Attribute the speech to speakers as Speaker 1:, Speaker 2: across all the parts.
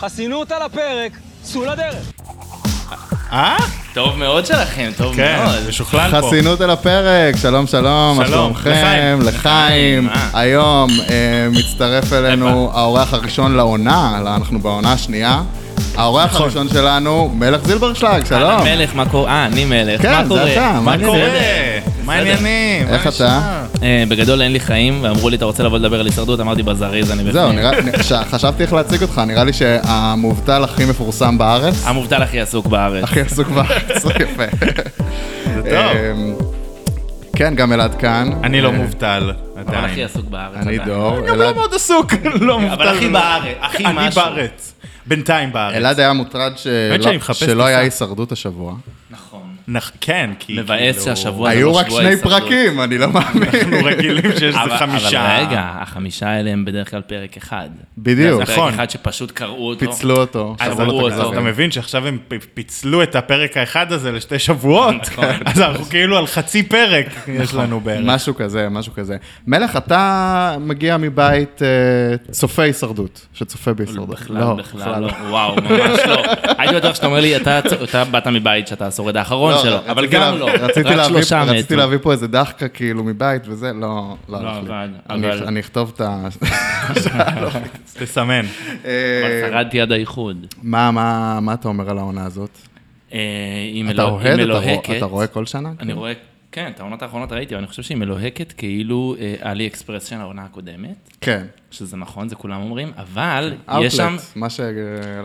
Speaker 1: חסינות על הפרק, צאו לדרך.
Speaker 2: אה?
Speaker 3: טוב מאוד שלכם, טוב
Speaker 2: כן,
Speaker 3: מאוד.
Speaker 2: משוכלל פה.
Speaker 4: חסינות על הפרק, שלום שלום, מה
Speaker 2: שלום,
Speaker 4: שלומכם? לחיים.
Speaker 3: לחיים, אה.
Speaker 4: היום אה, מצטרף אלינו האורח הראשון לעונה, לא, אנחנו בעונה השנייה. האורח
Speaker 2: נכון.
Speaker 4: הראשון שלנו, מלך זילברשלג, שלום.
Speaker 3: המלך, מה קורה? אה, אני מלך.
Speaker 4: כן,
Speaker 3: מה
Speaker 4: זה
Speaker 3: קורה?
Speaker 4: אתה, מה
Speaker 2: מה קורה?
Speaker 3: בסדר.
Speaker 2: מה העניינים? מה
Speaker 4: איך אתה?
Speaker 2: נשמע?
Speaker 3: אה, בגדול אין לי חיים, ואמרו לי, אתה רוצה לבוא לדבר על הישרדות? אמרתי, בזריז, אני בפנים.
Speaker 4: זהו, נראה- נ- ש- חשבתי איך להציג אותך, נראה לי שהמובטל הכי מפורסם בארץ,
Speaker 3: המובטל הכי עסוק בארץ.
Speaker 4: הכי עסוק בארץ, יפה.
Speaker 2: זה טוב.
Speaker 4: אמ, כן, גם אלעד כאן.
Speaker 2: אני לא
Speaker 4: אה,
Speaker 2: מובטל,
Speaker 3: אבל הכי
Speaker 2: עדיין.
Speaker 3: עסוק בארץ.
Speaker 4: אני
Speaker 3: אתה.
Speaker 4: דור.
Speaker 2: גם
Speaker 4: אלעד-
Speaker 2: לא מאוד עסוק, לא מובטל.
Speaker 3: אבל הכי
Speaker 2: לא.
Speaker 3: בארץ, הכי
Speaker 2: אני
Speaker 3: משהו.
Speaker 2: בארץ. בינתיים בארץ.
Speaker 4: אלעד היה מוטרד
Speaker 2: האמת
Speaker 4: שלא,
Speaker 2: שאני מחפש
Speaker 4: שלא היה
Speaker 2: טיסה.
Speaker 4: הישרדות השבוע.
Speaker 3: נכון.
Speaker 2: נכ- כן, כי...
Speaker 3: מבאס
Speaker 2: כאילו,
Speaker 3: שהשבוע זה
Speaker 4: היו
Speaker 3: לא
Speaker 4: רק
Speaker 3: שבוע
Speaker 4: שני
Speaker 3: הישרדות.
Speaker 4: פרקים, אני לא מאמין.
Speaker 2: אנחנו רגילים שיש איזה
Speaker 3: אבל-
Speaker 2: חמישה.
Speaker 3: אבל רגע, החמישה האלה הם בדרך כלל פרק אחד.
Speaker 4: בדיוק.
Speaker 3: זה
Speaker 2: נכון.
Speaker 3: פרק אחד שפשוט קרעו אותו.
Speaker 4: פיצלו אותו.
Speaker 3: אז
Speaker 4: שברו
Speaker 3: אמרו
Speaker 4: לו את
Speaker 3: אותו.
Speaker 2: אז אתה
Speaker 4: הכתפיים.
Speaker 2: מבין שעכשיו הם פ- פיצלו את הפרק האחד הזה לשתי שבועות,
Speaker 3: נכון.
Speaker 2: אז אנחנו כאילו על חצי פרק יש לנו בערך.
Speaker 4: משהו כזה, משהו כזה. מלך, אתה מגיע מבית אה, צופה הישרדות, שצופה בהישרדות.
Speaker 3: בכלל, בכלל לא. וואו, ממש לא. הייתי בטוח שאתה אומר לי, "אתה צ- אתה באת מבית שאתה השורד האחרון
Speaker 4: לא,
Speaker 3: שלו,
Speaker 4: רציתי
Speaker 3: אבל גם
Speaker 4: להביא-
Speaker 3: לא.
Speaker 4: רציתי
Speaker 3: רק
Speaker 4: להביא-
Speaker 3: שלושה
Speaker 4: רציתי
Speaker 3: מתו.
Speaker 4: להביא פה איזה דחקה כאילו מבית וזה, לא, לא
Speaker 3: לא
Speaker 4: הלך לי.
Speaker 3: עבד,
Speaker 4: אני-
Speaker 3: אבל-
Speaker 4: אני אכתוב את ה...
Speaker 2: אז תסמן.
Speaker 4: אה,
Speaker 3: אבל שרדתי עד האיחוד.
Speaker 4: מה, מה, מה אתה אומר על העונה הזאת?
Speaker 3: אה, היא
Speaker 4: אתה
Speaker 3: מלוה-
Speaker 4: אוהד?
Speaker 3: היא
Speaker 4: אתה רוא-
Speaker 3: מלוהקת.
Speaker 4: אתה רואה כל שנה?
Speaker 3: אני רואה, כן, את העונות האחרונות ראיתי, אבל אני חושב שהיא מלוהקת כאילו אה, עלי אקספרס של העונה הקודמת,
Speaker 4: כן.
Speaker 3: שזה נכון, זה כולם אומרים, אבל יש שם,
Speaker 4: אאוטלט, מה ש...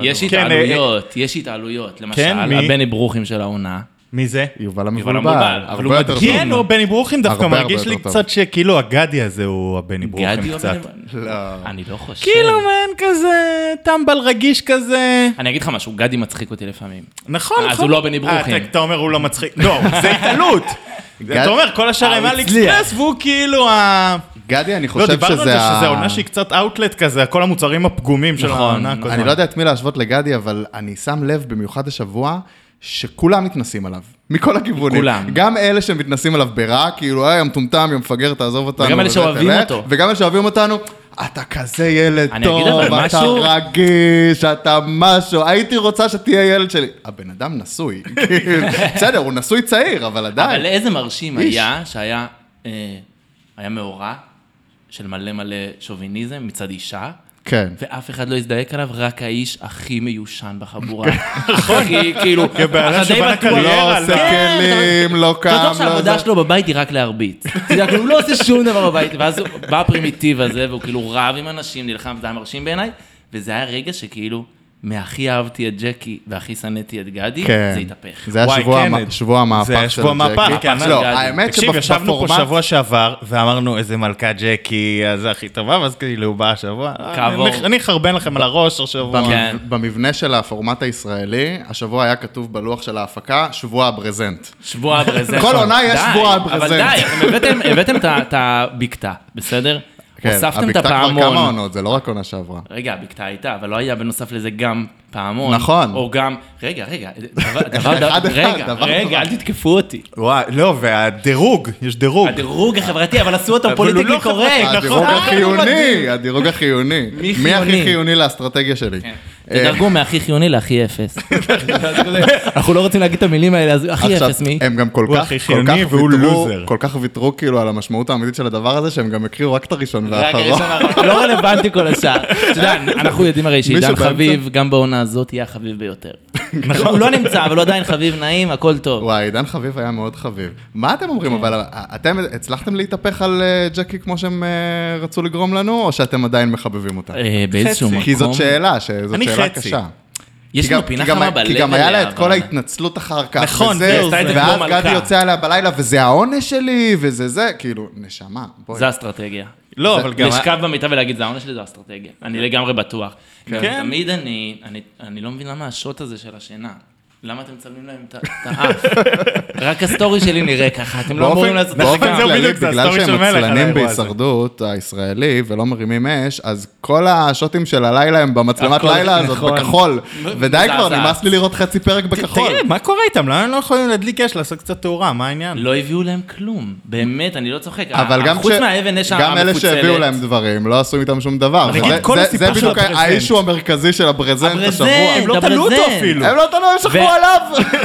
Speaker 3: יש
Speaker 2: כן, אה,
Speaker 3: התעלויות, יש התעלויות. למשל,
Speaker 2: כן, מי?
Speaker 3: הבני ברוכים של העונה.
Speaker 2: מי זה?
Speaker 4: יובל
Speaker 3: יובל
Speaker 4: המבולבל,
Speaker 3: המבולבל, אבל הוא
Speaker 4: הרבה יותר
Speaker 3: מדהים,
Speaker 2: כן, הוא בני ברוכין דווקא
Speaker 4: הרבה, הרבה
Speaker 2: מרגיש לי
Speaker 4: יותר טוב.
Speaker 2: קצת שכאילו הגדי הזה הוא הבני ברוכין
Speaker 3: גדי
Speaker 2: קצת.
Speaker 3: לא. אני לא חושב.
Speaker 2: כאילו מעין כזה טמבל רגיש כזה.
Speaker 3: אני אגיד לך משהו, גדי מצחיק אותי לפעמים.
Speaker 2: נכון,
Speaker 3: אה,
Speaker 2: נכון.
Speaker 3: אז הוא לא בני ברוכין.
Speaker 2: אה, אתה- אתה אומר הוא לא מצחיק. לא, זה התעלות.
Speaker 4: גד-
Speaker 2: אתה אומר כל השאר
Speaker 3: אה,
Speaker 2: הם
Speaker 3: הוא
Speaker 2: על
Speaker 3: הצליח.
Speaker 2: אקספרס והוא כאילו ה...
Speaker 4: גדי, אני
Speaker 2: לא,
Speaker 4: חושב
Speaker 2: דיברנו על זה
Speaker 4: שזה... ה-
Speaker 2: שזה עונה שהיא קצת אאוטלט כזה, כל המוצרים הפגומים של
Speaker 3: נכון.
Speaker 2: העונה הקודמת.
Speaker 4: אני לא יודע את מי להשוות לגדי, אבל אני שם לב במיוחד השבוע, שכולם מתנסים עליו. מכל הכיוונים.
Speaker 3: כולם.
Speaker 4: גם אלה שמתנסים עליו ברע, כאילו, היי, המטומטם, יא מפגר, תעזוב אותנו.
Speaker 3: וגם אלה
Speaker 4: וזה,
Speaker 3: שאוהבים
Speaker 4: תלך."
Speaker 3: אותו.
Speaker 4: וגם אלה שאוהבים אותנו. אתה כזה ילד
Speaker 3: אני אגיד
Speaker 4: טוב,
Speaker 3: אבל
Speaker 4: אתה
Speaker 3: משהו-
Speaker 4: רגיש, אתה משהו, הייתי רוצה שתהיה ילד שלי. הבן אדם נשוי, כאילו, בסדר, הוא נשוי צעיר, אבל עדיין.
Speaker 3: אבל איזה מרשים
Speaker 4: איש.
Speaker 3: היה שהיה אה, היה מאורע של מלא מלא שוביניזם מצד אישה.
Speaker 4: כן.
Speaker 3: ואף אחד לא הזדעק עליו, רק האיש הכי מיושן בחבורה.
Speaker 4: נכון.
Speaker 3: הכי, כאילו,
Speaker 2: כבעלה
Speaker 3: אתה די
Speaker 2: שבא
Speaker 3: בטוח-
Speaker 2: לקריירה,
Speaker 4: לא
Speaker 2: על זה.
Speaker 4: עושה
Speaker 3: כן,
Speaker 4: כלים, לא קם,
Speaker 3: אתה
Speaker 4: לא
Speaker 3: בטוח שהעבודה
Speaker 4: זה.
Speaker 3: שלו בבית היא רק להרביץ. אתה יודע, כאילו, הוא לא עושה שום דבר בבית, ואז הוא- בא הפרימיטיב הזה, והוא כאילו רב עם אנשים, נלחם, זה היה מרשים בעיניי, וזה היה רגע שכאילו, מהכי אהבתי את ג'קי, והכי שנאתי את גדי,
Speaker 4: כן.
Speaker 3: זה התהפך.
Speaker 4: זה היה
Speaker 2: וואי,
Speaker 4: שבוע,
Speaker 2: כן.
Speaker 4: המ- שבוע המהפך
Speaker 2: זה היה
Speaker 4: של
Speaker 2: שבוע
Speaker 4: ג'קי.
Speaker 2: המהפך, כן,
Speaker 3: מהפך
Speaker 4: לא,
Speaker 3: של גדי.
Speaker 4: האמת
Speaker 2: תקשיב, ישבנו פה
Speaker 4: שבפורמט...
Speaker 2: שבוע שעבר, ואמרנו איזה מלכה ג'קי, אה, זה הכי טובה, ואז כאילו הוא בא השבוע, אה,
Speaker 3: כעבור.
Speaker 2: אני- אני אחרבן לכם על הראש השבוע.
Speaker 4: במב-
Speaker 3: כן.
Speaker 4: במבנה של הפורמט הישראלי, השבוע היה כתוב בלוח של ההפקה, שבוע הברזנט.
Speaker 3: שבוע הברזנט.
Speaker 4: כל עונה יש
Speaker 3: די,
Speaker 4: שבוע הברזנט.
Speaker 3: אבל די, אתם הבאתם- הבאתם את ה- את הבקתה, בסדר?
Speaker 4: כן,
Speaker 3: הוספתם את
Speaker 4: הבקתה כבר כמה
Speaker 3: הפעמון.
Speaker 4: עונות, זה לא רק עונה שעברה.
Speaker 3: רגע, הבקתה הייתה, אבל לא היה בנוסף לזה גם פעמון.
Speaker 4: נכון.
Speaker 3: או גם, רגע, רגע, דבר, דבר, דבר,
Speaker 4: אחד,
Speaker 3: רגע,
Speaker 4: דבר, דבר.
Speaker 3: רגע, אל תתקפו אותי.
Speaker 2: וואי, לא, והדירוג, יש דירוג.
Speaker 3: הדירוג
Speaker 4: אה.
Speaker 3: החברתי, אבל עשו אותו
Speaker 2: אבל הוא
Speaker 3: פוליטיקלי
Speaker 2: לא חברתי,
Speaker 3: קורקט. אה, לא
Speaker 4: הדירוג
Speaker 2: נכון.
Speaker 4: החיוני, הדירוג החיוני. מי הכי
Speaker 3: חיוני?
Speaker 4: חיוני לאסטרטגיה שלי?
Speaker 3: כן.
Speaker 4: אה,
Speaker 3: תדרגו מהכי חיוני להכי אפס. אנחנו לא רוצים להגיד את המילים האלה, אז הכי
Speaker 4: עכשיו,
Speaker 3: אפס מי?
Speaker 4: הם גם כל
Speaker 2: הוא
Speaker 4: כך,
Speaker 2: הכי
Speaker 4: כל כך
Speaker 2: חיוני והוא
Speaker 4: ויתרו,
Speaker 2: לוזר.
Speaker 4: כל כך ויתרו כאילו על המשמעות האמיתית של הדבר הזה, שהם גם הקריאו רק את הראשון והאחרון.
Speaker 3: לא רלוונטי כל השאר. אתה יודע, אנחנו יודעים הרי שעידן
Speaker 4: באמצע?
Speaker 3: חביב, גם בעונה הזאת, יהיה החביב ביותר. הוא לא נמצא, אבל הוא עדיין חביב נעים, הכל טוב.
Speaker 4: וואי, עידן חביב היה מאוד חביב. מה אתם
Speaker 3: כן.
Speaker 4: אומרים, אבל אה, אתם הצלחתם להתהפך על אה, ג'קי כמו שהם אה, רצו לגרום לנו, או שאתם עדיין מחבבים אותה?
Speaker 3: אה, באיזשהו
Speaker 2: חצי.
Speaker 3: מקום.
Speaker 4: כי זאת שאלה, שזאת
Speaker 2: אני
Speaker 4: שאלה
Speaker 2: חצי.
Speaker 4: קשה.
Speaker 3: יש
Speaker 4: כי
Speaker 3: לנו
Speaker 4: גם-
Speaker 3: פינה
Speaker 4: כי גם-
Speaker 3: חמה בלב.
Speaker 4: כי גם היה לה את
Speaker 3: אליה,
Speaker 4: כל
Speaker 3: אבל-
Speaker 4: ההתנצלות אחר כך.
Speaker 2: נכון,
Speaker 4: וזה,
Speaker 2: והיא עשתה
Speaker 3: את זה
Speaker 4: ואז
Speaker 3: כמו
Speaker 4: גדי
Speaker 3: מלכה.
Speaker 4: יוצא עליה בלילה, וזה העונש שלי, וזה זה, כאילו, נשמה, בואי.
Speaker 3: זה אסטרטגיה.
Speaker 2: לא,
Speaker 4: זה-
Speaker 2: אבל גם...
Speaker 3: לשכב במיטה ולהגיד, זה העונש שלי, זו אסטרטגיה. אני לגמרי בטוח. גם
Speaker 2: כן.
Speaker 3: תמיד אני, אני- אני לא מבין למה השוט הזה של השינה. למה אתם מצלמים להם את ה- את האף? רק הסטורי שלי נראה ככה, אתם לא
Speaker 4: באופן-
Speaker 3: אמורים לעשות את
Speaker 4: באופן
Speaker 2: חלקם. זהו,
Speaker 4: כללי,
Speaker 2: בדיוק, זה
Speaker 4: בגלל
Speaker 2: הסטורי של
Speaker 4: שהם
Speaker 2: מלך על
Speaker 4: מצלנים
Speaker 2: האירוע הזה.
Speaker 4: בהישרדות הישראלי ולא מרימים אש, אז כל השוטים של הלילה הם במצלמת
Speaker 2: הכל,
Speaker 4: לילה הזאת,
Speaker 2: נכון.
Speaker 4: בכחול. ודי כבר,
Speaker 3: מזעזעת.
Speaker 4: נמאס לי לראות חצי פרק בכחול.
Speaker 2: תראה, מה קורה איתם? למה הם לא יכולים להדליק אש, לעשות קצת תאורה? מה העניין?
Speaker 3: לא הביאו להם כלום, באמת, אני לא צוחק.
Speaker 4: אבל גם,
Speaker 3: חוץ מהאבן אש
Speaker 4: גם אלה שהביאו להם
Speaker 3: המפוצלת.
Speaker 4: דברים, לא עשו איתם שום דבר.
Speaker 2: נגיד,
Speaker 4: זה-
Speaker 2: כל
Speaker 4: זה-
Speaker 2: הסיפור
Speaker 4: זה
Speaker 2: של
Speaker 4: בדיוק
Speaker 2: הברזנט.
Speaker 4: האישו המרכזי של הברזנט
Speaker 3: הברזנט.
Speaker 4: השבוע.
Speaker 2: הם לא תלו אותו
Speaker 3: דברזן.
Speaker 2: אפילו.
Speaker 4: הם לא תלו, הם שכבו
Speaker 3: כאילו. ו-
Speaker 4: עליו!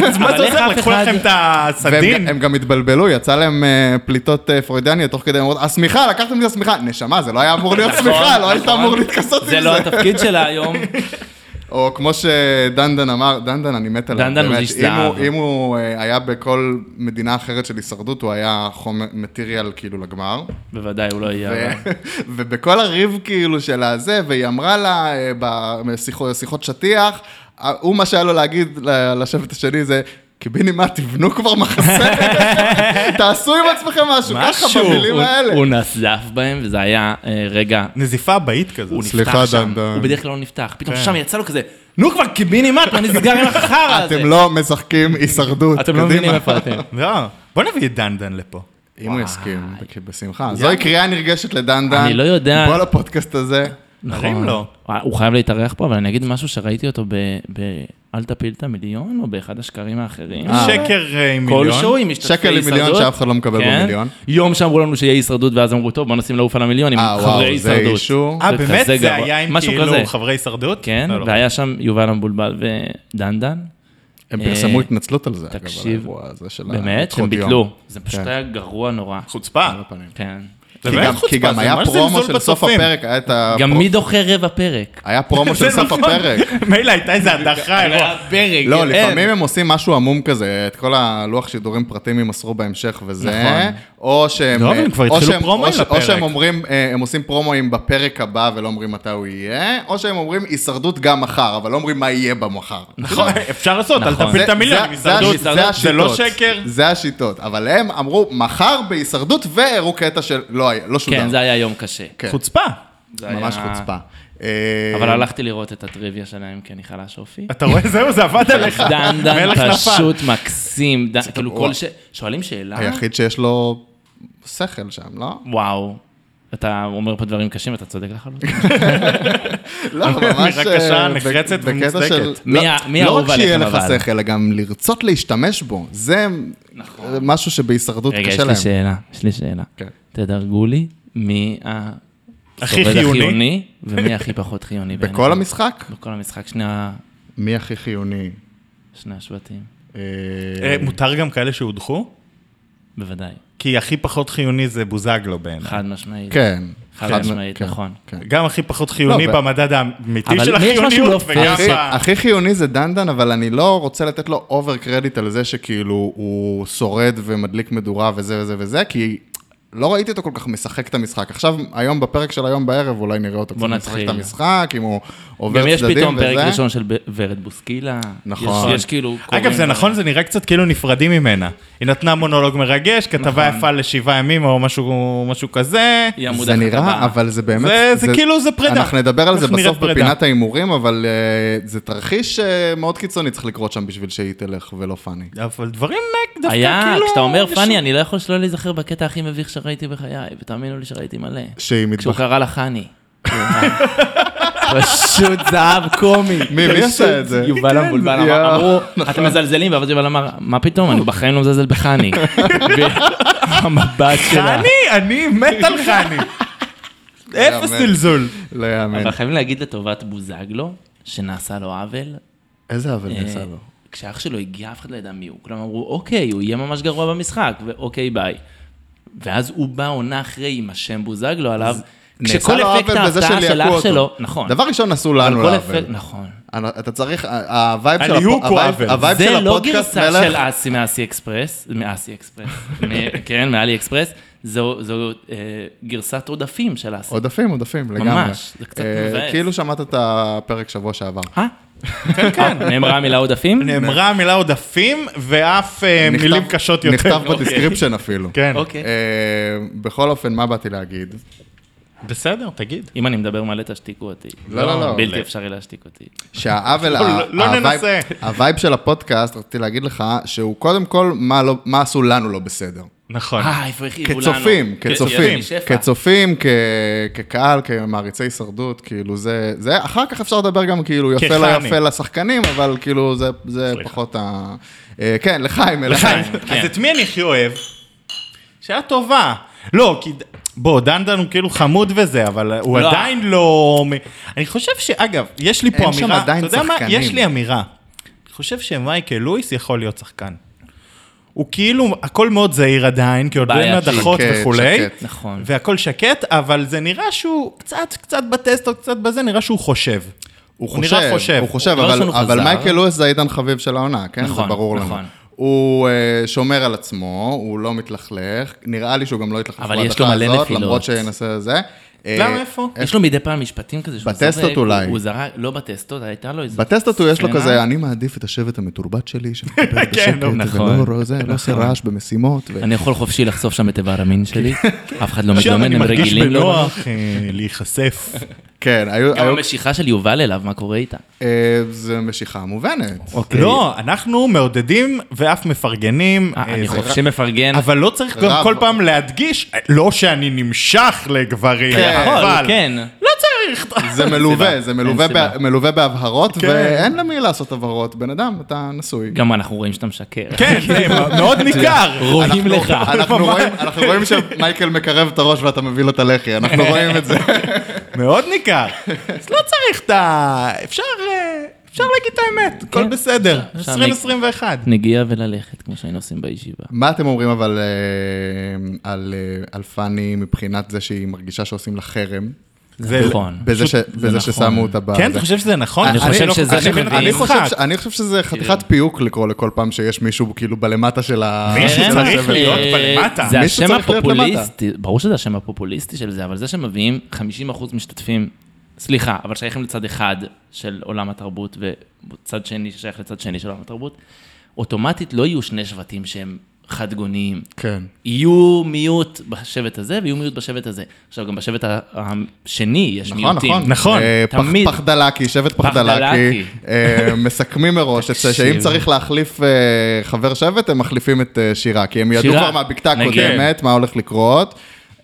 Speaker 2: אז מה
Speaker 3: אבל
Speaker 2: זה
Speaker 3: איך
Speaker 2: עוזר?
Speaker 3: אף
Speaker 2: לקחו
Speaker 3: אחד-
Speaker 2: לכם את
Speaker 4: והם
Speaker 2: הסדין?
Speaker 4: הם גם התבלבלו, יצא להם אה, פליטות אה, פרוידיאניות תוך כדי, הם אמרו, השמיכה, לקחתם לי את השמיכה. נשמה, זה לא היה אמור להיות שמיכה, לא היית
Speaker 3: נכון.
Speaker 4: אמור להתכסות עם
Speaker 3: זה
Speaker 4: זה.
Speaker 3: לא התפקיד שלה היום.
Speaker 4: או כמו שדנדן אמר, דנדן, אני מת עליו.
Speaker 3: דנדן הוא
Speaker 4: באמת.
Speaker 3: איש
Speaker 4: אם הוא-
Speaker 3: זהב. לא?
Speaker 4: אם הוא אה, היה בכל מדינה אחרת של הישרדות, הוא היה חומר, מטריאל כאילו לגמר.
Speaker 3: בוודאי, הוא לא יהיה. אבל-
Speaker 4: ובכל הריב כאילו של הזה, והיא אמרה לה אה, בשיחו- שיחות שטיח, אה, הוא מה שהיה לו להגיד ל- לשבט השני זה... קיבינימט, תבנו כבר מחסה, תעשו עם עצמכם משהו, ככה
Speaker 2: משהו.
Speaker 4: במילים
Speaker 3: הוא-
Speaker 4: האלה.
Speaker 3: הוא נזף בהם, וזה היה אה, רגע...
Speaker 2: נזיפה הבאית כזאת.
Speaker 3: הוא נפתח
Speaker 4: סליחה,
Speaker 3: שם,
Speaker 4: דן, דן.
Speaker 3: הוא בדרך כלל לא נפתח, פתאום
Speaker 2: כן.
Speaker 3: שם יצא לו כזה, נו כבר קיבינימט, מה נסגר עם החרא הזה?
Speaker 4: אתם לא משחקים הישרדות,
Speaker 3: אתם לא
Speaker 4: קדימה.
Speaker 3: מבינים איפה אתם.
Speaker 2: לא, בוא נביא את דנדן לפה.
Speaker 4: אם הוא יסכים, בכ- בשמחה. זוהי קריאה נרגשת לדנדן.
Speaker 3: אני לא יודע.
Speaker 4: בוא לפודקאסט הזה.
Speaker 3: נכון.
Speaker 2: נרים לו.
Speaker 3: הוא חייב להתארח פה, אבל אני אגיד משהו שראיתי אותו ב... ב- אל תפיל את המיליון, או באחד השקרים האחרים.
Speaker 2: שקר אה, עם מיליון.
Speaker 3: כל שואו עם משתתפי
Speaker 4: שקל
Speaker 3: הישרדות.
Speaker 4: למיליון שאף אחד לא מקבל
Speaker 3: כן.
Speaker 4: במיליון.
Speaker 3: יום שאמרו לנו שיהיה הישרדות, ואז אמרו, טוב, בוא נשים לעוף על המיליון עם
Speaker 4: אה,
Speaker 3: חברי
Speaker 4: וואו, זה
Speaker 3: הישרדות.
Speaker 4: אישו.
Speaker 2: אה,
Speaker 3: זה
Speaker 2: באמת?
Speaker 3: כזה
Speaker 2: זה
Speaker 3: גבוה.
Speaker 2: היה עם
Speaker 3: משהו
Speaker 2: כאילו
Speaker 3: כזה.
Speaker 2: חברי הישרדות?
Speaker 3: כן,
Speaker 2: לא, לא.
Speaker 3: והיה שם יובל המבולבל ודנדן.
Speaker 4: הם
Speaker 3: אה,
Speaker 4: פרסמו התנצלות על זה, אגב, על
Speaker 3: תקשיב,
Speaker 4: האירוע הזה של
Speaker 3: באמת,
Speaker 4: ההתפתחות
Speaker 3: שהם
Speaker 4: יום.
Speaker 3: ביטלו. זה פשוט
Speaker 4: כן.
Speaker 3: היה גרוע נורא.
Speaker 2: חוצפה.
Speaker 4: על הפנים.
Speaker 3: כן.
Speaker 2: זה
Speaker 4: כי
Speaker 2: באמת
Speaker 4: גם-
Speaker 2: חוצפה,
Speaker 4: כי גם
Speaker 2: זה
Speaker 4: היה
Speaker 2: ממש
Speaker 4: פרומו
Speaker 2: זלזול
Speaker 4: של סוף
Speaker 2: בצופים.
Speaker 4: הפרק, היה את ה...
Speaker 3: גם מי דוחה רבע פרק?
Speaker 4: היה פרומו
Speaker 2: זה
Speaker 4: של סוף
Speaker 2: נכון.
Speaker 4: הפרק.
Speaker 2: מילא הייתה איזה הדחה, אירוע.
Speaker 3: הפרק.
Speaker 4: לא, לפעמים הם עושים משהו עמום כזה, את כל הלוח שידורים פרטים יימסרו בהמשך וזה,
Speaker 3: נכון.
Speaker 4: או שהם...
Speaker 2: לא, אבל הם כבר
Speaker 4: או
Speaker 2: התחילו
Speaker 4: שהם-
Speaker 2: פרומואים
Speaker 4: או ש- או
Speaker 2: לפרק.
Speaker 4: שהם אומרים, אה, הם עושים פרומואים בפרק הבא ולא אומרים מתי הוא יהיה, או שהם אומרים הישרדות גם מחר, אבל לא אומרים מה יהיה במחר.
Speaker 2: נכון, אפשר לעשות, אל
Speaker 3: נכון.
Speaker 2: תפיל את
Speaker 4: זה-
Speaker 2: המיליון
Speaker 4: זה-
Speaker 2: עם
Speaker 4: זה הש-
Speaker 2: הישרדות.
Speaker 4: זה
Speaker 2: זה לא
Speaker 4: השיטות.
Speaker 2: שקר.
Speaker 4: זה השיטות, אבל הם אמרו, מחר בהישרדות והראו קטע של... לא היה, לא שודר.
Speaker 3: כן, זה היה יום קשה.
Speaker 4: כן.
Speaker 2: חוצפה.
Speaker 3: זה
Speaker 4: ממש
Speaker 3: היה-
Speaker 4: חוצפה.
Speaker 3: אבל
Speaker 4: אה,
Speaker 3: הלכתי לראות את הטריוויה שלהם, כי אני חלש אופי.
Speaker 2: אתה רואה, זהו, זה עבד עליך.
Speaker 3: דן דן
Speaker 2: מלך נפל.
Speaker 3: פשוט מקסים, דן- כאילו
Speaker 4: גרוע.
Speaker 3: כל ש... שואלים שאלה,
Speaker 4: היחיד שיש לו שכל שם, לא?
Speaker 3: וואו, אתה אומר פה דברים קשים, אתה צודק לחלוטין.
Speaker 4: לא, אבל ממש...
Speaker 2: אמירה קשה,
Speaker 4: אה,
Speaker 2: נחרצת
Speaker 4: בק- בקטע
Speaker 2: ומוצדקת.
Speaker 4: של-
Speaker 3: מי
Speaker 4: לא-
Speaker 3: ה- מי
Speaker 4: לא רק
Speaker 3: האהוב
Speaker 4: שיהיה
Speaker 3: עליכם,
Speaker 4: לך
Speaker 3: אבל?
Speaker 4: שכל, אלא גם לרצות להשתמש בו. זה אה, משהו שבהישרדות
Speaker 3: רגע, יש
Speaker 4: קשה
Speaker 3: לי
Speaker 4: להם.
Speaker 3: שאלה, יש לי שאלה.
Speaker 4: כן.
Speaker 3: תדרגו לי מי ה-
Speaker 2: הכי
Speaker 3: שורד
Speaker 2: חיוני.
Speaker 3: החיוני ומי הכי פחות חיוני.
Speaker 4: בכל
Speaker 3: בעיניכם.
Speaker 4: המשחק?
Speaker 3: בכל המשחק, שני ה-
Speaker 4: מי הכי חיוני?
Speaker 3: שני השבטים,
Speaker 4: אה,
Speaker 2: אה, מותר גם כאלה שהודחו?
Speaker 3: בוודאי,
Speaker 2: כי הכי פחות חיוני זה בוזגלו בעיניי.
Speaker 3: חד משמעית.
Speaker 4: כן.
Speaker 3: חד
Speaker 4: כן,
Speaker 3: משמעית,
Speaker 4: כן,
Speaker 3: נכון.
Speaker 4: כן.
Speaker 2: גם הכי פחות חיוני
Speaker 4: לא, ו-
Speaker 2: במדד האמיתי
Speaker 3: אבל
Speaker 2: של
Speaker 3: יש משהו
Speaker 2: החיוניות,
Speaker 3: לא
Speaker 2: וגם
Speaker 4: הכי-
Speaker 2: ב...
Speaker 4: הכי חיוני זה דנדן, אבל אני לא רוצה לתת לו אובר קרדיט על זה שכאילו הוא שורד ומדליק מדורה וזה וזה וזה, כי לא ראיתי אותו כל כך משחק את המשחק. עכשיו, היום בפרק של היום בערב, אולי נראה אותו
Speaker 3: בוא
Speaker 4: קצת משחק את
Speaker 3: נתחיל.
Speaker 4: המשחק, אם הוא עובר
Speaker 3: גם
Speaker 4: צדדים
Speaker 3: יש
Speaker 4: וזה.
Speaker 3: פתאום פרק ראשון של ב- ורד בוסקילה.
Speaker 4: נכון.
Speaker 3: יש- יש כאילו...
Speaker 2: אגב,
Speaker 3: קוראים
Speaker 2: זה נכון, זה נראה קצת כאילו נפרדים ממנה. היא נתנה מונולוג מרגש, כתבה יפה לשבעה ימים או משהו משהו כזה.
Speaker 3: היא עמוד
Speaker 4: זה נראה,
Speaker 3: הכתבה.
Speaker 4: אבל זה באמת...
Speaker 2: זה- זה כאילו, זה פרידה.
Speaker 4: אנחנו נדבר על זה
Speaker 2: אנחנו נראה
Speaker 4: בסוף
Speaker 2: פרידה.
Speaker 4: בפינת ההימורים, אבל אה, זה תרחיש אה, מאוד קיצוני צריך לקרות שם בשביל שהיא תלך ולא פאני.
Speaker 2: אבל דברים אה, דווקא כאילו...
Speaker 3: היה, כשאתה אומר
Speaker 2: יש-
Speaker 3: פאני, אני לא יכול שלא להיזכר בקטע הכי מביך שראיתי בחיי, ותאמינו לי שראיתי מלא.
Speaker 4: שהיא
Speaker 3: כשהוא
Speaker 4: מתבחרת.
Speaker 3: קרא לה חני. פשוט זהב קומי.
Speaker 4: מי- כן, מי עשה
Speaker 3: פשוט
Speaker 4: את זה?
Speaker 3: יובל
Speaker 4: כן,
Speaker 3: המבולבל
Speaker 4: יא.
Speaker 3: אמר- אמרו, אתם מזלזלים, ואז יובל אמר, מה פתאום, אני בחיים לא מזלזל בחני. והמבט שלה.
Speaker 2: חני, אני מת על חני. אפס
Speaker 4: יאמן.
Speaker 2: זלזול.
Speaker 4: לא יאמן.
Speaker 3: אבל חייבים להגיד לטובת בוזגלו, שנעשה לו עוול.
Speaker 4: איזה עוול
Speaker 3: אה,
Speaker 4: נעשה לו.
Speaker 3: כשאח שלו הגיע, אף אחד לא ידע מי הוא. כולם אמרו, אוקיי, הוא יהיה ממש גרוע במשחק, ואוקיי, ביי. ואז הוא בא עונה אחרי עם השם בוזגלו עליו,
Speaker 4: נעשה
Speaker 3: כשכל
Speaker 4: לו
Speaker 3: אפקט
Speaker 4: עוול בזה
Speaker 3: ההפתעה
Speaker 4: שליהקו
Speaker 3: של אח
Speaker 4: אותו.
Speaker 3: שלו, נכון.
Speaker 4: דבר ראשון, עשו
Speaker 3: אבל כל
Speaker 4: לנו לעוול.
Speaker 3: אפקט- נכון.
Speaker 4: אתה צריך, ה- הווייב של
Speaker 2: הליהוק
Speaker 4: הפ-
Speaker 2: הוא
Speaker 4: הווייב-
Speaker 2: עוול.
Speaker 4: הווייב של
Speaker 3: זה לא
Speaker 4: הפודקאסט
Speaker 3: גרסה של
Speaker 4: מלך.
Speaker 3: אסי מאסי אקספרס, מאסי אקספרס, מ- כן, מאלי אקספרס, זו זו, אה, גרסת עודפים של אסי.
Speaker 4: עודפים, עודפים, לגמרי.
Speaker 3: ממש, זה קצת
Speaker 4: אה,
Speaker 3: מבאס.
Speaker 4: כאילו שמעת את הפרק שבוע שעבר.
Speaker 3: אה? כן, כן. נאמרה המילה עודפים?
Speaker 2: נאמרה המילה עודפים, ואף אה,
Speaker 4: נכתב-
Speaker 2: מילים קשות יותר.
Speaker 4: נכתב
Speaker 2: אוקיי.
Speaker 3: כן.
Speaker 4: בדיסקריפשן אפילו.
Speaker 2: כן.
Speaker 3: אוקיי.
Speaker 4: אה, בכל אופן, מה באתי להגיד?
Speaker 2: בסדר, תגיד.
Speaker 3: אם אני מדבר מלא, תשתיקו אותי.
Speaker 4: לא, לא, לא.
Speaker 3: בלתי אפשרי להשתיק אותי.
Speaker 4: שהעוול,
Speaker 2: לא,
Speaker 4: ה-
Speaker 2: לא
Speaker 4: הווייב-
Speaker 2: ננסה.
Speaker 4: הווייב של הפודקאסט, רציתי להגיד לך, שהוא קודם כל, מה לא- מה עשו לנו לא בסדר.
Speaker 2: נכון.
Speaker 3: אה, איפה הכאיבו לנו.
Speaker 4: כצופים,
Speaker 3: כן,
Speaker 4: כצופים,
Speaker 3: ירדני שפע.
Speaker 4: כצופים, כ- כקהל, כמעריצי הישרדות, כאילו זה, זה, אחר כך אפשר לדבר גם כאילו יפה לא
Speaker 2: כחני.
Speaker 4: יפה לשחקנים, אבל כאילו זה- זה
Speaker 2: סליחה.
Speaker 4: פחות ה... אה, כן, לחיים, לחיים.
Speaker 2: לחיים.
Speaker 3: כן.
Speaker 2: אז את מי אני הכי אוהב? שאלה טובה. לא, כי... בוא, דנדן הוא כאילו חמוד וזה, אבל הוא
Speaker 3: לא.
Speaker 2: עדיין לא... מ- אני חושב שאגב, יש לי פה
Speaker 4: אין
Speaker 2: אמירה...
Speaker 4: שם עדיין
Speaker 2: אתה יודע מה?
Speaker 4: שחקנים.
Speaker 2: יש לי אמירה. אני חושב שמייקל לואיס יכול להיות שחקן. הוא כאילו, הכל מאוד זהיר עדיין, כי עוד אין
Speaker 3: בעייתי.
Speaker 2: הדחות
Speaker 4: שקט,
Speaker 2: וכולי.
Speaker 4: שקט.
Speaker 3: נכון.
Speaker 2: והכל שקט, אבל זה נראה שהוא קצת, קצת בטסט או קצת בזה, נראה שהוא חושב.
Speaker 4: הוא
Speaker 2: נראה חושב.
Speaker 4: הוא חושב,
Speaker 3: הוא לא
Speaker 4: אבל-
Speaker 3: ראשון, הוא
Speaker 4: אבל
Speaker 3: חזר.
Speaker 4: מייקל לואיס זה עידן חביב של העונה, כן? זה
Speaker 3: נכון,
Speaker 4: ברור לנו.
Speaker 3: נכון.
Speaker 4: הוא אה, שומר על עצמו, הוא לא מתלכלך, נראה לי שהוא גם לא יתלכלך
Speaker 3: אבל
Speaker 4: בהדחה
Speaker 3: יש לו מלא
Speaker 4: הזאת,
Speaker 3: נפילות.
Speaker 4: למרות שינסה זה. אה,
Speaker 2: למה, איפה?
Speaker 3: יש לו מדי פעם משפטים כזה שהוא
Speaker 4: בטסטות
Speaker 3: זורק,
Speaker 4: אולי.
Speaker 3: הוא זרק, לא בטסטות, הייתה לו איזה...
Speaker 4: בטסטות הוא יש לו
Speaker 3: סצנה.
Speaker 4: כזה, אני מעדיף את השבט המתורבת שלי, שמדבר
Speaker 2: כן,
Speaker 4: בשקט,
Speaker 3: נכון.
Speaker 4: ולא זה, לא עושה רעש במשימות. ו-
Speaker 3: אני יכול חופשי לחשוף שם את איבר המין שלי, אף אחד לא
Speaker 4: אה,
Speaker 2: שם
Speaker 3: מתלונן,
Speaker 2: אני
Speaker 3: הם
Speaker 2: מרגיש
Speaker 3: רגילים. לא לענות.
Speaker 2: בנוח אה, להיחשף.
Speaker 4: כן, היו-
Speaker 3: גם
Speaker 4: היו-
Speaker 3: המשיכה של יובל אליו, מה קורה איתה?
Speaker 4: אה, זה משיכה מובנת.
Speaker 3: אוקיי.
Speaker 2: לא, אנחנו מעודדים ואף מפרגנים.
Speaker 3: אה,
Speaker 2: אה,
Speaker 3: אני
Speaker 2: זה-
Speaker 3: חופשי מפרגן.
Speaker 2: אבל לא צריך גם
Speaker 4: רב.
Speaker 2: כל פעם להדגיש, אה, לא שאני נמשך לגברים,
Speaker 4: כן.
Speaker 2: אבל...
Speaker 3: יכול, כן.
Speaker 2: לא צריך.
Speaker 4: זה מלווה, זה מלווה
Speaker 3: אין סיבה.
Speaker 4: בה- מלווה בהבהרות,
Speaker 2: כן.
Speaker 4: ואין למי לעשות הבהרות. בן אדם, אתה נשוי.
Speaker 3: גם אנחנו רואים שאתה משקר.
Speaker 2: כן, זה מאוד ניכר.
Speaker 3: רואים
Speaker 4: אנחנו-
Speaker 3: לך.
Speaker 4: אנחנו רואים- אנחנו רואים שמייקל מקרב את הראש ואתה מביא לו את הלחי, אנחנו רואים את זה.
Speaker 2: מאוד ניכר. אז לא צריך את ה... אפשר... אה, אפשר להגיד את האמת, הכל
Speaker 3: כן.
Speaker 2: בסדר.
Speaker 3: אפשר-
Speaker 2: 2021.
Speaker 3: נגיעה וללכת, כמו שהיינו עושים בישיבה.
Speaker 4: מה אתם אומרים אבל אה, על אה, על פאני מבחינת זה שהיא מרגישה שעושים לה חרם?
Speaker 2: זה-
Speaker 3: נכון.
Speaker 4: בזה ש-
Speaker 3: פשוט זה
Speaker 4: בזה
Speaker 3: נכון.
Speaker 4: ששמו אותה ב...
Speaker 2: כן,
Speaker 4: זה.
Speaker 2: אתה חושב שזה נכון?
Speaker 4: אני חושב
Speaker 2: לא-
Speaker 3: שזה
Speaker 2: אני-
Speaker 3: שמביאים.
Speaker 2: אני
Speaker 4: אני חושב,
Speaker 2: חושב...
Speaker 4: ש- אני חושב שזה חתיכת פיוק לקרוא לכל פעם שיש מישהו כאילו בלמטה של ה...
Speaker 2: מישהו
Speaker 4: של
Speaker 2: צריך
Speaker 4: הסבל.
Speaker 2: להיות
Speaker 3: אה,
Speaker 2: בלמטה.
Speaker 3: זה
Speaker 4: מישהו
Speaker 3: השם
Speaker 4: צריך להיות
Speaker 3: הפופוליסטי, ברור שזה השם הפופוליסטי של זה, אבל זה שמביאים 50% משתתפים, סליחה, אבל שייכים לצד אחד של עולם התרבות, וצד שני ששייך לצד שני של עולם התרבות, אוטומטית לא יהיו שני שבטים שהם חד גוניים.
Speaker 4: כן.
Speaker 3: יהיו מיעוט בשבט הזה ויהיו מיעוט בשבט הזה. עכשיו, גם בשבט ה- השני יש
Speaker 4: נכון,
Speaker 3: מיעוטים.
Speaker 4: נכון.
Speaker 2: נכון,
Speaker 4: אה, פח-
Speaker 3: תמיד.
Speaker 4: פחדלקי, שבט
Speaker 3: פחדלקי.
Speaker 4: פחדלקי. אה, מסכמים מראש את זה שאם
Speaker 3: תקשיב.
Speaker 4: צריך להחליף אה, חבר שבט, הם מחליפים את אה, שירה, כי הם ידעו
Speaker 3: שירה,
Speaker 4: כבר מהבקתה
Speaker 3: נגיד.
Speaker 4: הקודמת, מה הולך לקרות.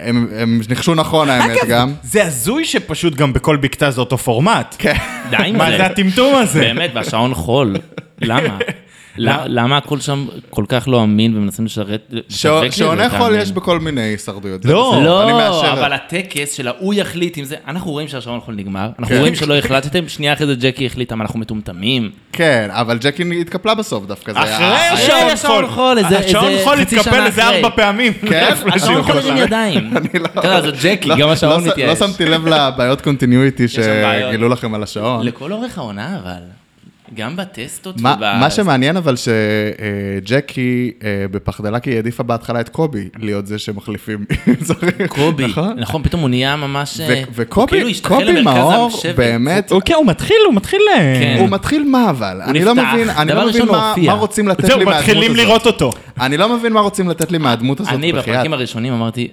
Speaker 4: הם הם ניחשו נכון האמת גם.
Speaker 2: כן, זה הזוי שפשוט גם בכל בקתה זה אותו פורמט.
Speaker 4: כן.
Speaker 3: די עם
Speaker 2: מה זה הטמטום הזה?
Speaker 3: באמת, והשעון חול. למה? למה- למה הכל שם כל כך לא אמין ומנסים לשרת?
Speaker 4: ש-
Speaker 3: לשווק לי את זה,
Speaker 4: שעוני
Speaker 3: אתה
Speaker 4: חול
Speaker 3: אמין?
Speaker 4: יש בכל מיני הישרדויות. זה
Speaker 2: לא,
Speaker 4: בסדר, אני
Speaker 3: לא,
Speaker 4: מאשר את
Speaker 3: אבל
Speaker 4: זה.
Speaker 3: הטקס של ההוא יחליט אם זה, אנחנו רואים שהשעון חול נגמר, אנחנו
Speaker 4: כן.
Speaker 3: רואים שלא החלטתם, שנייה אחרי זה ג'קי החליטה, מה, אנחנו מטומטמים?
Speaker 4: כן, אבל ג'קי התקפלה בסוף דווקא. זה היה-
Speaker 2: אחרי
Speaker 4: היה-
Speaker 3: השעון
Speaker 2: אה, השעון חול.
Speaker 3: חול, איזה-
Speaker 2: השעון
Speaker 3: איזה
Speaker 2: חול
Speaker 3: חצי
Speaker 2: התקפל
Speaker 3: שנה
Speaker 2: איזה
Speaker 3: אחרי.
Speaker 2: ארבע פעמים.
Speaker 4: כן?
Speaker 2: לפני שהוא
Speaker 3: השעון חול
Speaker 2: התקפל.
Speaker 3: עם ידיים. אתה יודע, זה ג'קי, גם השעון
Speaker 4: לא ש-
Speaker 3: מתייאש.
Speaker 4: לא שמתי לב לבעיות קונטיניויטי
Speaker 3: שם בעיות.
Speaker 4: שגילו לכם על השעון.
Speaker 3: לכל אורך העונה, אבל, גם בטסטות
Speaker 4: מה-
Speaker 3: וב-
Speaker 4: מה שמעניין אבל שג'קי אה, בפחדלקי העדיפה בהתחלה את קובי להיות זה שמחליפים. אם צריך.
Speaker 3: קובי,
Speaker 4: נכון?
Speaker 3: נכון, פתאום הוא נהיה ממש...
Speaker 4: ו-
Speaker 3: אה, הוא כאילו
Speaker 4: וקובי,
Speaker 3: השתחל
Speaker 4: קובי
Speaker 3: למרכז
Speaker 4: מאור,
Speaker 3: השבט.
Speaker 4: באמת,
Speaker 2: הוא- כן, הוא מתחיל, הוא מתחיל... אה,
Speaker 3: כן.
Speaker 4: הוא מתחיל מה אבל? אני לא
Speaker 3: נפתח.
Speaker 4: מבין, אני
Speaker 3: דבר
Speaker 4: לא מבין
Speaker 3: ראשון הוא
Speaker 4: מה-
Speaker 3: הופיע.
Speaker 4: מה רוצים לתת לי
Speaker 2: זהו,
Speaker 4: מהדמות הזאת.
Speaker 2: מתחילים לראות אותו.
Speaker 4: אני לא מבין מה רוצים לתת לי מהדמות הזאת.
Speaker 3: אני
Speaker 4: בחייאת.
Speaker 3: בפרקים הראשונים אמרתי,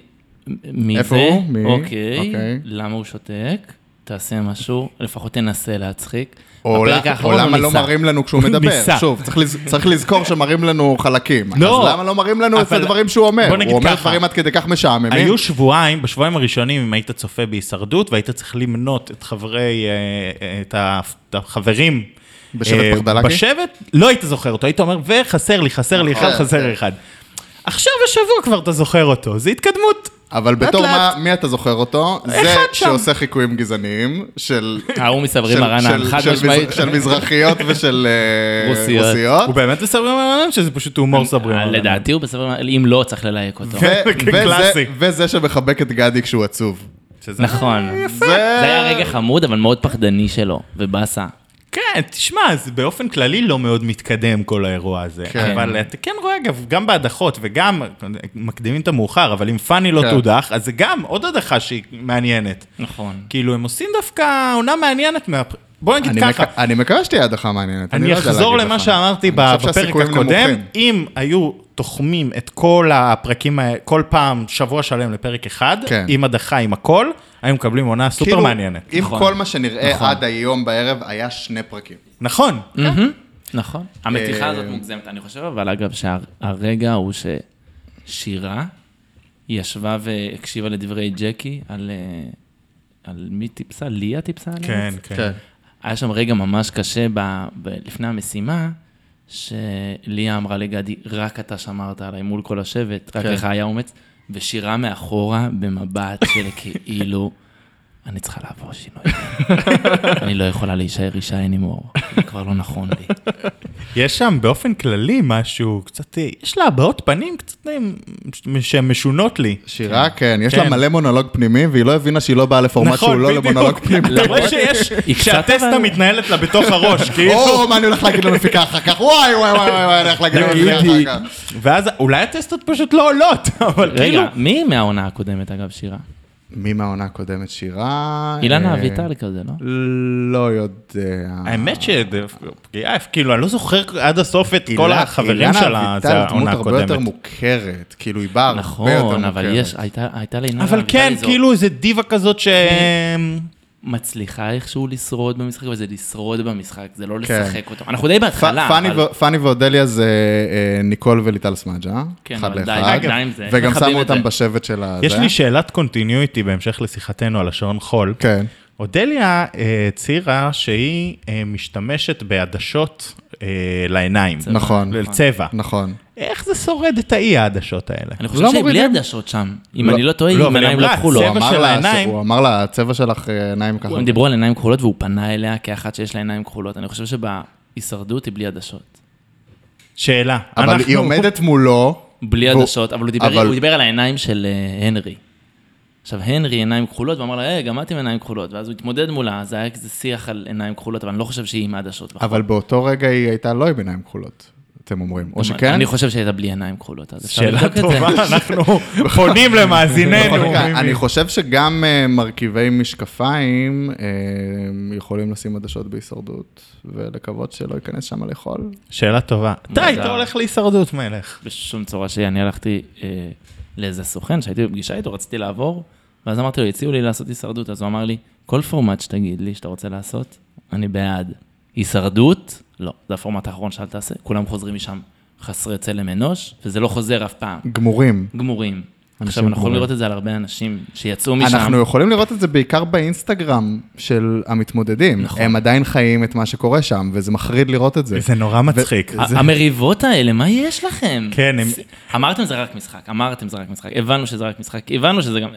Speaker 3: מי
Speaker 4: איפה
Speaker 3: זה?
Speaker 4: הוא? מי?
Speaker 3: אוקיי,
Speaker 4: אוקיי.
Speaker 3: למה הוא שותק? תעשה משהו, לפחות תנסה להצחיק.
Speaker 4: או
Speaker 3: בפרק
Speaker 4: לה- או
Speaker 3: האחרון הוא
Speaker 4: למה לא
Speaker 3: ניסה.
Speaker 4: מראים לנו כשהוא מדבר,
Speaker 2: ניסה.
Speaker 4: שוב, צריך לז- צריך לזכור שמראים לנו חלקים, אז
Speaker 2: לא.
Speaker 4: למה לא מראים לנו את
Speaker 2: אבל-
Speaker 4: הדברים שהוא אומר?
Speaker 2: בוא נגיד
Speaker 4: הוא אומר
Speaker 2: ככה.
Speaker 4: דברים עד כדי כך משעממים,
Speaker 2: היו שבועיים, בשבועיים הראשונים, אם היית צופה בהישרדות, והיית צריך למנות את חברי, אה, אה, את ה- את החברים.
Speaker 4: בשבט
Speaker 2: אה,
Speaker 4: פחדלקי?
Speaker 2: בשבט, לא היית זוכר אותו, היית אומר, וחסר לי, חסר לי אחד,
Speaker 4: נכון.
Speaker 2: חסר אחד. עכשיו השבוע כבר אתה זוכר אותו, זה התקדמות.
Speaker 4: אבל
Speaker 2: לאט
Speaker 4: בתור
Speaker 2: לאט.
Speaker 4: מה, מי אתה זוכר אותו? זה
Speaker 2: אחד שם. אה,
Speaker 4: שעושה חיקויים גזעניים של...
Speaker 3: ההוא אה, מסברי
Speaker 4: של-
Speaker 3: מרנן,
Speaker 4: של-
Speaker 3: חד
Speaker 4: של מזר-
Speaker 3: משמעית.
Speaker 4: של מזרחיות ושל אה,
Speaker 3: רוסיות.
Speaker 4: רוסיות.
Speaker 2: הוא באמת מסברים על העולם שזה פשוט הומור סברים על העולם.
Speaker 3: לדעתי הוא בסברי מרנן, אם לא, צריך ללהק אותו.
Speaker 4: ו-
Speaker 2: כן,
Speaker 4: וזה-
Speaker 2: קלאסי.
Speaker 4: וזה שמחבק את גדי כשהוא עצוב.
Speaker 2: שזה-
Speaker 3: נכון.
Speaker 2: אה,
Speaker 4: זה
Speaker 3: זה היה רגע חמוד, אבל מאוד פחדני שלו, ובאסה.
Speaker 2: כן, תשמע, זה באופן כללי לא מאוד מתקדם כל האירוע הזה.
Speaker 4: כן.
Speaker 2: כן. אבל אתה כן רואה, אגב, גם בהדחות וגם, מקדימים את המאוחר, אבל אם פאני לא
Speaker 4: כן.
Speaker 2: תודח, אז זה גם עוד הדחה שהיא מעניינת.
Speaker 3: נכון.
Speaker 2: כאילו, הם עושים דווקא עונה מעניינת מה... בוא נגיד
Speaker 4: אני
Speaker 2: ככה,
Speaker 4: מק- אני מקווה שתהיה הדחה מעניינת.
Speaker 2: אני
Speaker 4: לא יודע
Speaker 2: אחזור
Speaker 4: להגיד
Speaker 2: למה
Speaker 4: לך.
Speaker 2: שאמרתי
Speaker 4: אני
Speaker 2: ב-
Speaker 4: חושב
Speaker 2: בפרק
Speaker 4: שהסיכויים
Speaker 2: הקודם.
Speaker 4: נמוכים.
Speaker 2: אם היו תוחמים את כל הפרקים, האלה, כל פעם, שבוע שלם לפרק אחד,
Speaker 4: כן.
Speaker 2: עם הדחה, עם הכל, היינו מקבלים עונה סופר
Speaker 4: כאילו,
Speaker 2: מעניינת.
Speaker 4: אם
Speaker 3: נכון.
Speaker 4: כל מה שנראה
Speaker 3: נכון.
Speaker 4: עד היום בערב היה שני פרקים.
Speaker 2: נכון.
Speaker 4: Mm-hmm.
Speaker 3: נכון. המתיחה הזאת
Speaker 4: אה,
Speaker 3: מוגזמת, אני חושב, אבל אגב, שהרגע הוא ששירה ישבה והקשיבה לדברי ג'קי על... אה, על מי טיפסה? ליה טיפסה עליה?
Speaker 2: כן, כן.
Speaker 3: היה שם רגע ממש קשה ב, ב, לפני המשימה, שליה אמרה לגדי, רק אתה שמרת עליי מול כל השבט, רק
Speaker 4: כן.
Speaker 3: לך היה אומץ, ושירה מאחורה במבט של כאילו, אני צריכה לעבור שינוי. אני לא יכולה להישאר אישה anymore, זה כבר לא נכון לי.
Speaker 2: יש שם באופן כללי משהו, קצת, אה, יש לה הבעות פנים קצת אה, מ- שהן משונות לי.
Speaker 4: שירה, כן, יש
Speaker 2: כן.
Speaker 4: לה מלא מונולוג פנימי, והיא לא הבינה שהיא לא באה לפורמט שהוא לא
Speaker 2: נכון, בדיוק.
Speaker 4: למונולוג פנימי.
Speaker 2: אתה רואה שיש,
Speaker 3: היא קצת
Speaker 2: כשהטסטה
Speaker 3: אבל-
Speaker 2: מתנהלת לה בתוך הראש, כאילו.
Speaker 4: או, מה אני הולך להגיד למפיקה אחר כך? וואי, וואי, וואי, וואי, אני הולך להגיד למפיקה אחר
Speaker 3: תגידי.
Speaker 4: כך.
Speaker 2: ואז אולי הטסטות פשוט לא עולות, אבל כאילו...
Speaker 3: רגע, מי מהעונה הקודמת, אגב, שירה?
Speaker 4: מי מהעונה הקודמת שירה?
Speaker 3: אילנה
Speaker 4: אה,
Speaker 3: אביטל כזה, לא?
Speaker 4: לא יודע.
Speaker 2: האמת שפגיעה, כאילו, אני לא זוכר עד הסוף את כל
Speaker 4: הילה-
Speaker 2: החברים שלה, זה
Speaker 4: לא, אביטל
Speaker 2: העונה
Speaker 4: דמות הרבה יותר
Speaker 2: הקודמת.
Speaker 4: מוכרת, כאילו היא באה הרבה יותר מוכרת.
Speaker 3: נכון, אבל יש, הייתה הייתה לאילנה
Speaker 2: אבל
Speaker 3: אביטל
Speaker 2: כן,
Speaker 3: איזו
Speaker 2: כאילו איזה דיבה כזאת ש...
Speaker 3: מצליחה איכשהו לשרוד במשחק, אבל זה לשרוד במשחק, זה לא
Speaker 4: כן.
Speaker 3: לשחק אותו. אנחנו די
Speaker 4: פ-
Speaker 3: בהתחלה,
Speaker 4: פאני
Speaker 3: אבל...
Speaker 4: ו- פאני ואודליה זה אה, ניקול וליטל סמג'ה,
Speaker 3: כן,
Speaker 4: אחד
Speaker 3: אבל די,
Speaker 4: לאחד,
Speaker 3: די, די עם זה, איך
Speaker 4: וגם
Speaker 3: מכבים
Speaker 4: שמו
Speaker 3: את זה?
Speaker 4: אותם בשבט של הזה.
Speaker 2: יש לי שאלת קונטיניויטי בהמשך לשיחתנו על השעון חול.
Speaker 4: אה? כן.
Speaker 2: אודליה אה, הצהירה שהיא אה, משתמשת בעדשות אה, לעיניים.
Speaker 4: נכון.
Speaker 2: לצבע.
Speaker 4: נכון.
Speaker 2: איך זה שורד את האי העדשות האלה?
Speaker 3: אני חושב
Speaker 4: לא
Speaker 3: שהיא בלי
Speaker 4: מורידים.
Speaker 3: עדשות שם. אם
Speaker 4: לא,
Speaker 3: אני לא טועה,
Speaker 2: לא,
Speaker 3: אם
Speaker 2: אבל היא
Speaker 3: עיניים לא
Speaker 2: אמרה,
Speaker 3: כחולות.
Speaker 4: הוא
Speaker 2: צבע
Speaker 4: אמר
Speaker 2: של
Speaker 4: לה-
Speaker 2: העיניים.
Speaker 4: הוא אמר לה, הצבע שלך אה, עיניים ככה.
Speaker 3: הם דיברו על עיניים כחולות והוא פנה אליה כאחת שיש לה עיניים כחולות. אני חושב שבהישרדות היא בלי עדשות.
Speaker 2: שאלה.
Speaker 4: אבל
Speaker 2: אנחנו-
Speaker 4: היא עומדת מולו.
Speaker 3: בלי
Speaker 4: והוא-
Speaker 3: עדשות, אבל הוא דיבר-
Speaker 4: אבל-
Speaker 3: הוא דיבר על העיניים של אה, הנרי. עכשיו, הנרי עיניים כחולות, ואמר לה, היי, גם את עם עיניים כחולות. ואז הוא התמודד מולה, זה היה כזה שיח על עיניים כחולות, אבל אני לא חושב שהיא עם עדשות.
Speaker 4: אבל באותו רגע היא הייתה לא עם עיניים כחולות, אתם אומרים. או שכן?
Speaker 3: אני חושב שהיא הייתה בלי עיניים כחולות, אז אפשר לבדוק
Speaker 2: שאלה
Speaker 3: את זה.
Speaker 2: טובה, אנחנו פונים למאזיננו.
Speaker 4: לא בכל מקרה,
Speaker 2: ממי.
Speaker 4: אני חושב שגם אה, מרכיבי משקפיים אה, יכולים לשים עדשות בהישרדות, ולקוות שלא ייכנס שם לאכול.
Speaker 2: שאלה טובה. די,
Speaker 3: מזל.
Speaker 2: אתה הולך להישרדות מלך.
Speaker 3: בשום צורה שהיא. אני הלכתי אה, לאיזה סוכן שהייתי בפגישה איתו, רציתי לעבור, ואז אמרתי לו, הציעו לי לעשות הישרדות, אז הוא אמר לי, כל פורמט שתגיד לי שאתה רוצה לעשות, אני בעד. הישרדות? לא, זה הפורמט האחרון שאל תעשה, כולם חוזרים משם חסרי צלם אנוש, וזה לא חוזר אף פעם.
Speaker 4: גמורים.
Speaker 3: גמורים. עכשיו, אנחנו יכולים
Speaker 4: גמורים.
Speaker 3: לראות את זה על הרבה אנשים שיצאו משם.
Speaker 4: אנחנו יכולים לראות את זה בעיקר באינסטגרם של המתמודדים.
Speaker 3: נכון.
Speaker 4: הם עדיין חיים את מה שקורה שם, וזה מחריד לראות את זה.
Speaker 2: זה נורא מצחיק.
Speaker 3: ה- המריבות האלה, מה יש לכם?
Speaker 2: כן, הם-
Speaker 3: ס- אמרתם זה רק משחק, אמרתם זה רק משחק, הבנו שזה רק משחק, הבנו שזה גם...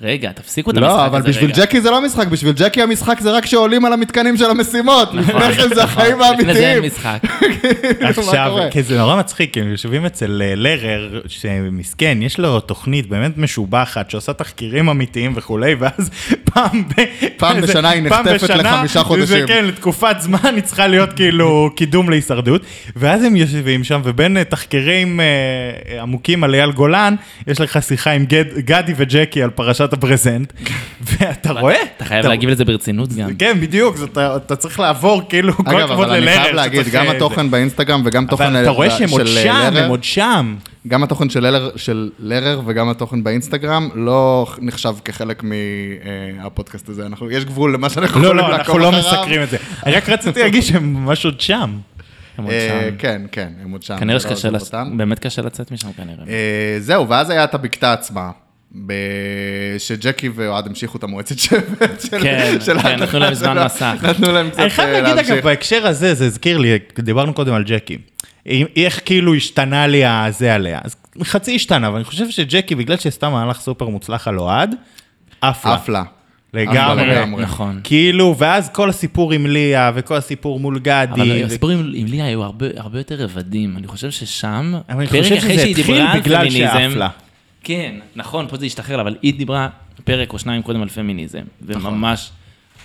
Speaker 3: רגע, תפסיקו את המשחק הזה
Speaker 4: לא,
Speaker 3: רגע.
Speaker 4: אבל בשביל ג'קי זה לא משחק, בשביל ג'קי המשחק זה רק שעולים על המתקנים של המשימות. לפני כן זה החיים
Speaker 3: לפני זה אוקיי, אין
Speaker 4: האמיתיים.
Speaker 3: משחק.
Speaker 4: כאילו, מה
Speaker 2: עכשיו,
Speaker 4: קורה?
Speaker 2: כי זה נורא מצחיק, כי הם יושבים אצל אה, לרר, שמסכן, יש לו תוכנית באמת משובחת, שעושה תחקירים אמיתיים וכולי, ואז פעם ב...
Speaker 4: פעם
Speaker 2: איזה-
Speaker 4: בשנה היא
Speaker 2: פעם
Speaker 4: נחטפת
Speaker 2: בשנה,
Speaker 4: לחמישה חודשים.
Speaker 2: זה כן, לתקופת זמן היא צריכה להיות כאילו קידום להישרדות, ואז הם יושבים שם, ובין אה, תחקירים אה, אה, עמוקים על אייל גולן, יש לך שיחה עם גד- גדי וג'קי על פרשת הברזנט, ואתה רואה?
Speaker 3: אתה חייב להגיב לזה ברצינות גם.
Speaker 4: אה,
Speaker 2: כן, בדיוק, זאת- אתה- אתה צריך לעבור כאילו כל
Speaker 4: אגב,
Speaker 2: כבוד
Speaker 4: אבל אני
Speaker 2: ללרר.
Speaker 4: חייב להגיד,
Speaker 2: שצריך,
Speaker 4: גם
Speaker 2: אה, זה.
Speaker 4: התוכן באינסטגרם וגם תוכן
Speaker 2: אבל אתה רואה שהם עוד
Speaker 4: של אה,
Speaker 2: שם,
Speaker 4: לרר,
Speaker 2: הם עוד שם.
Speaker 4: גם התוכן של לרר- של לרר וגם התוכן באינסטגרם לא נחשב כחלק מהפודקאסט הזה. אנחנו- יש גבול למה שאנחנו
Speaker 2: לא,
Speaker 4: יכולים לעקוב
Speaker 2: לא,
Speaker 4: אחריו.
Speaker 2: אנחנו לא מסקרים את זה. אני רק רציתי להגיד שהם ממש עוד שם.
Speaker 3: הם עוד
Speaker 4: אה,
Speaker 3: שם.
Speaker 4: כן, כן, הם עוד שם.
Speaker 3: כנראה
Speaker 4: זה לא
Speaker 3: שקשה,
Speaker 4: עזוב
Speaker 3: לצ-
Speaker 4: אותם.
Speaker 3: באמת קשה לצאת משם כנראה.
Speaker 4: אה, זהו, ואז היה את הבקתה עצמה. ב... שג'קי ואוהד המשיכו את המועצת שבט של
Speaker 3: כן,
Speaker 4: של
Speaker 3: כן, נתנו להם זמן
Speaker 4: שלה.
Speaker 3: מסך.
Speaker 4: נתנו להם קצת
Speaker 2: אני חייב
Speaker 4: אה,
Speaker 2: להגיד, אגב,
Speaker 4: להמשיך.
Speaker 2: בהקשר הזה, זה הזכיר לי, דיברנו קודם על ג'קי. אם- איך כאילו השתנה לי הזה עליה. אז חצי השתנה, אבל אני חושב שג'קי, בגלל שעשתה מהלך סופר מוצלח על אוהד, עף לה.
Speaker 4: עף לה.
Speaker 2: לגמרי.
Speaker 4: לגמרי.
Speaker 3: נכון.
Speaker 2: כאילו, ואז כל הסיפור עם ליה, וכל הסיפור מול
Speaker 3: אבל
Speaker 2: גדי. ו-
Speaker 3: הסיפורים עם ליה היו הרבה הרבה יותר רבדים. אני חושב ששם,
Speaker 2: אבל אני
Speaker 3: פרק
Speaker 2: חושב
Speaker 3: אחרי
Speaker 2: שזה
Speaker 3: שהיא
Speaker 2: התחיל
Speaker 3: דיברה על
Speaker 2: בגלל שעף
Speaker 3: פמיניזם,
Speaker 2: לה.
Speaker 3: כן, נכון, פה זה השתחרר, לה, אבל היא דיברה פרק או שניים קודם על פמיניזם, וממש,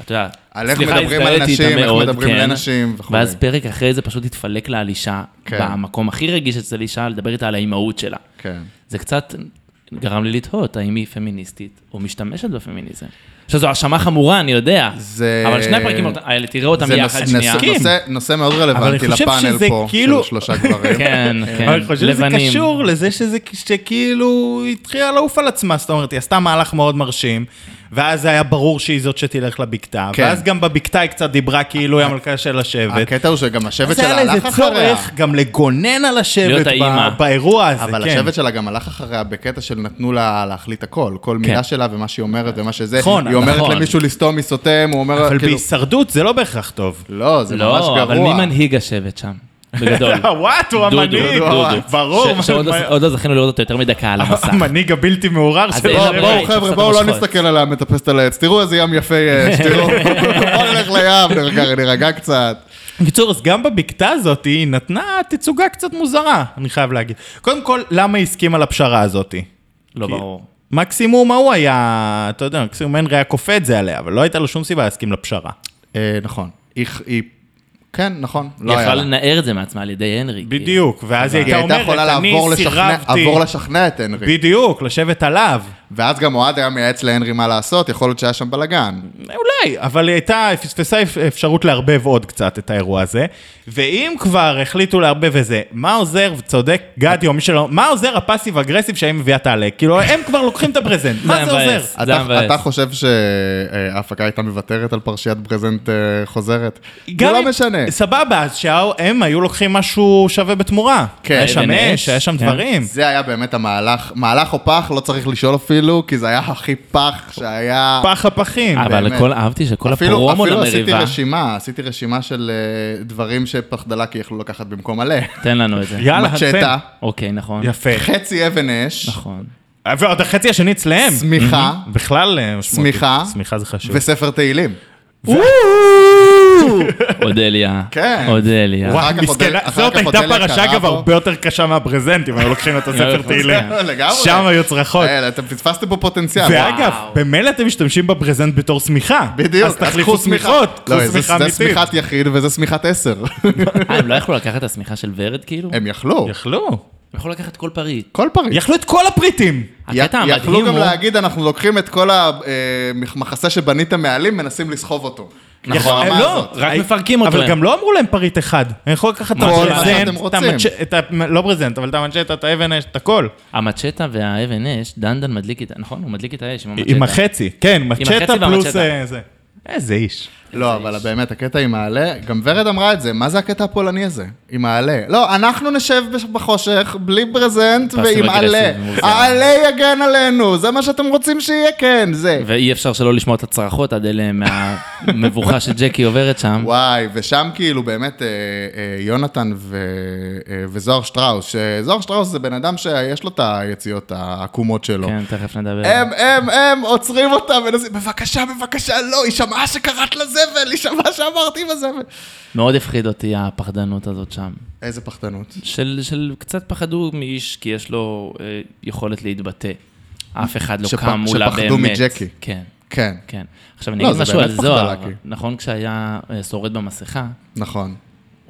Speaker 3: אתה יודע,
Speaker 4: נכון. על איך מדברים על
Speaker 3: הזדהיתי
Speaker 4: נשים,
Speaker 3: איתה
Speaker 4: איך
Speaker 3: מאוד,
Speaker 4: מדברים
Speaker 3: כן.
Speaker 4: לנשים וכו'.
Speaker 3: ואז פרק אחרי זה פשוט התפלק לה על אישה,
Speaker 4: כן.
Speaker 3: במקום הכי רגיש אצל אישה, לדבר איתה על האימהות שלה.
Speaker 4: כן.
Speaker 3: זה קצת גרם לי לתהות, האם היא פמיניסטית או משתמשת בפמיניזם. עכשיו, זו האשמה חמורה, אני יודע.
Speaker 4: זה-
Speaker 3: אבל שני הפרקים האלה, תראה אותם
Speaker 4: זה
Speaker 3: יחד
Speaker 4: נוס-
Speaker 3: שנייה.
Speaker 4: נושא- נושא- נושא מאוד רלוונטי
Speaker 2: אבל אני חושב
Speaker 4: לפאנל
Speaker 2: שזה
Speaker 4: פה, של
Speaker 2: כאילו-
Speaker 4: שלושה גברים.
Speaker 3: כן, כן.
Speaker 2: אבל אני חושב שזה
Speaker 3: לבנים.
Speaker 2: קשור לזה שזה שכאילו היא התחילה לעוף על עצמה, זאת אומרת, היא עשתה מהלך מאוד מרשים, ואז היה ברור שהיא זאת שתלך לבקתה,
Speaker 4: כן.
Speaker 2: ואז גם בבקתה היא קצת דיברה כאילו היא המלכה של השבט.
Speaker 4: הקטע הוא שגם השבט
Speaker 2: אז היה
Speaker 4: שלה
Speaker 2: לה
Speaker 4: הלך
Speaker 2: איזה
Speaker 4: אחריה.
Speaker 2: צורך גם לגונן על
Speaker 3: להיות
Speaker 2: השבט ב-
Speaker 3: האימא.
Speaker 2: באירוע הזה,
Speaker 4: אבל
Speaker 2: כן.
Speaker 4: השבט שלה גם הלך אחריה בקטע של נתנו לה להחליט הכל, כל מילה שלה ומה שהיא אומרת ומה שזה.
Speaker 2: כן. נכון,
Speaker 4: היא אומרת
Speaker 3: נכון.
Speaker 4: למישהו לסתום מסותם, הוא אומר,
Speaker 2: אבל
Speaker 4: כאילו,
Speaker 2: בהישרדות זה לא בהכרח טוב.
Speaker 4: לא, זה ממש
Speaker 3: לא,
Speaker 4: גרוע.
Speaker 3: אבל מי מנהיג השבט שם? בגדול.
Speaker 2: וואט, הוא
Speaker 3: דודו,
Speaker 2: המנהיג,
Speaker 3: דודו.
Speaker 2: ברור.
Speaker 3: ש- שעוד לא- עוד לא זכינו לראות אותו יותר מדקה על המסך.
Speaker 2: המנהיג הבלתי מעורער
Speaker 3: אז
Speaker 2: של
Speaker 3: אין לה
Speaker 2: השבט.
Speaker 4: בואו
Speaker 3: בית,
Speaker 4: חבר'ה,
Speaker 3: תופסת
Speaker 4: בואו לא
Speaker 3: המושכות.
Speaker 4: נסתכל עליה מטפסת על העץ, תראו איזה ים יפה יש, תראו, בואו נלך לים, נרגע- נרגע קצת.
Speaker 2: בקיצור, אז גם בבקתה הזאת היא נתנה תצוגה קצת מוזרה, אני חייב להגיד. קודם כל, למה היא הסכימה לפשרה הזאת?
Speaker 3: לא ברור.
Speaker 2: מקסימום ההוא היה, אתה יודע, מקסימום הנרי היה כופה את זה עליה, אבל לא הייתה לו שום סיבה להסכים לפשרה.
Speaker 4: אה, נכון. היא- היא... כן, נכון,
Speaker 3: היא
Speaker 4: לא היה
Speaker 3: יכלה
Speaker 4: לה.
Speaker 3: לנער את זה מעצמי על ידי הנרי. כאילו.
Speaker 2: בדיוק, ואז היא
Speaker 4: היא
Speaker 2: הייתה
Speaker 4: הייתה יכולה
Speaker 2: אומרת, אני
Speaker 4: לעבור לשכנע-
Speaker 2: סירבתי.
Speaker 4: עבור לשכנע את הנרי.
Speaker 2: בדיוק, לשבת עליו.
Speaker 4: ואז גם אוהד היה מייעץ להנרי מה לעשות, יכול להיות שהיה שם בלאגן.
Speaker 2: אולי, אבל היא הייתה, פספסה אפ- אפשרות לערבב עוד קצת את האירוע הזה. ואם כבר החליטו לערבב את זה, מה עוזר, וצודק גדי או מי שלא, מה עוזר הפאסיב אגרסיב שהיא מביאה תעלה? כאילו, הם כבר לוקחים את הפרזנט, מה זה
Speaker 3: מבאס.
Speaker 2: עוזר?
Speaker 3: זה
Speaker 4: אתה-
Speaker 3: המבאס.
Speaker 4: אתה חושב שההפקה הייתה מוותרת על פרשיית ברזנט אה, חוזרת? זה
Speaker 2: אם-
Speaker 4: לא משנה.
Speaker 2: סבבה, אז שהם היו לוקחים משהו שווה בתמורה.
Speaker 4: כן.
Speaker 2: היה שם
Speaker 3: אבן
Speaker 2: אש,
Speaker 3: אש,
Speaker 2: היה שם
Speaker 3: כן.
Speaker 2: דברים.
Speaker 4: זה היה באמת המהלך, מהלך או פח, לא צריך לשאול אפילו, כי זה היה הכי פח שהיה...
Speaker 2: פח הפחים.
Speaker 3: אבל
Speaker 4: כן, באמת.
Speaker 3: הכל, אהבתי שכל
Speaker 4: אפילו,
Speaker 3: הפרומו
Speaker 4: אפילו עשיתי
Speaker 3: למריבה,
Speaker 4: רשימה, עשיתי רשימה של אה, דברים שפחדלקי יכלו לקחת במקום מלא.
Speaker 3: תן לנו את זה.
Speaker 2: יאללה, כן.
Speaker 4: מצ'טה,
Speaker 3: אוקיי, נכון.
Speaker 2: תן. יפה.
Speaker 4: חצי אבן אש,
Speaker 3: נכון.
Speaker 2: ועוד החצי השני אצלהם.
Speaker 4: שמיכה,
Speaker 2: בכלל אה, משמעותי.
Speaker 4: שמיכה,
Speaker 2: שמיכה זה חשוב.
Speaker 4: וספר תהילים.
Speaker 3: אודליה.
Speaker 4: כן.
Speaker 3: אודליה.
Speaker 4: אחר
Speaker 2: וואי,
Speaker 4: כך
Speaker 2: מסכנה,
Speaker 4: עוד- אחר
Speaker 2: זאת
Speaker 4: כך עוד
Speaker 2: הייתה
Speaker 4: אלה
Speaker 2: פרשה
Speaker 4: קרה
Speaker 2: אגב
Speaker 4: פה.
Speaker 2: הרבה יותר קשה מהברזנט, אם היו לוקחים את הספר
Speaker 3: היו
Speaker 2: תהילים.
Speaker 3: לוקחים.
Speaker 4: לגמרי.
Speaker 2: שם היו צרחות.
Speaker 4: אה, אתם פספסתם פה פוטנציאל.
Speaker 2: ואגב, במילא אתם משתמשים בברזנט בתור שמיכה.
Speaker 4: בדיוק,
Speaker 2: אז תחליפו
Speaker 4: קחו שמיכה.
Speaker 2: שמיכות,
Speaker 4: לא,
Speaker 2: קחו
Speaker 4: זה-
Speaker 2: שמיכה
Speaker 4: זה
Speaker 2: אמיתית.
Speaker 4: שמיכת יחיד וזה שמיכת עשר.
Speaker 3: אה, הם לא יכלו לקחת את השמיכה של ורד, כאילו? הם
Speaker 4: הם יכלו,
Speaker 2: יכלו.
Speaker 3: יכלו לקחת כל פריט.
Speaker 4: כל פריט.
Speaker 2: יכלו את כל הפריטים.
Speaker 3: הקטע
Speaker 4: י-
Speaker 3: המדהים
Speaker 4: יכלו גם
Speaker 3: הוא...
Speaker 4: להגיד, אנחנו לוקחים את כל אה, המחסה שבניתם מעלים, מנסים לסחוב אותו. נכון,
Speaker 2: יכול-
Speaker 4: ברמה
Speaker 2: לא,
Speaker 4: הזאת.
Speaker 3: רק
Speaker 2: הי-
Speaker 3: מפרקים אותו
Speaker 2: אבל
Speaker 3: הם.
Speaker 2: גם לא אמרו להם פריט אחד. אני יכול לקחת את
Speaker 4: כל מה שאתם
Speaker 2: הברזנט, את
Speaker 4: רוצים.
Speaker 2: המנצ'... את ה- לא ברזנט, אבל את המנצ'טה, את האבן אש, את הכל.
Speaker 3: המצ'טה והאבן אש, דנדן מדליק את... נכון? הוא מדליק את האש עם המצ'טה.
Speaker 2: עם החצי, כן, מצ'טה
Speaker 3: החצי
Speaker 2: פלוס
Speaker 3: והמצ'טה.
Speaker 2: אה, זה. איזה איש.
Speaker 4: לא, אבל באמת, הקטע עם העלה, גם ורד אמרה את זה, מה זה הקטע הפולני הזה? עם העלה. לא, אנחנו נשב בש- בחושך, בלי ברזנט
Speaker 3: פאסיב
Speaker 4: ועם העלה.
Speaker 3: אגרסיב, מוזר.
Speaker 4: העלה יגן עלינו, זה מה שאתם רוצים שיהיה, כן, זה.
Speaker 3: ואי אפשר שלא לשמוע את הצרחות עד אלה מהמבוכה שג'קי עוברת שם.
Speaker 4: וואי, ושם כאילו באמת אה, אה, יונתן ו, אה, וזוהר שטראוס, שזוהר שטראוס זה בן אדם שיש לו את היציאות העקומות שלו.
Speaker 3: כן, תכף נדבר.
Speaker 4: הם, הם, הם עוצרים אותה ומנסים, בבקשה, בבקשה, לא, היא שמעה שקראת לזבל, היא שמעה שאמרתי בזבל.
Speaker 3: מאוד הפחיד אותי הפחדנות הזאת שם.
Speaker 4: איזה פחדנות.
Speaker 3: של, של קצת פחדו מאיש כי יש לו אה, יכולת להתבטא. אף אחד לא
Speaker 4: שפ-
Speaker 3: קם מולה באמת.
Speaker 4: שפחדו מג'קי.
Speaker 3: כן,
Speaker 4: כן,
Speaker 3: כן. עכשיו אני
Speaker 4: לא,
Speaker 3: אגיד
Speaker 4: זה
Speaker 3: משהו
Speaker 4: באמת
Speaker 3: על זוהר.
Speaker 4: פחדלקי.
Speaker 3: נכון, כשהיה אה, שורד במסכה,
Speaker 4: נכון.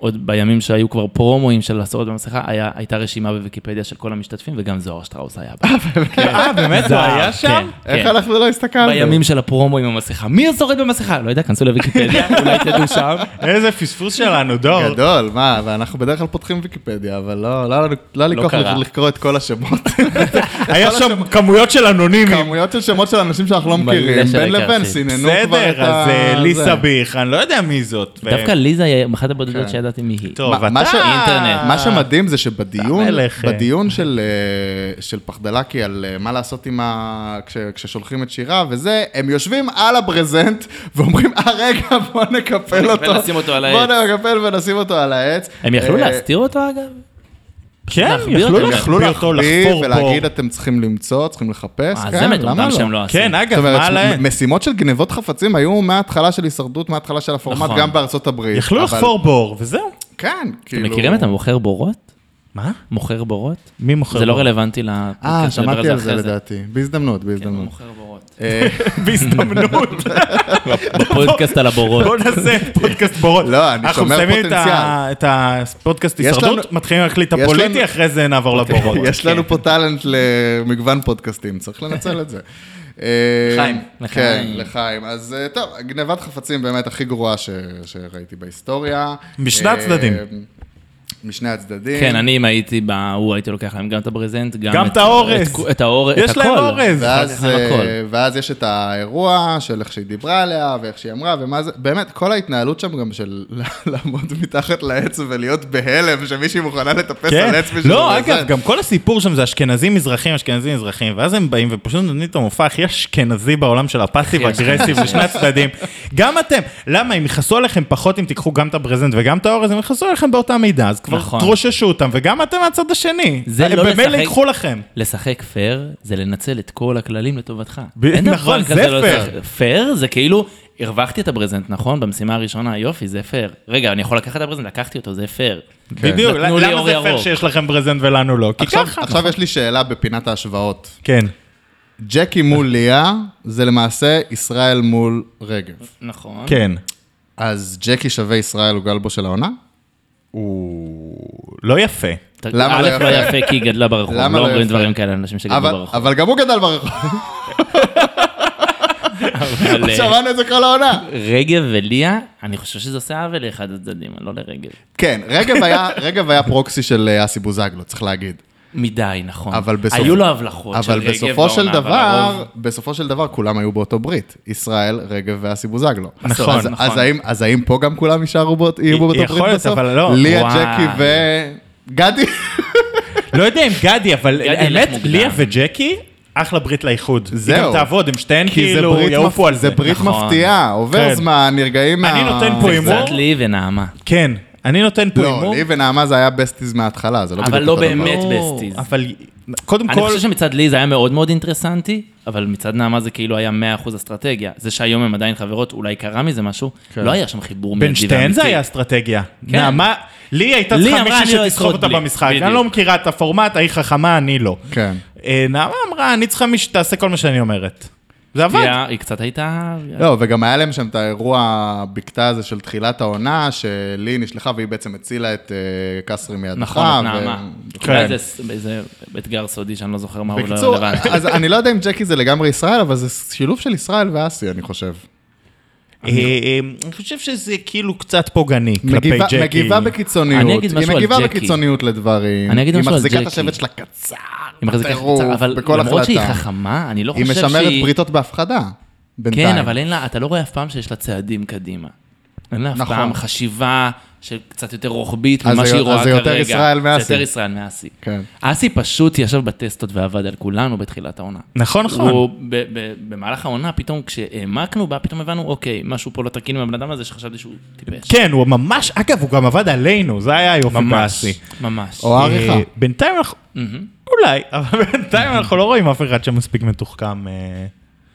Speaker 3: עוד בימים שהיו כבר פרומואים של השורד במסכה, היה, הייתה רשימה בוויקיפדיה של כל המשתתפים, וגם זוהר שטראוס היה בה.
Speaker 2: אה, באמת, הוא היה
Speaker 3: כן,
Speaker 2: שם?
Speaker 4: איך
Speaker 3: כן.
Speaker 4: אנחנו לא הסתכלנו?
Speaker 3: בימים של הפרומו עם המסכה. מי השורד במסכה? לא יודע, כנסו לוויקיפדיה, אולי תדעו שם.
Speaker 2: איזה פספוס שלנו, דור.
Speaker 4: גדול, מה, ואנחנו בדרך כלל פותחים ויקיפדיה, אבל לא, לא, לא, לא לי
Speaker 3: לא
Speaker 4: כוח
Speaker 3: קרה.
Speaker 4: לקרוא את כל השמות.
Speaker 2: היה שם כמויות של אנונימים.
Speaker 4: כמויות של שמות של אנשים שאנחנו לא
Speaker 3: מלא
Speaker 4: מכירים,
Speaker 3: של
Speaker 4: בין לבין,
Speaker 3: הכרטיס.
Speaker 4: סיננו כבר את
Speaker 2: בסדר,
Speaker 4: ה...
Speaker 2: אז אה,
Speaker 4: זה.
Speaker 2: ליסה ביך, אני לא יודע מי זאת. ו-
Speaker 3: דווקא ליזה היא אחת הבודדות
Speaker 4: כן.
Speaker 3: שידעתי מי היא.
Speaker 2: טוב,
Speaker 4: מה- מה ש-
Speaker 2: אתה...
Speaker 3: אינטרנט.
Speaker 4: מה שמדהים זה שבדיון,
Speaker 2: המלך, אה.
Speaker 4: בדיון של, אה, של פחדלקי על אה, מה לעשות עם ה... כש, כששולחים את שירה וזה, הם יושבים על הברזנט ואומרים, אה רגע, בוא נקפל אותו.
Speaker 3: ונשים אותו על העץ."
Speaker 4: בוא נקפל ונשים אותו על העץ.
Speaker 3: הם יכלו
Speaker 4: אה,
Speaker 3: להסתיר אותו אגב?
Speaker 2: כן,
Speaker 3: להחביא
Speaker 2: יכלו
Speaker 3: אותו.
Speaker 4: הם יכלו
Speaker 2: להחביא אותו,
Speaker 4: להחביא
Speaker 2: לחפור פה.
Speaker 4: ולהגיד, אתם צריכים למצוא, צריכים לחפש.
Speaker 3: אה, זה
Speaker 4: כן, למה
Speaker 3: מטומטם
Speaker 4: לא?
Speaker 3: שהם לא עשו.
Speaker 2: כן,
Speaker 4: זאת
Speaker 2: אגב,
Speaker 4: אומרת,
Speaker 2: מה להם?
Speaker 4: משימות של גנבות חפצים היו מההתחלה של הישרדות, מההתחלה של הפורמט,
Speaker 3: נכון.
Speaker 4: גם בארצות הברית.
Speaker 2: יכלו
Speaker 4: אבל-
Speaker 2: לחפור בור, וזהו.
Speaker 4: כן, כאילו...
Speaker 3: אתם מכירים את המוכר בורות?
Speaker 2: מה?
Speaker 3: מוכר בורות?
Speaker 2: מי מוכר
Speaker 3: זה לא
Speaker 2: בור?
Speaker 3: רלוונטי לפודקאסט.
Speaker 4: אה,
Speaker 3: נדבר
Speaker 4: שמעתי על זה
Speaker 3: אחרי
Speaker 4: לדעתי. בהזדמנות,
Speaker 3: כן, הוא
Speaker 4: בהזדמנות.
Speaker 3: מוכר בורות.
Speaker 4: אה,
Speaker 2: בהזדמנות.
Speaker 3: בפודקאסט על הבורות.
Speaker 2: בוא נעשה פודקאסט בורות.
Speaker 4: לא, אני שומר
Speaker 2: אנחנו מסיימים את ה-
Speaker 4: פוטנציאל.
Speaker 2: את הפודקאסט
Speaker 4: יש
Speaker 2: הישרדות,
Speaker 4: לנו-
Speaker 2: מתחילים להחליט
Speaker 4: יש
Speaker 2: הפוליטי,
Speaker 4: לנו- אוקיי,
Speaker 2: אחרי זה נעבור לבורות.
Speaker 4: יש לנו פה טאלנט למגוון פודקאסטים, צריך לנצל את זה. אה,
Speaker 3: לחיים.
Speaker 4: כן,
Speaker 3: לחיים.
Speaker 4: לחיים. אז אה, טוב, גנבת חפצים באמת הכי גרועה ש- שראיתי בהיסטוריה.
Speaker 2: משני
Speaker 4: אה,
Speaker 2: הצדדים.
Speaker 4: משני הצדדים.
Speaker 3: כן, אני אם הייתי בהוא, הייתי לוקח להם גם את הברזנט,
Speaker 2: גם את האורז.
Speaker 3: את- את האורז, את
Speaker 2: יש להם
Speaker 3: הכל.
Speaker 2: אורז.
Speaker 4: ואז,
Speaker 3: אחר כך הכל.
Speaker 4: אה, ואז יש את האירוע של איך שהיא דיברה עליה ואיך שהיא אמרה ומה זה, באמת, כל ההתנהלות שם גם של לעמוד מתחת לעץ ולהיות בהלם שמישהי מוכנה לטפס על
Speaker 2: כן.
Speaker 4: עץ בשביל
Speaker 2: לא,
Speaker 4: לזה.
Speaker 2: אגב, גם כל הסיפור שם זה אשכנזים מזרחים, אשכנזים מזרחים, ואז הם באים ופשוט נותנים את המופע הכי אשכנזי בעולם של הפאסיב אגרסיב לשני הצדדים. גם אתם, למה, הם יכעסו עליכם פחות אם תיקחו גם את הברזנט וגם את האורז, הם יכעסו עליכם באותה מידה, אז כבר
Speaker 3: נכון.
Speaker 2: תרוששו אותם, וגם אתם מהצד השני.
Speaker 3: זה
Speaker 2: הם
Speaker 3: לא
Speaker 2: במילא
Speaker 3: לשחק.
Speaker 2: ייקחו לכם.
Speaker 3: לשחק פייר זה לנצל את כל הכללים לטובתך.
Speaker 2: ב-
Speaker 3: אין דבר
Speaker 2: נכון,
Speaker 3: כזה
Speaker 2: זה
Speaker 3: לא
Speaker 2: פייר.
Speaker 3: לשחק- פייר זה כאילו, הרווחתי את הברזנט, נכון? במשימה הראשונה, יופי, זה פייר. רגע, אני יכול לקחת את הברזנט, לקחתי אותו, זה פייר.
Speaker 4: כן.
Speaker 2: בדיוק,
Speaker 3: נתנו לי
Speaker 2: למה
Speaker 3: אור
Speaker 2: זה פייר
Speaker 3: ירוק.
Speaker 2: שיש לכם ברזנט ולנו לא? כי
Speaker 4: עכשיו,
Speaker 2: ככה.
Speaker 4: עכשיו יש לי שאלה בפינת ההשוואות.
Speaker 2: כן.
Speaker 4: ג'קי מול ליה זה למעשה ישראל מול רגב.
Speaker 3: נכון.
Speaker 2: כן.
Speaker 4: אז ג'קי שווה ישראל הוא גלבו של העונה?
Speaker 2: הוא לא יפה.
Speaker 3: ת-
Speaker 4: למה
Speaker 3: א',
Speaker 4: לא
Speaker 3: לא
Speaker 4: יפה?
Speaker 3: יפה כי היא גדלה ברחוב,
Speaker 4: למה
Speaker 3: לא
Speaker 4: לא
Speaker 3: אומרים
Speaker 4: יפה?
Speaker 3: דברים כאלה לאנשים שגדלו
Speaker 4: אבל,
Speaker 3: ברחוב.
Speaker 4: אבל גם הוא גדל ברחוב,
Speaker 3: אבל,
Speaker 2: כן.
Speaker 3: אה,
Speaker 4: שמענו את זה כל העונה.
Speaker 3: רגב וליה, אני חושב שזה עושה עוול לאחד הצדדים, לא לרגב.
Speaker 4: כן, רגב היה, רגב היה פרוקסי של אה, אסי בוזגלו, צריך להגיד.
Speaker 3: מדי, נכון.
Speaker 4: אבל בסופו-
Speaker 3: היו לו הבלחות של
Speaker 4: אבל
Speaker 3: רגב
Speaker 4: בסופו של
Speaker 3: בעונה, אבל
Speaker 4: דבר,
Speaker 3: הרוב-
Speaker 4: בסופו של דבר כולם היו באותו ברית, ישראל, רגב ואסי בוזגלו.
Speaker 3: נכון,
Speaker 4: אז-
Speaker 3: נכון.
Speaker 4: אז האם- אז האם פה גם כולם יישארו באות- יהיו באותו ברית בסוף?
Speaker 2: יכול להיות, אבל לא.
Speaker 4: ליה,
Speaker 3: וואי.
Speaker 4: ג'קי וגדי?
Speaker 2: לא יודע אם גדי, אבל
Speaker 3: גדי
Speaker 2: האמת,
Speaker 3: ילך מוקדם.
Speaker 2: ליה וג'קי, אחלה ברית לאיחוד. זהו. היא
Speaker 4: זהו.
Speaker 2: גם תעבוד, הם שתיהן
Speaker 4: כי זה
Speaker 2: כאילו
Speaker 4: ברית
Speaker 2: יעופו
Speaker 4: מפ-
Speaker 2: על זה.
Speaker 4: זה ברית
Speaker 3: נכון.
Speaker 4: מפתיעה, עובר
Speaker 2: כן.
Speaker 4: זמן, נרגעים מה...
Speaker 2: אני נותן פה הימור.
Speaker 3: קצת לי ונעמה.
Speaker 2: כן, אני נותן פה
Speaker 4: לא,
Speaker 2: הימור.
Speaker 4: לי ונעמה זה היה בסטיז מההתחלה, זה לא
Speaker 3: אבל
Speaker 4: בדיוק
Speaker 3: לא
Speaker 4: אותו דבר.
Speaker 3: באמת.
Speaker 2: ברור,
Speaker 3: בסטיז.
Speaker 2: אבל קודם
Speaker 3: אני
Speaker 2: כל,
Speaker 3: חושב שמצד לי זה היה מאוד מאוד אינטרסנטי, אבל מצד נעמה זה כאילו היה 100% אסטרטגיה. זה שהיום הם עדיין חברות, אולי קרה מזה משהו,
Speaker 4: כן.
Speaker 3: לא היה שם חיבור מיידי
Speaker 2: בין שתיהן
Speaker 3: ואמיתי.
Speaker 2: זה היה אסטרטגיה. נעמה, לי הייתה
Speaker 3: לי
Speaker 2: צריכה
Speaker 3: כן. אמרה,
Speaker 2: מישהי
Speaker 3: אני לא
Speaker 2: שתסחוב
Speaker 3: אשרוד
Speaker 2: אותה
Speaker 3: בלי.
Speaker 2: במשחק. אני
Speaker 3: בדיוק.
Speaker 2: לא מכירה את הפורמט, ההיא חכמה, אני לא.
Speaker 4: כן.
Speaker 2: אה, נעמה אמרה, אני צריכה מישהי שתעשה כל מה שאני אומרת. זה
Speaker 3: היא
Speaker 2: עבד.
Speaker 3: היה- היא קצת הייתה...
Speaker 4: לא, וגם היה להם שם את האירוע הבקתה הזה של תחילת העונה, שלי נשלחה והיא בעצם הצילה את אה, קסרי מידך.
Speaker 3: נכון,
Speaker 4: ו-
Speaker 3: את נעמה.
Speaker 2: כן.
Speaker 3: אולי זה- זה אתגר סודי שאני לא זוכר מה הוא לא
Speaker 4: בקיצור,
Speaker 3: רלוונטי.
Speaker 4: אז אני לא יודע אם ג'קי זה לגמרי ישראל, אבל זה שילוב של ישראל ואסי, אני חושב.
Speaker 2: אה, אה, אני חושב שזה כאילו קצת פוגעני כלפי
Speaker 4: מגיבה-
Speaker 2: ג'קי.
Speaker 4: מגיבה בקיצוניות.
Speaker 3: אני אגיד משהו
Speaker 4: היא
Speaker 3: על
Speaker 4: מגיבה
Speaker 3: ג'קי.
Speaker 4: בקיצוניות לדברים.
Speaker 3: אני אגיד משהו על
Speaker 4: היא
Speaker 3: ג'קי.
Speaker 4: מחזיקה את השבט שלה קצר,
Speaker 3: היא מחזיקה
Speaker 4: טירוף,
Speaker 3: חצה, אבל
Speaker 4: בכל
Speaker 3: למרות שהיא
Speaker 4: החלטה.
Speaker 3: חכמה, אני לא
Speaker 4: היא
Speaker 3: חושב שהיא...
Speaker 4: משמרת בריתות בהפחדה. בינתיים.
Speaker 3: כן, אבל אין לה, אתה לא רואה אף פעם שיש לה צעדים קדימה. אין לה אף
Speaker 4: נכון.
Speaker 3: פעם חשיבה שקצת יותר רוחבית
Speaker 4: אז
Speaker 3: ממה
Speaker 4: זה-
Speaker 3: שהיא
Speaker 4: אז
Speaker 3: רואה
Speaker 4: זה
Speaker 3: כרגע.
Speaker 4: יותר ישראל מאסי.
Speaker 3: זה יותר ישראל מאסי.
Speaker 4: כן.
Speaker 3: אסי פשוט ישב בטסטות ועבד על כולנו בתחילת העונה.
Speaker 2: נכון, נכון.
Speaker 3: הוא ב- ב- במהלך העונה, פתאום כשהעמקנו בה, פתאום הבנו, אוקיי, משהו פה לא תקין עם הבן אדם הזה שחשבתי שהוא טיפש.
Speaker 2: כן, הוא ממש, אגב, הוא גם עבד עלינו, זה היה היופי
Speaker 3: ממש,
Speaker 2: באסי.
Speaker 3: ממש.
Speaker 4: או העריכה.
Speaker 2: אה, בינתיים אנחנו, אולי, אבל בינתיים אנחנו לא רואים אף אחד שמספיק מתוחכם. אה.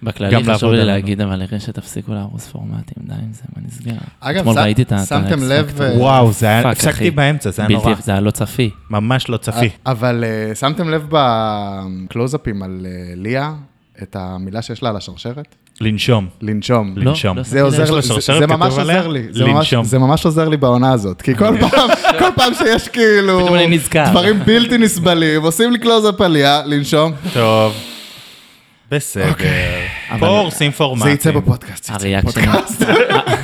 Speaker 2: גם
Speaker 3: בכללי חשוב
Speaker 2: לעבוד
Speaker 3: לי
Speaker 2: עלינו.
Speaker 3: להגיד, אבל אחרי שתפסיקו להרוס פורמטים, די עם זה, מה נסגר?
Speaker 4: אגב,
Speaker 3: אתמול
Speaker 4: ש-
Speaker 3: ראיתי את ה-
Speaker 4: שמתם
Speaker 3: את ה-
Speaker 4: לב,
Speaker 3: X Factor.
Speaker 4: אה,
Speaker 2: וואו, זה היה,
Speaker 3: פאק,
Speaker 2: הפסקתי
Speaker 3: אחי.
Speaker 2: באמצע, זה היה
Speaker 3: בלתי-
Speaker 2: נורא.
Speaker 3: זה היה לא צפי.
Speaker 2: ממש לא צפי.
Speaker 4: אבל אה, שמתם לב בקלוזאפים על אה, ליה, את המילה שיש לה על השרשרת?
Speaker 2: לנשום.
Speaker 4: לנשום.
Speaker 3: לא
Speaker 2: לנשום.
Speaker 3: שמתי
Speaker 4: זה עוזר
Speaker 2: יש לה
Speaker 4: לי, זה-
Speaker 2: שרשרת
Speaker 4: זה ממש
Speaker 2: כתוב עליה?
Speaker 4: עוזר לי, זה ממש-
Speaker 2: לנשום.
Speaker 4: זה ממש עוזר לי בעונה הזאת, כי כל פעם, כל פעם שיש כאילו
Speaker 3: פתאום אני נזכר.
Speaker 4: דברים בלתי נסבלים, עושים לי קלוזאפ עליה, לנשום,
Speaker 2: טוב. בסדר. פה
Speaker 3: אוקיי. אבל-
Speaker 2: הורסים פורמטים.
Speaker 4: זה יצא בפודקאסט. יצא
Speaker 3: הריאקשנים,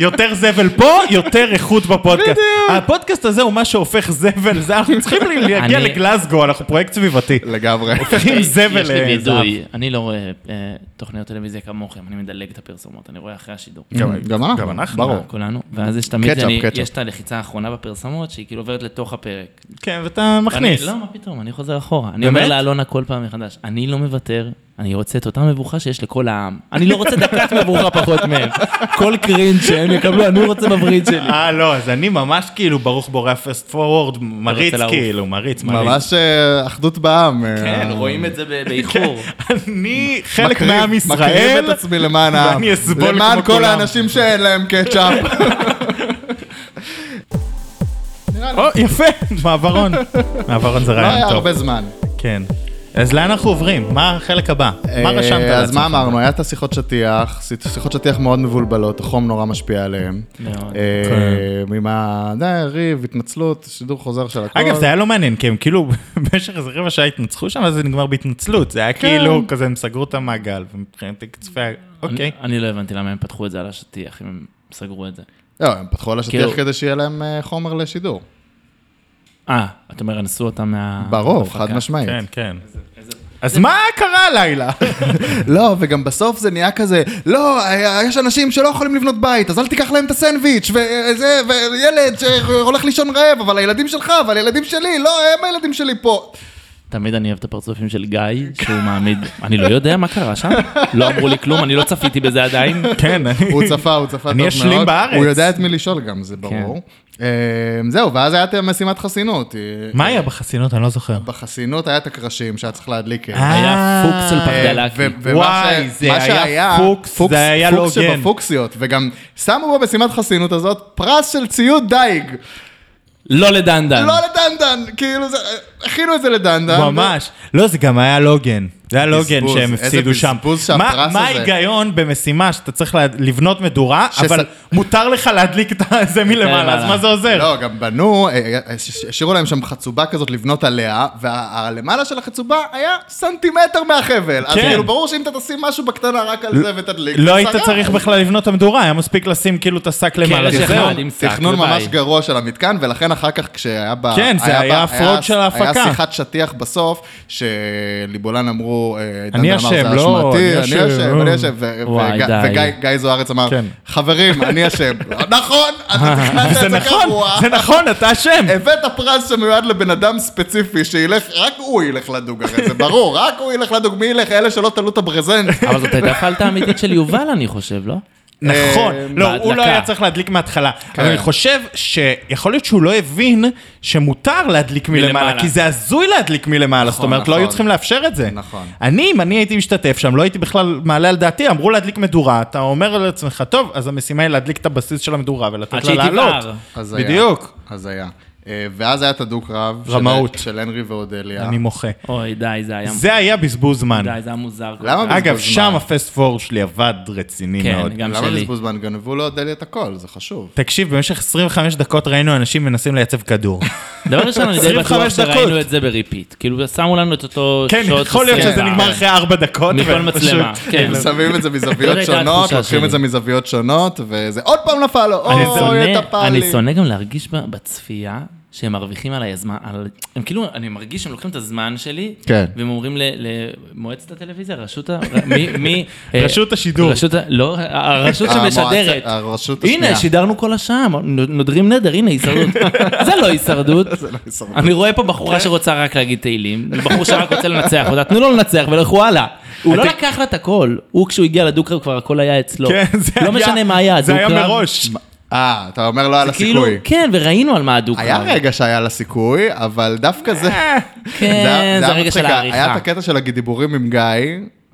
Speaker 2: יותר זבל פה, יותר איכות בפודקאסט. הפודקאסט הזה הוא מה שהופך זבל, זה אנחנו צריכים להגיע
Speaker 3: אני-
Speaker 2: לגלזגו, אנחנו פרויקט סביבתי.
Speaker 4: לגמרי.
Speaker 2: הופכים זבל
Speaker 3: יש לי
Speaker 2: לזהב.
Speaker 3: וידוי, אני לא רואה אה, תוכניות טלוויזיה כמוכם, אני מדלג את הפרסומות, אני רואה אחרי השידור.
Speaker 4: גם אנחנו,
Speaker 2: גם אנחנו.
Speaker 4: ברור.
Speaker 3: כולנו, ואז יש תמיד,
Speaker 4: קטשאפ,
Speaker 3: אני-
Speaker 4: קטשאפ.
Speaker 3: יש את הלחיצה האחרונה בפרסומות, שהיא כאילו עוברת לתוך הפרק.
Speaker 2: כן, ואתה מכניס.
Speaker 3: אני- לא, מה פתאום, אני חוזר אחורה. אני אומר
Speaker 2: באמת?
Speaker 3: לאלונה כל פעם מחדש, אני לא מוותר, אני רוצה את אותה מבוכה שיש לכל העם. אני לא רוצה דקת מבוכה פחות מהם. כל קרינג' שהם יקבלו, אני רוצה בברית שלי.
Speaker 2: אה, לא, אז אני ממש כאילו ברוך בורא פסט פורוורד, מריץ
Speaker 3: לעוף.
Speaker 2: כאילו, מריץ, מריץ.
Speaker 4: ממש אה, אחדות בעם. אה,
Speaker 3: כן, רואים את זה ב- באיחור.
Speaker 2: אני חלק
Speaker 4: מקריב-
Speaker 2: מעם ישראל,
Speaker 4: מקריב את עצמי למען העם.
Speaker 2: ואני אסבול
Speaker 4: למען
Speaker 2: כמו
Speaker 4: כל
Speaker 2: כולם.
Speaker 4: האנשים שאין להם קטשאפ. נראה לי
Speaker 2: או, יפה, מעברון. מעברון זה
Speaker 4: לא היה
Speaker 2: רעיון טוב.
Speaker 4: לא הרבה זמן.
Speaker 2: כן. אז לאן אנחנו עוברים? מה החלק הבא?
Speaker 4: אה,
Speaker 2: מה רשמת
Speaker 4: אז מה
Speaker 2: לעצמך?
Speaker 4: אמרנו? היה את השיחות שטיח, שיחות שטיח מאוד מבולבלות, החום נורא משפיע עליהן.
Speaker 3: מאוד.
Speaker 4: אה,
Speaker 2: כן.
Speaker 4: עם ה... די, ריב, התנצלות, שידור חוזר של הכל.
Speaker 2: אגב, זה היה לא מעניין, כי הם כאילו במשך איזה רבע שעה התנצחו שם, אז זה נגמר בהתנצלות. זה היה
Speaker 4: כן.
Speaker 2: כאילו כזה, הם סגרו את המעגל, ומבחינתי כצפה, אוקיי.
Speaker 3: אני- אני לא הבנתי למה הם פתחו את זה על השטיח, אם הם סגרו את זה.
Speaker 4: לא, הם פתחו על השטיח
Speaker 3: כאילו-
Speaker 4: כדי שיהיה להם אה, חומר לשידור.
Speaker 3: אה, אתה אומר, אנסו אותם מה...
Speaker 4: ברור,
Speaker 3: הפקה.
Speaker 4: חד משמעית.
Speaker 2: אה, כן, כן. אז מה קרה הלילה?
Speaker 4: לא, וגם בסוף זה נהיה כזה, לא, אה, יש אנשים שלא יכולים לבנות בית, אז אל תיקח להם את הסנדוויץ', אה, וזה, וילד שהולך לישון רעב, אבל הילדים שלך, אבל הילדים שלי, לא, הם הילדים שלי פה.
Speaker 3: תמיד אני אוהב את הפרצופים של גיא, שהוא מעמיד... אני לא יודע מה קרה שם, לא אמרו לי כלום, אני לא צפיתי בזה עדיין.
Speaker 2: כן, אני...
Speaker 4: הוא צפה, הוא צפה טוב מאוד.
Speaker 2: אני אשלים בארץ. כן.
Speaker 4: הוא יודע את מי לשאול גם, זה ברור. אה, זהו, ואז היה את משימת חסינות. אה,
Speaker 2: מה היה בחסינות? אני לא זוכר.
Speaker 4: בחסינות היה את הקרשים שהיה צריך להדליק. אה,
Speaker 3: היה פוקס על
Speaker 4: אה,
Speaker 3: פחדלקי.
Speaker 4: ו- ומה
Speaker 2: וואי,
Speaker 4: ש-
Speaker 2: זה
Speaker 4: מה
Speaker 2: היה
Speaker 4: שהיה-
Speaker 2: פוקס, זה היה לא
Speaker 4: פוקס
Speaker 2: הוגן.
Speaker 4: שבפוקסיות, וגם שמו במשימת חסינות הזאת פרס של ציוד דייג.
Speaker 3: לא לדנדן.
Speaker 4: לא לדנדן, כאילו זה, הכינו את זה לדנדן.
Speaker 2: כן. ממש. לא, זה גם היה לא הוגן. זה היה לא הוגן
Speaker 4: בזבוז,
Speaker 2: שהם
Speaker 4: איזה
Speaker 2: הפסידו שם.
Speaker 4: בזבוז
Speaker 2: מה-
Speaker 4: שהפרס
Speaker 2: מה
Speaker 4: הזה.
Speaker 2: ההיגיון במשימה שאתה צריך לה- לבנות מדורה,
Speaker 4: שס-
Speaker 2: אבל מותר לך להדליק את זה מלמעלה, אז מה זה עוזר?
Speaker 4: לא, גם בנו, אה, אה, הש- השאירו להם שם חצובה כזאת לבנות עליה, והלמעלה של החצובה היה סנטימטר מהחבל. אז
Speaker 2: כן.
Speaker 4: כאילו ברור שאם אתה תשים משהו בקטנה רק על זה ותדליק,
Speaker 2: לא
Speaker 4: זה
Speaker 2: היית
Speaker 4: שרף.
Speaker 2: צריך בכלל לבנות את המדורה, היה מספיק לשים כאילו את השק למעלה.
Speaker 3: קרש
Speaker 2: וזהו.
Speaker 3: אחד עם שק.
Speaker 4: תכנון
Speaker 3: וביי.
Speaker 4: ממש גרוע של המתקן, ולכן אחר כך כשהיה ב...
Speaker 2: כן, זה היה
Speaker 4: ב-
Speaker 2: הפרוד של ההפקה.
Speaker 4: היה שיחת שטיח בסוף, שליבולן אמרו, אה, דן
Speaker 2: אני
Speaker 4: דן אמר,
Speaker 2: אשם,
Speaker 4: זה
Speaker 2: לא,
Speaker 4: אשמתי,
Speaker 2: אני
Speaker 4: אני
Speaker 2: אשם."
Speaker 4: אשם, אני אשם, ו-
Speaker 3: וואי,
Speaker 4: וגיא-
Speaker 3: די.
Speaker 4: וגיא גיא זוארץ אמר,
Speaker 2: כן.
Speaker 4: חברים, אני אשם. נכון, אתה תכננת
Speaker 2: זה
Speaker 4: את זה
Speaker 2: נכון,
Speaker 4: גרוע.
Speaker 2: זה נכון, אתה אשם.
Speaker 4: הבאת פרס שמיועד לבן אדם ספציפי, שילך, רק הוא ילך לדוג הרי, זה ברור, רק הוא ילך לדוג, מי ילך? אלה שלא תלו את הברזנט.
Speaker 3: אבל זאת הייתה פלטה אמיתית של יובל, אני חושב, לא?
Speaker 2: נכון,
Speaker 4: אה,
Speaker 2: לא, הוא לא
Speaker 3: בהדלקה. כן.
Speaker 2: היה צריך להדליק מההתחלה. אבל אני חושב שיכול להיות שהוא לא הבין שמותר להדליק מלמעלה,
Speaker 3: מלמעלה.
Speaker 2: כי זה הזוי להדליק מלמעלה, זאת אומרת, לא היו
Speaker 4: נכון.
Speaker 2: צריכים לאפשר את זה.
Speaker 4: נכון.
Speaker 2: אני, אם אני הייתי משתתף שם, לא הייתי בכלל מעלה על דעתי, אמרו להדליק מדורה, אתה אומר לעצמך, טוב, אז המשימה היא להדליק את הבסיס של המדורה
Speaker 3: עד
Speaker 2: ולתת לה
Speaker 3: שהיא
Speaker 2: לעלות.
Speaker 3: תבער.
Speaker 4: אז היה.
Speaker 2: בדיוק.
Speaker 4: אז היה. אה, ואז היה את הדו-קרב. של-
Speaker 2: רמאות.
Speaker 4: של הנרי ואודליה.
Speaker 2: אני מוחה.
Speaker 3: אוי, די, זה היה...
Speaker 2: זה היה בזבוז זמן.
Speaker 3: די, זה היה מוזר. כל
Speaker 4: למה
Speaker 3: כך.
Speaker 2: אגב,
Speaker 4: בזבוז
Speaker 2: שם
Speaker 4: זמן.
Speaker 2: הפסט פור שלי עבד רציני
Speaker 3: כן,
Speaker 2: מאוד.
Speaker 3: גם
Speaker 4: למה
Speaker 3: שלי.
Speaker 4: בזבוז זמן? גנבו לאודליה לא את הכל, זה חשוב.
Speaker 2: תקשיב, במשך 25 דקות ראינו אנשים מנסים לייצב כדור.
Speaker 3: דבר ראשון, אני די
Speaker 2: 25
Speaker 3: בטוח
Speaker 2: דקות.
Speaker 3: שראינו את זה בריפיט. כאילו, שמו לנו את אותו
Speaker 2: כן,
Speaker 3: שוט
Speaker 2: יכול להיות
Speaker 3: מסרטה.
Speaker 2: שזה נגמר אחרי ארבע דקות.
Speaker 3: מכל
Speaker 2: ופשוט-
Speaker 3: מצלמה, כן.
Speaker 4: שמים את זה מזוויות
Speaker 3: זאת הייתה
Speaker 4: שונות,
Speaker 3: התחושה
Speaker 4: לוקחים
Speaker 3: שלי.
Speaker 4: את זה מזוויות שונות, וזה עוד פעם נפל לו,
Speaker 3: אני
Speaker 4: אוי, את
Speaker 3: שונא,
Speaker 4: הפעלי.
Speaker 3: אני שונא גם להרגיש ב- בצפייה שהם מרוויחים עליי הזמן, על... הם כאילו, אני מרגיש שהם לוקחים את הזמן שלי,
Speaker 4: כן.
Speaker 3: והם אומרים ל- למועצת הטלוויזיה, רשות ה... מי, מי... אה,
Speaker 2: רשות השידור.
Speaker 3: רשות ה... לא, הרשות
Speaker 4: אה, המועצה-
Speaker 3: שמשדרת.
Speaker 4: הרשות השנייה.
Speaker 3: הנה, שידרנו כל השעה, נ- נודרים נדר, הנה, הישרדות. זה לא הישרדות.
Speaker 4: הישרדות.
Speaker 3: אני רואה פה בחורה שרוצה רק להגיד תהילים, בחור שרק רוצה לנצח אותה, תנו לו לנצח ולכו הלאה. הוא לא לקח לה את הכל, הוא כשהוא הגיע לדו-קרב כבר הכל היה אצלו.
Speaker 2: כן, זה היה...
Speaker 3: לא משנה מה היה,
Speaker 2: זה היה
Speaker 3: הדו-קרב.
Speaker 2: מראש.
Speaker 4: אה, אתה אומר לא על
Speaker 3: כאילו,
Speaker 4: הסיכוי.
Speaker 3: כן, וראינו על מה הדו-קרב.
Speaker 4: היה רגע שהיה לה סיכוי, אבל דווקא זה...
Speaker 2: אה,
Speaker 3: כן,
Speaker 4: היה
Speaker 3: זה הרגע של
Speaker 4: מצחיק,
Speaker 3: העריכה.
Speaker 4: היה את הקטע של הדיבורים עם גיא,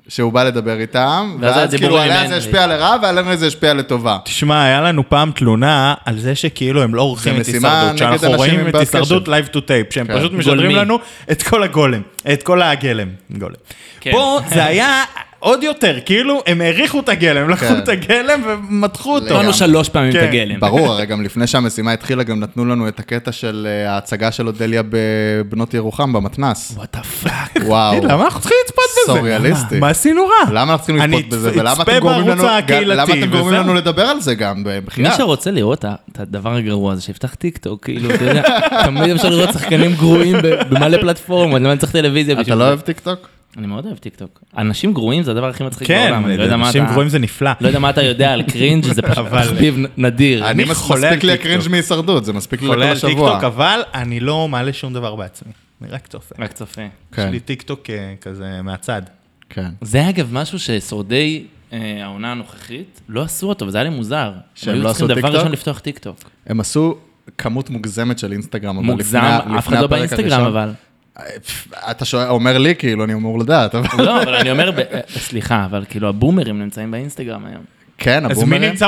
Speaker 4: שהוא בא לדבר איתם,
Speaker 3: ואז
Speaker 4: ואז
Speaker 3: הדיבורים
Speaker 4: כאילו
Speaker 3: עם
Speaker 4: עליה זה
Speaker 3: הנרי.
Speaker 4: השפיע לרע, ועלינו זה השפיע לטובה.
Speaker 2: תשמע, היה לנו פעם תלונה על זה שכאילו הם לא עורכים
Speaker 4: זה
Speaker 2: את
Speaker 4: משימה
Speaker 2: הישרדות,
Speaker 4: נגד
Speaker 2: שאנחנו
Speaker 4: אנשים
Speaker 2: רואים
Speaker 4: עם
Speaker 2: את
Speaker 4: בעיות
Speaker 2: הישרדות לייב טו טייפ, שהם
Speaker 4: כן.
Speaker 2: פשוט משדרים
Speaker 3: גולמי.
Speaker 2: לנו את כל הגולם, את כל הגלם. גולם.
Speaker 3: כן.
Speaker 2: פה זה היה עוד יותר, כאילו הם העריכו את הגלם, הם לקחו
Speaker 4: כן.
Speaker 2: את הגלם ומתחו אותו.
Speaker 3: קראנו שלוש פעמים את
Speaker 2: כן,
Speaker 3: הגלם.
Speaker 4: ברור, הרי גם לפני שהמשימה התחילה, גם נתנו לנו את הקטע של אה, ההצגה של אודליה בבנות ירוחם במתנ"ס.
Speaker 3: וואטה פאק.
Speaker 4: וואו.
Speaker 2: למה אנחנו צריכים לצפות בזה?
Speaker 4: סוריאליסטי.
Speaker 2: מה עשינו רע?
Speaker 4: למה אנחנו צריכים
Speaker 2: אני
Speaker 4: לצפות בזה?
Speaker 2: אצ-
Speaker 4: ולמה
Speaker 2: אצפה
Speaker 4: אתם גורמים
Speaker 2: בערוץ
Speaker 4: לנו- גם-
Speaker 2: הקהילתי,
Speaker 4: למה אתם גורמים
Speaker 2: וזהו.
Speaker 4: לנו לדבר על זה גם,
Speaker 3: מי
Speaker 4: בחייאת?
Speaker 3: שרוצה לראות את הדבר הגרוע הזה שיפתח טיק טוק, כאילו, אתה יודע, תמיד אפשר לראות שחקנים גרועים ב- במלא פלטפורמות, למה אני צריך טלוויזיה
Speaker 4: אתה
Speaker 3: בשביל
Speaker 4: לא
Speaker 3: זה?
Speaker 4: אוהב טיקטוק?
Speaker 3: אני מאוד אוהב טיק טוק. אנשים גרועים זה הדבר הכי מצחיק
Speaker 2: כן,
Speaker 3: בעולם, אני לא יודע מה
Speaker 2: אנשים
Speaker 3: אתה-
Speaker 2: גרועים זה נפלא.
Speaker 3: לא יודע מה אתה יודע על קרינג', זה פשוט
Speaker 2: אבל-
Speaker 3: תחביב נדיר.
Speaker 4: אני
Speaker 2: אני
Speaker 4: מס-
Speaker 2: חולה על
Speaker 4: מספיק לי
Speaker 2: טיקטוק.
Speaker 4: הקרינג' מהישרדות, זה מספיק
Speaker 3: כאילו,
Speaker 4: לי לכל
Speaker 2: עולה על
Speaker 4: השבוע.
Speaker 2: טיקטוק, אבל אני לא מעלה שום דבר בעצמי. אני רק צופה.
Speaker 3: רק צופה.
Speaker 2: יש
Speaker 4: כן,
Speaker 2: לי טיקטוק אה, כזה מהצד.
Speaker 4: כן.
Speaker 3: זה אגב משהו ששורדי אה, העונה הנוכחית לא עשו אותו, וזה היה לי מוזר.
Speaker 4: שהם
Speaker 3: הם היו
Speaker 4: לא
Speaker 3: צריכים
Speaker 4: עשו
Speaker 3: דבר
Speaker 4: טיקטוק?
Speaker 3: ראשון לפתוח טיק טוק.
Speaker 4: הם עשו כמות מוגזמת של אינסטגרם, אבל
Speaker 3: מוגזם,
Speaker 4: לפני-
Speaker 3: אף
Speaker 4: לפני
Speaker 3: אחד לא
Speaker 4: הפרק
Speaker 3: באינסטגרם
Speaker 4: הראשון-
Speaker 3: אבל.
Speaker 4: אה, פפ, אתה שואל- אומר לי, כאילו, אני אמור לדעת, אבל...
Speaker 3: לא, אבל אני אומר, ב- אה, סליחה, אבל כאילו הבומרים נמצאים באינסטגרם היום.
Speaker 4: כן,
Speaker 2: אז מי
Speaker 4: הבומרים.
Speaker 2: נמצא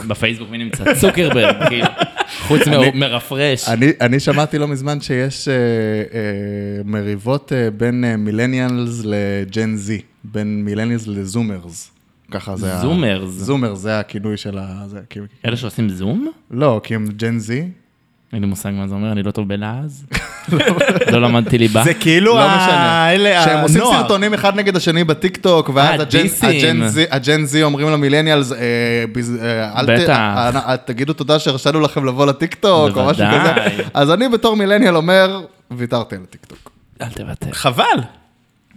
Speaker 3: די, בפייסבוק מי נמצא? צוקרברג, כאילו. חוץ
Speaker 4: אני-
Speaker 3: מרפרש.
Speaker 4: אני, אני שמעתי לא מזמן שיש אה, אה, מריבות אה, בין אה, מילניאלס לג'ן זי, בין מילניאלס לזומרס. ככה זה ה...
Speaker 3: זומרס.
Speaker 4: זומרס, זה הכינוי של ה... זה, כי...
Speaker 3: אלה שעושים זום?
Speaker 4: לא, כי הם ג'ן זי.
Speaker 3: אין לי מושג מה זה אומר, אני לא טוב בלעז. לא למדתי ליבה.
Speaker 2: זה כאילו
Speaker 4: לא
Speaker 2: ה-
Speaker 4: משנה.
Speaker 2: אלה,
Speaker 4: שהם עושים
Speaker 2: הנוער.
Speaker 4: סרטונים אחד נגד השני בטיקטוק, ואז
Speaker 3: אה,
Speaker 4: הג'ן-
Speaker 3: דיסים.
Speaker 4: הג'ן זי- הג'ן זי אומרים למילניאלס, אה, ביז- אה, אל ת-
Speaker 3: בטח.
Speaker 4: אה, אה, תגידו תודה שהרשנו לכם לבוא לטיקטוק, או משהו כזה.
Speaker 3: בוודאי.
Speaker 4: אז אני בתור מילניאל אומר, ויתרתי על הטיקטוק.
Speaker 3: אל תוותר.
Speaker 2: חבל.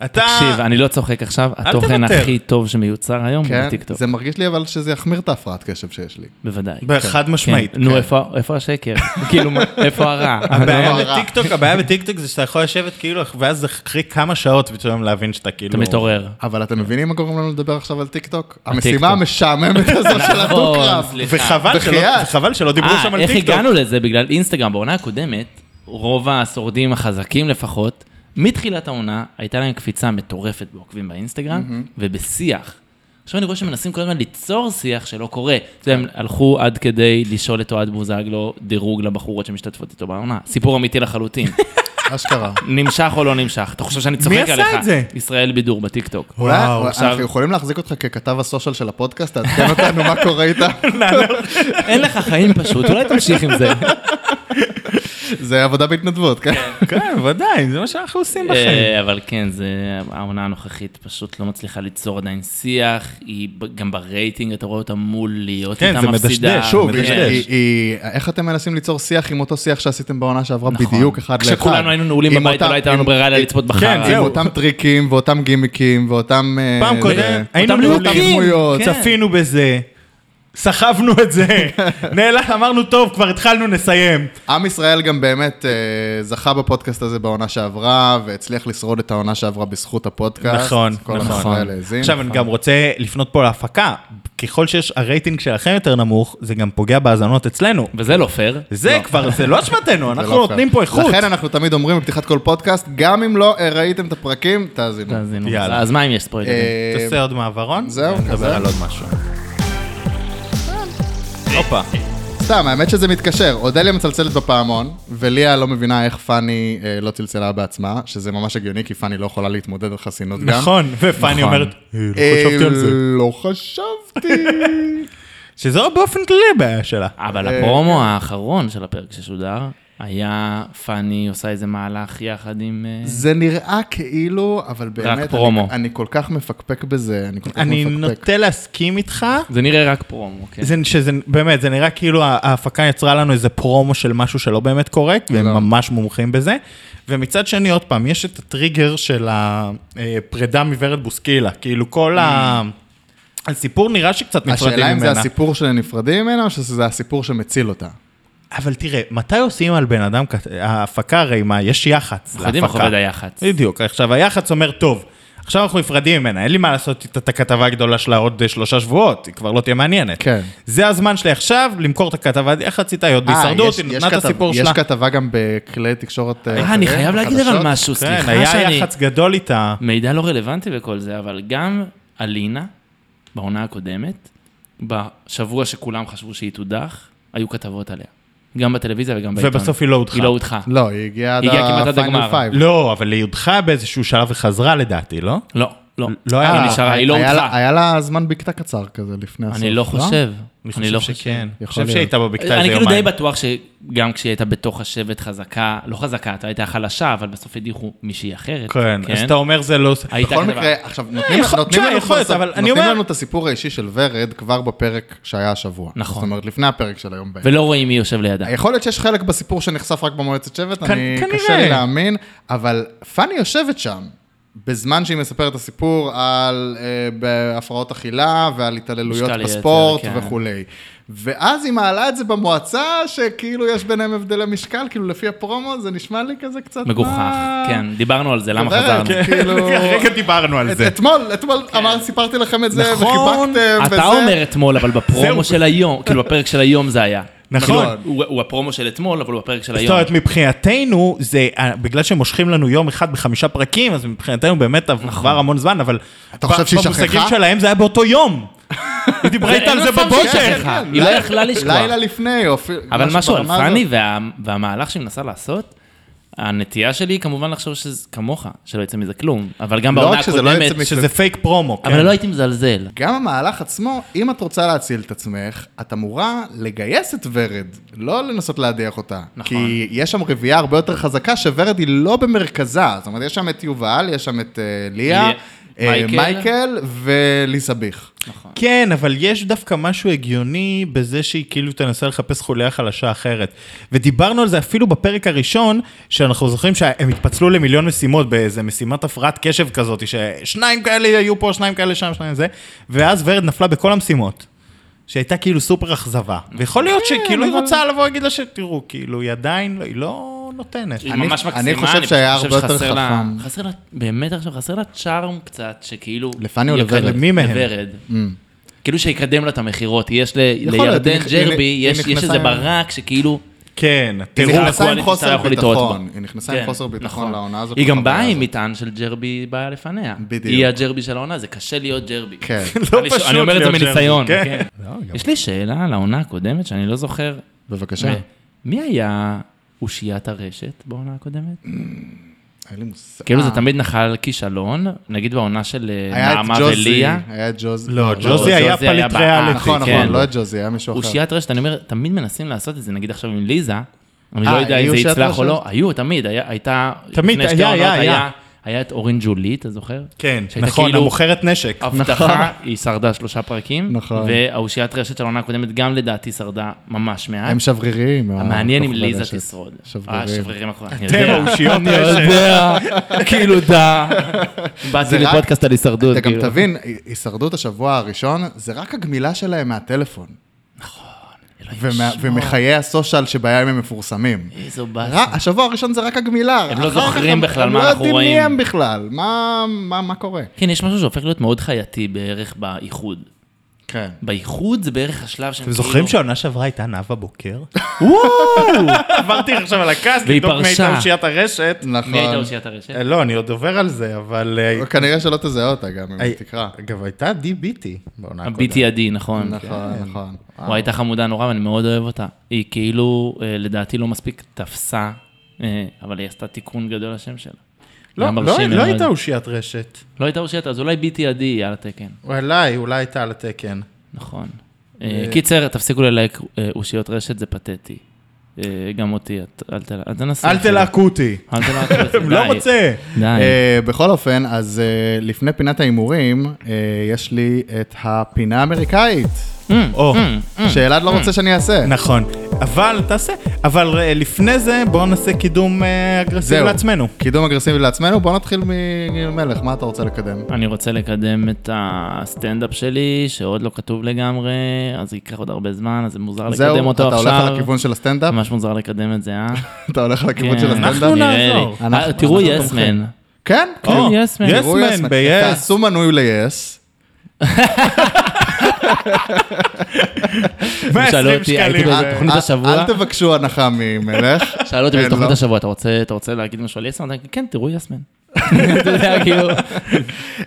Speaker 2: אתה...
Speaker 3: תקשיב, אני לא צוחק עכשיו, התוכן
Speaker 2: תוותר.
Speaker 3: הכי טוב שמיוצר היום הוא
Speaker 4: כן?
Speaker 3: בטיקטוק.
Speaker 4: זה מרגיש לי אבל שזה יחמיר את ההפרעת קשב שיש לי.
Speaker 3: בוודאי.
Speaker 2: חד
Speaker 3: כן.
Speaker 2: משמעית.
Speaker 3: נו, איפה- איפה השקר? כאילו, מה- איפה הרע?
Speaker 2: הבעיה
Speaker 4: לא, רע.
Speaker 2: בטיקטוק, הבעיה בטיקטוק זה שאתה יכול לשבת כאילו, ואז אחרי כמה שעות פתאום להבין שאתה כאילו...
Speaker 3: אתה מתעורר.
Speaker 4: אבל אתם מבינים מה גורם לנו לדבר עכשיו על טיקטוק? המשימה
Speaker 3: טיקטוק. נכון.
Speaker 4: המשעממת הזו של הדו-קרב.
Speaker 3: סליחה.
Speaker 2: וחבל שלא-
Speaker 4: בחייאת.
Speaker 2: וחבל שלא דיברו שם
Speaker 3: אה,
Speaker 2: על
Speaker 3: איך
Speaker 2: טיקטוק.
Speaker 3: הגענו לזה? בגלל אינסטגרם. בעונה הקודמת, רוב השורדים החזקים לפחות, מתחילת העונה, הייתה להם קפיצה מטורפת בעוקבים באינסטגרם ובשיח. עכשיו אני רואה שמנסים כל הזמן ליצור שיח שלא קורה. אתה יודע, הם הלכו עד כדי לשאול את אוהד בוזגלו דירוג לבחורות שמשתתפות איתו בעונה. סיפור אמיתי לחלוטין.
Speaker 4: אשכרה.
Speaker 3: נמשך או לא נמשך? אתה חושב שאני צוחק עליך?
Speaker 2: עשה את זה?
Speaker 3: ישראל בידור בטיקטוק.
Speaker 4: אולי אנחנו
Speaker 2: וואו,
Speaker 3: עכשיו-
Speaker 4: יכולים להחזיק אותך ככתב הסושיאל של הפודקאסט, תעדכן אותנו מה קורה איתה.
Speaker 3: אין לך חיים פשוט, אולי תמשיך עם זה.
Speaker 4: זה עבודה בהתנדבות, כן?
Speaker 2: כן, ודאי, זה מה שאנחנו עושים בחיים.
Speaker 3: אה, אבל כן, זה, העונה הנוכחית פשוט לא מצליחה ליצור עדיין שיח, היא ב- גם ברייטינג, אתה רואה אותה מול להיות
Speaker 2: כן,
Speaker 3: איתה
Speaker 2: זה
Speaker 3: מפסידה.
Speaker 2: מדשדש, שוב,
Speaker 3: כן.
Speaker 2: מדשדש.
Speaker 4: היא- היא- איך אתם מנסים ליצור שיח עם אותו שיח שעשיתם בעונה שעברה
Speaker 3: נכון.
Speaker 4: בדיוק אחד לאחד?
Speaker 3: כשכולנו היינו נעולים
Speaker 4: עם
Speaker 3: בבית,
Speaker 4: אותם-
Speaker 3: לא הייתה לנו
Speaker 4: עם-
Speaker 3: ברירה אלא
Speaker 4: עם-
Speaker 3: לצפות
Speaker 2: כן,
Speaker 3: בחרא.
Speaker 4: עם
Speaker 2: זהו.
Speaker 4: אותם טריקים ואותם גימיקים ואותם... אה,
Speaker 2: פעם
Speaker 4: זה-
Speaker 2: קודם היינו
Speaker 3: אותם
Speaker 2: מעולים,
Speaker 3: ליהוקים,
Speaker 4: דמויות,
Speaker 3: כן.
Speaker 2: צפינו בזה, סחבנו את זה, נאלח, אמרנו, טוב, כבר התחלנו, נסיים.
Speaker 3: כן.
Speaker 4: עם ישראל גם באמת אה, זכה בפודקאסט הזה בעונה שעברה, והצליח לשרוד את העונה שעברה בזכות הפודקאסט.
Speaker 2: נכון,
Speaker 4: כל עם
Speaker 2: נכון.
Speaker 4: ישראל האזין.
Speaker 2: עכשיו, אני גם רוצה לפנות פה להפקה. ככל שיש, הרייטינג שלכם יותר נמוך, זה גם פוגע בהאזנות אצלנו.
Speaker 3: וזה לא פייר.
Speaker 2: זה כבר, זה לא אשמתנו,
Speaker 4: זה
Speaker 2: אנחנו
Speaker 4: לא פייר.
Speaker 2: נותנים פה איכות.
Speaker 4: לכן אנחנו תמיד אומרים בפתיחת כל פודקאסט, גם אם לא אה, ראיתם את הפרקים, תאזינו.
Speaker 3: תאזינו.
Speaker 2: יאללה.
Speaker 3: אז מה אם יש ספוילרים?
Speaker 4: אה,
Speaker 2: תעשה עוד מעברון.
Speaker 4: זהו, אה.
Speaker 2: נדבר
Speaker 4: כזה.
Speaker 2: על עוד משהו. הופה.
Speaker 4: סתם, האמת שזה מתקשר. אודליה מצלצלת בפעמון, וליה לא מבינה איך פאני אה, לא צלצלה בעצמה, שזה ממש הגיוני, כי פאני לא יכולה להתמודד על חסינות גם.
Speaker 2: נכון, ופאני
Speaker 3: נכון.
Speaker 2: אומרת, "אה, לא
Speaker 4: אה,
Speaker 2: חשבתי על זה.
Speaker 4: לא חשבתי.
Speaker 2: שזו באופן כללי הבעיה שלה.
Speaker 4: אה,
Speaker 3: אבל
Speaker 2: אה,
Speaker 3: הפרומו האחרון של הפרק ששודר, היה פאני עושה איזה מהלך יחד עם... אה,
Speaker 4: זה נראה כאילו, אבל באמת, אני-
Speaker 3: פרומו.
Speaker 4: אני כל כך מפקפק בזה, אני כל כך
Speaker 2: אני
Speaker 4: מפקפק.
Speaker 2: נוטה להסכים איתך.
Speaker 3: זה נראה רק פרומו, כן.
Speaker 2: זה, שזה, באמת, זה נראה כאילו ה- ההפקה יצרה לנו איזה פרומו של משהו שלא באמת קורה, והם
Speaker 4: לא.
Speaker 2: ממש מומחים בזה. ומצד שני, עוד פעם, יש את הטריגר של הפרידה מוורד בוסקילה. כאילו כל ה... הסיפור נראה שקצת נפרדים
Speaker 4: Mm.
Speaker 2: ממנה.
Speaker 4: השאלה אם זה הסיפור שנפרדים ממנה, או שזה הסיפור שמציל אותה.
Speaker 2: אבל תראה, מתי עושים על בן אדם, כת- ההפקה הרי מה, יש יח"צ
Speaker 3: אנחנו יודעים איך עובד היח"צ.
Speaker 2: בדיוק, עכשיו היח"צ אומר, טוב, עכשיו אנחנו נפרדים ממנה, אין לי מה לעשות איתה את הכתבה הגדולה שלה עוד אה, שלושה שבועות, היא כבר לא תהיה מעניינת.
Speaker 4: כן.
Speaker 2: זה הזמן שלי עכשיו, למכור את הכתבה יח"צ איתה, היא עוד
Speaker 4: אה,
Speaker 2: בהישרדות,
Speaker 4: יש-
Speaker 2: היא
Speaker 4: יש
Speaker 2: נתנה את
Speaker 4: כתב-
Speaker 2: הסיפור שלה.
Speaker 4: יש כתבה גם בכלי תקשורת...
Speaker 3: אה, אני חייב להגיד אבל משהו,
Speaker 2: כן,
Speaker 3: סליחה
Speaker 2: היה
Speaker 3: שאני...
Speaker 2: יח"צ גדול איתה.
Speaker 3: מידע לא רלוונטי וכל זה, אבל גם אלינה, בעונה הקודמת, בשבוע שכולם חשבו שהיא תודח, היו כתבות עליה. גם בטלוויזיה וגם בעיתון.
Speaker 2: ובסוף היא לא הודחה.
Speaker 3: היא לא הודחה.
Speaker 4: לא, היא הגיעה עד
Speaker 3: הגיעה כמעט עד
Speaker 4: ה-Final
Speaker 3: הגמר.
Speaker 4: Five.
Speaker 2: לא, אבל היא הודחה באיזשהו שלב וחזרה לדעתי, לא?
Speaker 3: לא, לא.
Speaker 2: לא היה
Speaker 3: היא
Speaker 2: לה-
Speaker 3: נשארה, היא לא
Speaker 4: אה, היה לה-
Speaker 3: הודחה.
Speaker 4: היה לה זמן בקתה קצר כזה לפני הסוף.
Speaker 3: אני לא חושב. אני לא
Speaker 2: חושב
Speaker 3: חושב.
Speaker 2: שכן. אני
Speaker 4: יכול
Speaker 2: חושב
Speaker 4: להיות.
Speaker 2: שהיא הייתה בבקתה איזה
Speaker 3: אני כאילו די
Speaker 2: יומיים.
Speaker 3: בטוח שגם כשהיא הייתה בתוך השבט חזקה, לא חזקה, אתה הייתה חלשה, אבל בסוף הדיחו מישהי אחרת.
Speaker 2: כן, אז אתה אומר זה לא...
Speaker 3: הייתה
Speaker 4: בכל
Speaker 3: כתבה.
Speaker 4: מקרה, עכשיו, נותנים
Speaker 2: יכול-
Speaker 4: נותנים
Speaker 2: תשמע,
Speaker 4: לנו
Speaker 2: יכול להיות,
Speaker 4: כבר-
Speaker 2: אבל אני
Speaker 4: נותנים
Speaker 2: אומר-
Speaker 4: לנו את הסיפור האישי של ורד כבר בפרק שהיה השבוע.
Speaker 3: נכון.
Speaker 4: זאת אומרת, לפני הפרק של היום בערב.
Speaker 3: ולא רואים מי יושב לידה.
Speaker 4: יכול להיות שיש חלק בסיפור שנחשף רק במועצת שבט,
Speaker 2: כ-
Speaker 4: אני
Speaker 2: כנראה.
Speaker 4: קשה לי להאמין, אבל פאני יושבת שם. בזמן שהיא מספרת את הסיפור על אה, בהפרעות אכילה ועל התעללויות
Speaker 3: משקל יתר,
Speaker 4: בספורט
Speaker 3: כן.
Speaker 4: וכולי. ואז היא מעלה את זה במועצה, שכאילו יש ביניהם הבדלי משקל, כאילו לפי הפרומו זה נשמע לי כזה קצת...
Speaker 3: מגוחך,
Speaker 4: מה-
Speaker 3: כן. דיברנו על זה, למה
Speaker 4: ורד,
Speaker 3: חזרנו?
Speaker 2: כן,
Speaker 3: כן.
Speaker 4: כאילו...
Speaker 2: רגע דיברנו על
Speaker 4: את-
Speaker 2: זה.
Speaker 4: אתמול, אתמול אמר, סיפרתי לכם את זה,
Speaker 2: נכון,
Speaker 4: וחיבקתם, וזה...
Speaker 3: אתה אומר אתמול, אבל בפרומו
Speaker 2: זהו.
Speaker 3: של היום, כאילו בפרק של היום זה היה.
Speaker 2: נכון.
Speaker 3: כאילו, הוא הוא הפרומו של אתמול, אבל הוא בפרק של
Speaker 2: זאת
Speaker 3: היום.
Speaker 2: אומרת, מבחינתנו, זה, אה, בגלל שמושכים לנו יום אחד בחמישה
Speaker 3: נכון.
Speaker 2: פרקים, אז מבחינתנו באמת עבר המון זמן, אבל...
Speaker 4: אתה חושב
Speaker 2: ב-
Speaker 4: שהיא
Speaker 2: במושגים
Speaker 4: שכחה?
Speaker 2: שלהם זה היה באותו יום. היא דיברה
Speaker 3: זה-
Speaker 2: איתה על
Speaker 3: אין
Speaker 2: זה
Speaker 3: מצב
Speaker 2: בבוקר.
Speaker 3: שיש לך. היא לא יכלה לשכוח.
Speaker 4: כן, לילה לפני, או אפילו...
Speaker 3: אבל משהו על
Speaker 4: ברמה הזאת.
Speaker 3: פאני וה- והמהלך שהיא מנסה לעשות, הנטייה שלי היא כמובן לחשוב שזה כמוך, שלא יצא מזה כלום, אבל גם
Speaker 4: לא
Speaker 3: בעונה
Speaker 4: רק שזה לא יצא
Speaker 3: הקודמת,
Speaker 4: מזה
Speaker 2: שזה פייק פרומו, כן.
Speaker 3: אבל לא הייתי מזלזל.
Speaker 4: גם המהלך עצמו, אם את רוצה להציל את עצמך, את אמורה לגייס את ורד, לא לנסות להדיח אותה.
Speaker 3: נכון.
Speaker 4: כי יש שם רביעייה הרבה יותר חזקה, שוורד היא לא במרכזה. זאת אומרת, יש שם את יובל, יש שם את אה, ליה,
Speaker 3: ליה,
Speaker 4: אה,
Speaker 3: מייקל. נכון.
Speaker 4: מייקל וליסה ביך.
Speaker 2: כן, אבל יש דווקא משהו הגיוני בזה שהיא כאילו תנסה לחפש חוליה חלשה אחרת. ודיברנו על זה אפילו בפרק הראשון, שאנחנו זוכרים שהם התפצלו למיליון משימות באיזה משימת הפרעת קשב כזאת, ששניים כאלה היו פה, שניים כאלה שם, שניים זה, ואז ורד נפלה בכל המשימות. שהייתה כאילו סופר אכזבה. ויכול להיות
Speaker 3: כן,
Speaker 2: שכאילו היא רוצה לבוא להגיד לה שתראו, כאילו היא עדיין, לא- היא לא נותנת.
Speaker 3: היא
Speaker 4: אני-
Speaker 3: ממש
Speaker 4: אני
Speaker 3: מקסימה,
Speaker 4: חושב שהיה
Speaker 3: פשוט
Speaker 4: הרבה יותר
Speaker 3: שחסר לה-
Speaker 4: חכם.
Speaker 3: חסר לה, באמת עכשיו, חסר לה צ'ארם קצת, שכאילו...
Speaker 4: לפני או
Speaker 3: יקדם-
Speaker 4: לוורד? Mm.
Speaker 2: מי מהם?
Speaker 3: לוורד. כאילו שיקדם לה את המכירות, יש ל-
Speaker 4: יכול להיות,
Speaker 3: לירדן
Speaker 4: נכון, היא נכ-
Speaker 3: ג'רבי,
Speaker 4: היא
Speaker 3: יש יש
Speaker 4: נכנסה
Speaker 3: איזה
Speaker 4: עם-
Speaker 3: ברק שכאילו...
Speaker 2: כן,
Speaker 4: היא
Speaker 2: תראו,
Speaker 4: נכנסה עם
Speaker 3: הקואליציה
Speaker 4: חוסר
Speaker 3: יכול לטעות
Speaker 4: ביטחון.
Speaker 3: בה.
Speaker 4: היא נכנסה עם
Speaker 3: כן,
Speaker 4: חוסר ביטחון
Speaker 3: נכון.
Speaker 4: לעונה הזאת.
Speaker 3: היא גם באה
Speaker 4: לחוויה
Speaker 3: עם
Speaker 4: הזאת.
Speaker 3: מטען של ג'רבי באה לפניה.
Speaker 4: בדיוק.
Speaker 3: היא הג'רבי של העונה, זה קשה להיות ג'רבי.
Speaker 4: כן.
Speaker 2: לא
Speaker 3: אני-
Speaker 2: פשוט
Speaker 3: אני אומר את זה
Speaker 2: להיות ג'רבי,
Speaker 3: מניסיון.
Speaker 2: כן.
Speaker 3: כן. יש לי שאלה על העונה הקודמת שאני לא זוכר.
Speaker 4: בבקשה.
Speaker 3: מ- מי היה אושיית הרשת בעונה הקודמת?
Speaker 4: אה. אין לי מושג.
Speaker 3: כאילו זה תמיד נחל כישלון, נגיד בעונה של אה,
Speaker 4: היה את
Speaker 3: נעמה
Speaker 4: ג'וזי,
Speaker 3: וליה.
Speaker 4: היה את ג'וזי.
Speaker 2: לא, ג'וזי
Speaker 3: לא,
Speaker 2: היה
Speaker 3: ג'וזי היה
Speaker 2: פליט
Speaker 3: בעל.
Speaker 2: ריאליטי.
Speaker 4: נכון,
Speaker 3: כן.
Speaker 4: נכון, לא את ג'וזי, היה מישהו אחר.
Speaker 3: אושיית רשת, אני אומר, תמיד מנסים לעשות את זה, נגיד עכשיו עם ליזה, אני
Speaker 4: אה,
Speaker 3: לא יודע
Speaker 4: היו
Speaker 3: אם זה
Speaker 4: אושיית
Speaker 3: יצלח או
Speaker 4: רשת?
Speaker 3: לא, היו, תמיד, היה- הייתה,
Speaker 2: תמיד,
Speaker 3: לפני שתי
Speaker 2: היה,
Speaker 3: עונות
Speaker 2: היה, היה.
Speaker 3: היה את אורן ג'ולי, אתה זוכר?
Speaker 2: כן,
Speaker 3: שהייתה
Speaker 2: נכון,
Speaker 3: כאילו-
Speaker 2: המוכרת נשק. נכון.
Speaker 3: הבטחה, היא שרדה שלושה פרקים,
Speaker 4: נכון.
Speaker 3: והאושיית רשת של העונה הקודמת גם לדעתי שרדה ממש מעט.
Speaker 4: הם שבריריים.
Speaker 3: המעניין אם
Speaker 4: הכוכבי
Speaker 3: ליזה
Speaker 4: רשת.
Speaker 3: תשרוד.
Speaker 4: שברירים.
Speaker 3: אה, שברירים הכוח. אני
Speaker 2: אתם
Speaker 3: יודע,
Speaker 2: האושיות
Speaker 3: אני
Speaker 2: רשת.
Speaker 3: יודע, כאילו דה. באתי
Speaker 4: זה רק-
Speaker 3: לפודקאסט על הישרדות.
Speaker 4: אתה גם
Speaker 3: כאילו.
Speaker 4: תבין, הישרדות השבוע הראשון, זה רק הגמילה שלהם מהטלפון.
Speaker 3: נכון,
Speaker 4: ומה- ומחיי הסושיאל שבהם הם מפורסמים.
Speaker 3: איזו
Speaker 4: ר-
Speaker 3: באסה.
Speaker 4: השבוע הראשון זה רק הגמילה.
Speaker 3: הם לא
Speaker 4: אחר כך
Speaker 3: זוכרים
Speaker 4: הם-
Speaker 3: בכלל מה אנחנו
Speaker 4: הם לא
Speaker 3: רואים.
Speaker 4: יודעים מי הם בכלל, מה- מה מה קורה.
Speaker 3: כן, יש משהו שהופך להיות מאוד חייתי בערך באיחוד.
Speaker 4: כן.
Speaker 3: באיחוד זה בערך השלב שהם
Speaker 2: אתם
Speaker 3: כאילו...
Speaker 2: זוכרים שהעונה שעברה הייתה נאוה בוקר? עברתי עכשיו על הקאסט,
Speaker 3: והיא
Speaker 2: לבדוק מי הייתה
Speaker 3: פרשה. כן.
Speaker 2: אושיית הרשת.
Speaker 4: נכון.
Speaker 3: מי הייתה אושיית הרשת?
Speaker 2: אה, לא, אני עוד עובר על זה, אבל... אה,
Speaker 4: כנראה שלא תזהה אותה גם, אם
Speaker 2: הי-
Speaker 4: אוקיי, תקרא.
Speaker 2: אגב, הייתה די ביטי בעונה הקודמת.
Speaker 3: ה-BTID, נכון.
Speaker 4: נכון, נכון.
Speaker 3: וואו. הייתה חמודה נורא ואני מאוד אוהב אותה. היא כאילו, אה, לדעתי לא מספיק תפסה, אה, אבל היא עשתה תיקון גדול לשם שלה.
Speaker 2: לא,
Speaker 3: היה
Speaker 2: לא-
Speaker 3: מרשים
Speaker 2: לא
Speaker 3: מאוד.
Speaker 2: הייתה אושיית רשת.
Speaker 3: לא הייתה אושיית, אז אולי BTID יהיה על התקן,
Speaker 2: אולי, אולי הייתה על התקן.
Speaker 3: נכון. אה, קיצר, תפסיקו ללהק אה, אושיות רשת, זה פתטי. אה, גם אותי, את- אל תל- אל תנסו.
Speaker 2: אל תלהקו אותי.
Speaker 3: אל תלהקו.
Speaker 2: הם לא
Speaker 3: די.
Speaker 2: רוצה.
Speaker 3: די.
Speaker 4: אה, בכל אופן, אז אה, לפני פינת ההימורים, אה, יש לי את הפינה האמריקאית.
Speaker 3: אה,
Speaker 2: או,
Speaker 4: שאלעד לא רוצה שאני אעשה.
Speaker 2: נכון. אבל תעשה, אבל אה, לפני זה בואו נעשה קידום אה, אגרסיבי
Speaker 4: זהו.
Speaker 2: לעצמנו.
Speaker 4: קידום אגרסיבי לעצמנו, בוא נתחיל ממלך, מה אתה רוצה לקדם?
Speaker 3: אני רוצה לקדם את הסטנדאפ שלי, שעוד לא כתוב לגמרי, אז ייקח עוד הרבה זמן, אז זה מוזר לקדם
Speaker 4: זהו,
Speaker 3: אותו
Speaker 4: אתה
Speaker 3: עכשיו.
Speaker 4: הולך על הכיוון של הסטנדאפ?
Speaker 3: ממש מוזר לקדם את זה, אה?
Speaker 4: אתה הולך על הכיוון
Speaker 3: כן,
Speaker 4: של
Speaker 2: אנחנו
Speaker 4: הסטנדאפ?
Speaker 2: נ-
Speaker 3: נראה לי.
Speaker 2: נעזור.
Speaker 3: אה,
Speaker 4: אנחנו-
Speaker 3: תראו אה,
Speaker 4: אנחנו
Speaker 3: יסמן.
Speaker 4: כן, כן.
Speaker 3: או,
Speaker 2: יס
Speaker 3: יסמן.
Speaker 4: תראו
Speaker 2: מן,
Speaker 4: Yes Man.
Speaker 2: ביס.
Speaker 4: תעשו מנוי ל-yes.
Speaker 3: שאלו
Speaker 2: 120
Speaker 3: אותי, הייתי
Speaker 2: שקלים.
Speaker 3: באיזה תוכנית השבוע?
Speaker 4: אה, אל תבקשו הנחה ממלך.
Speaker 3: שאלו אותי
Speaker 4: כן,
Speaker 3: בתוכנית
Speaker 4: לא.
Speaker 3: השבוע, "אתה רוצה- אתה רוצה להגיד משהו על יסמן? אמרתי, כן, תראו יסמן. אתה יודע, כאילו,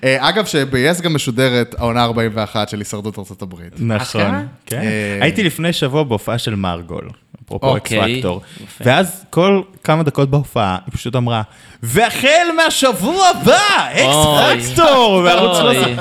Speaker 4: אה, אגב, שב-yes גם משודרת העונה 41 של הישרדות ארצות הברית.
Speaker 3: אוקיי.
Speaker 2: נכון.
Speaker 3: אשכרה?
Speaker 2: כן.
Speaker 4: אה.
Speaker 2: הייתי לפני שבוע בהופעה של מרגול, אפרופו אקס
Speaker 3: אוקיי,
Speaker 2: פקטור.
Speaker 3: יפה.
Speaker 2: ואז כל כמה דקות בהופעה, היא פשוט אמרה, והחל מהשבוע הבא,
Speaker 3: אוי.
Speaker 2: אקס פקטור, בערוץ
Speaker 3: אוי.
Speaker 2: 13.
Speaker 3: אני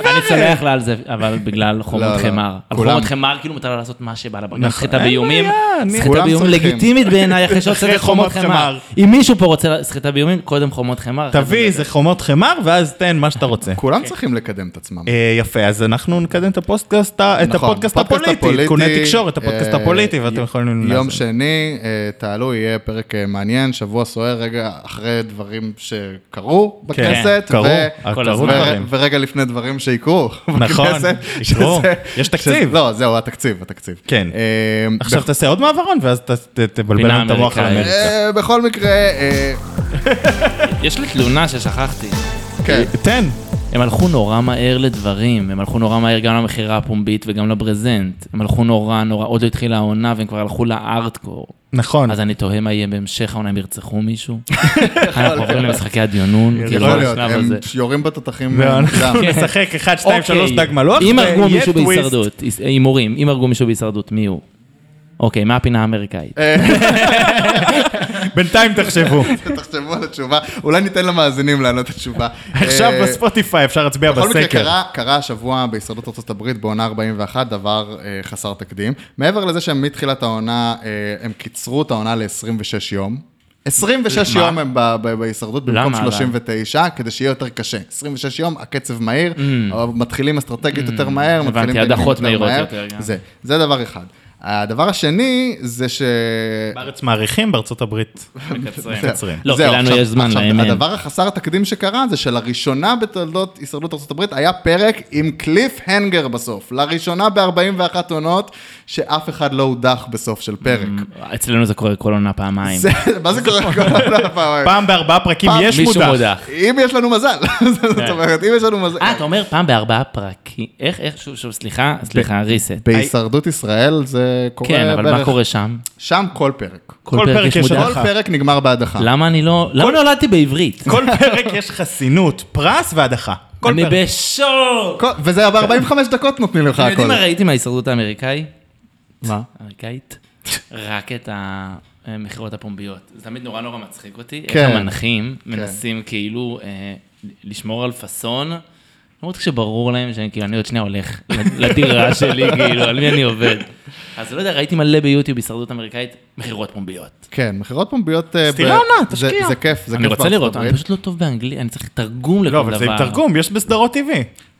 Speaker 2: גברת.
Speaker 3: סולח לה על זה, אבל בגלל
Speaker 4: לא,
Speaker 3: חומות
Speaker 4: לא.
Speaker 3: חמר. על
Speaker 4: כולם-
Speaker 3: חומות חמר, כאילו מותר לה לעשות מה שבא לה, גם
Speaker 2: נכון,
Speaker 3: סחיטה
Speaker 2: אין
Speaker 3: באיומים.
Speaker 2: בעיה, אני-
Speaker 3: סחיטה
Speaker 4: כולם
Speaker 3: באיומים
Speaker 4: צריכים.
Speaker 3: לגיטימית בעיניי, אחרי
Speaker 2: אחרי
Speaker 3: שהוצאת חומות
Speaker 2: חומות חמר.
Speaker 3: חמר. אם מישהו פה רוצה סחיטה באיומים, קודם חומות חמר. אחרי זה
Speaker 2: תביא איזה חומות חמר, ואז תן מה שאתה רוצה.
Speaker 4: כולם צריכים לקדם את עצמם.
Speaker 2: אה, יפה, אז אנחנו נקדם את הפודקאסט ה- את
Speaker 4: נכון,
Speaker 2: הפודקאסט הפוליטי, עדכוני תקשורת, הפודקאסט
Speaker 4: אה,
Speaker 2: הפוליטי, ואתם יכולים
Speaker 4: יום
Speaker 2: לעשות.
Speaker 4: שני, אה, תעלו, יהיה פרק אה, מעניין, שבוע סוער, רגע אחרי דברים שקרו בכנסת.
Speaker 2: כן, קרו,
Speaker 4: ו-
Speaker 2: אה,
Speaker 3: כל
Speaker 2: קרו
Speaker 3: הזמן.
Speaker 2: דברים.
Speaker 4: ו- ורגע לפני דברים שיקרו.
Speaker 2: נכון,
Speaker 4: בכנסת,
Speaker 2: יקרו.
Speaker 4: שזה-
Speaker 2: יש
Speaker 4: שזה-
Speaker 2: תקציב.
Speaker 4: לא, זהו, התקציב, התקציב.
Speaker 2: כן.
Speaker 4: אה,
Speaker 2: עכשיו
Speaker 4: בכ-
Speaker 2: תעשה עוד מעברון, ואז ת- ת- תבלבל
Speaker 3: פינה
Speaker 2: לנו את המוח על
Speaker 3: אמריקאית.
Speaker 2: אמריקה.
Speaker 4: אה, בכל מקרה, אה,
Speaker 3: זה. יש לי תלונה ששכחתי.
Speaker 4: כן.
Speaker 2: תן.
Speaker 3: הם הלכו נורא מהר לדברים, הם הלכו נורא מהר גם למכירה הפומבית וגם לברזנט. הם הלכו נורא נורא, עוד לא התחילה העונה והם כבר הלכו לארטקור.
Speaker 2: נכון.
Speaker 3: אז אני תוהה מה יהיה בהמשך העונה, הם ירצחו מישהו? אנחנו עוברים למשחקי הדיונון,
Speaker 2: אה,
Speaker 3: כאילו,
Speaker 4: יכול להיות,
Speaker 3: השלב
Speaker 4: הם
Speaker 3: הזה.
Speaker 4: יורים בתותחים מוקדם.
Speaker 2: ואנחנו נשחק 1, 2, 3
Speaker 3: כן. אוקיי.
Speaker 2: דג מלוח,
Speaker 3: אם הרגו
Speaker 2: ויהיה
Speaker 3: מישהו
Speaker 2: טוויסט.
Speaker 3: בהישרדות, היס- הימורים, אם הרגו מישהו בהישרדות, מי הוא? אוקיי, מה הפינה האמריקאית?
Speaker 4: אה,
Speaker 2: בינתיים תחשבו.
Speaker 3: אה,
Speaker 4: תחשבו על התשובה, אולי ניתן למאזינים לענות את התשובה.
Speaker 2: עכשיו
Speaker 4: אה,
Speaker 2: בספוטיפיי אפשר להצביע
Speaker 4: בכל מקרה,
Speaker 2: בסקר.
Speaker 4: קרה, קרה השבוע בהישרדות ארצות הברית בעונה 41 דבר אה, חסר תקדים. מעבר לזה שהם מתחילת העונה, אה, הם קיצרו את העונה ל-26 יום. 26 יום הם ב- ב- בהישרדות במקום
Speaker 3: למה, אבל?
Speaker 4: 39, כדי שיהיה יותר קשה. 26 יום, הקצב מהיר, אבל מתחילים אסטרטגית יותר מהר,
Speaker 3: Mm. הבנתי,
Speaker 4: מתחילים את
Speaker 3: הדחות
Speaker 4: הגיימים יותר
Speaker 3: מהירות
Speaker 4: מהר.
Speaker 3: יותר, כן. גם.
Speaker 4: זה, זה דבר אחד. הדבר השני זה ש...
Speaker 2: בארץ מעריכים, בארצות הברית מקצרים.
Speaker 3: לא, כי
Speaker 4: זהו,
Speaker 3: לנו
Speaker 4: עכשיו-
Speaker 3: יש זמן,
Speaker 4: עכשיו,
Speaker 3: להם אין.
Speaker 4: הדבר החסר תקדים שקרה זה שלראשונה בתולדות הישרדות ארה"ב היה פרק עם קליף הנגר בסוף. לראשונה ב-41 עונות, שאף אחד לא הודח בסוף של פרק.
Speaker 3: אצלנו זה קורה כל עונה פעמיים.
Speaker 4: זה- מה זה קורה כל העונה פעמיים?
Speaker 2: פעם בארבעה פרקים
Speaker 4: פעם-
Speaker 2: יש
Speaker 3: מישהו
Speaker 2: מודח.
Speaker 3: מודח.
Speaker 4: אם יש לנו מזל, זאת אומרת, אם יש לנו מזל.
Speaker 3: כן. אה, אתה אומר פעם בארבעה פרקים. איך, איך, שוב, שוב, סליחה, סליחה, ריסט.
Speaker 4: בהישרדות ישראל זה קורה
Speaker 3: כן, אבל מה
Speaker 4: בערך-
Speaker 3: קורה שם?
Speaker 4: שם כל פרק.
Speaker 2: כל פרק יש
Speaker 3: מודח?
Speaker 4: כל
Speaker 2: הדחה.
Speaker 4: פרק נגמר בהדחה.
Speaker 3: למה אני לא... למה נולדתי בעברית?
Speaker 2: כל פרק יש חסינות, פרס והדחה. כל
Speaker 3: אני
Speaker 2: פרק.
Speaker 3: בשוק!
Speaker 4: כל- וזה ב-45 דקות נותנים לך
Speaker 3: אתם יודעים
Speaker 4: הכל.
Speaker 3: מה ראיתי מההישרדות האמריקאי?
Speaker 2: מה?
Speaker 3: האמריקאית? רק את המכירות הפומביות. זה תמיד נורא נורא מצחיק אותי. איך
Speaker 4: כן.
Speaker 3: המנחים מנסים כאילו אה, לשמור על פאסון. למרות כשברור להם שאני כאילו, אני עוד שנייה הולך לדירה שלי, כאילו, על מי אני עובד. אז לא יודע, ראיתי מלא ביוטיוב הישרדות אמריקאית, מכירות פומביות.
Speaker 4: כן, מכירות פומביות... אה,
Speaker 2: סטירה
Speaker 4: ב-
Speaker 2: עונה,
Speaker 4: זה-
Speaker 2: תשקיע.
Speaker 4: זה כיף, זה כיף
Speaker 3: אני רוצה
Speaker 4: בארצות
Speaker 3: לראות, אני
Speaker 4: הברית.
Speaker 3: פשוט לא טוב באנגלית, אני צריך תרגום לכל דבר.
Speaker 2: לא, אבל זה עם תרגום, יש בסדרות TV.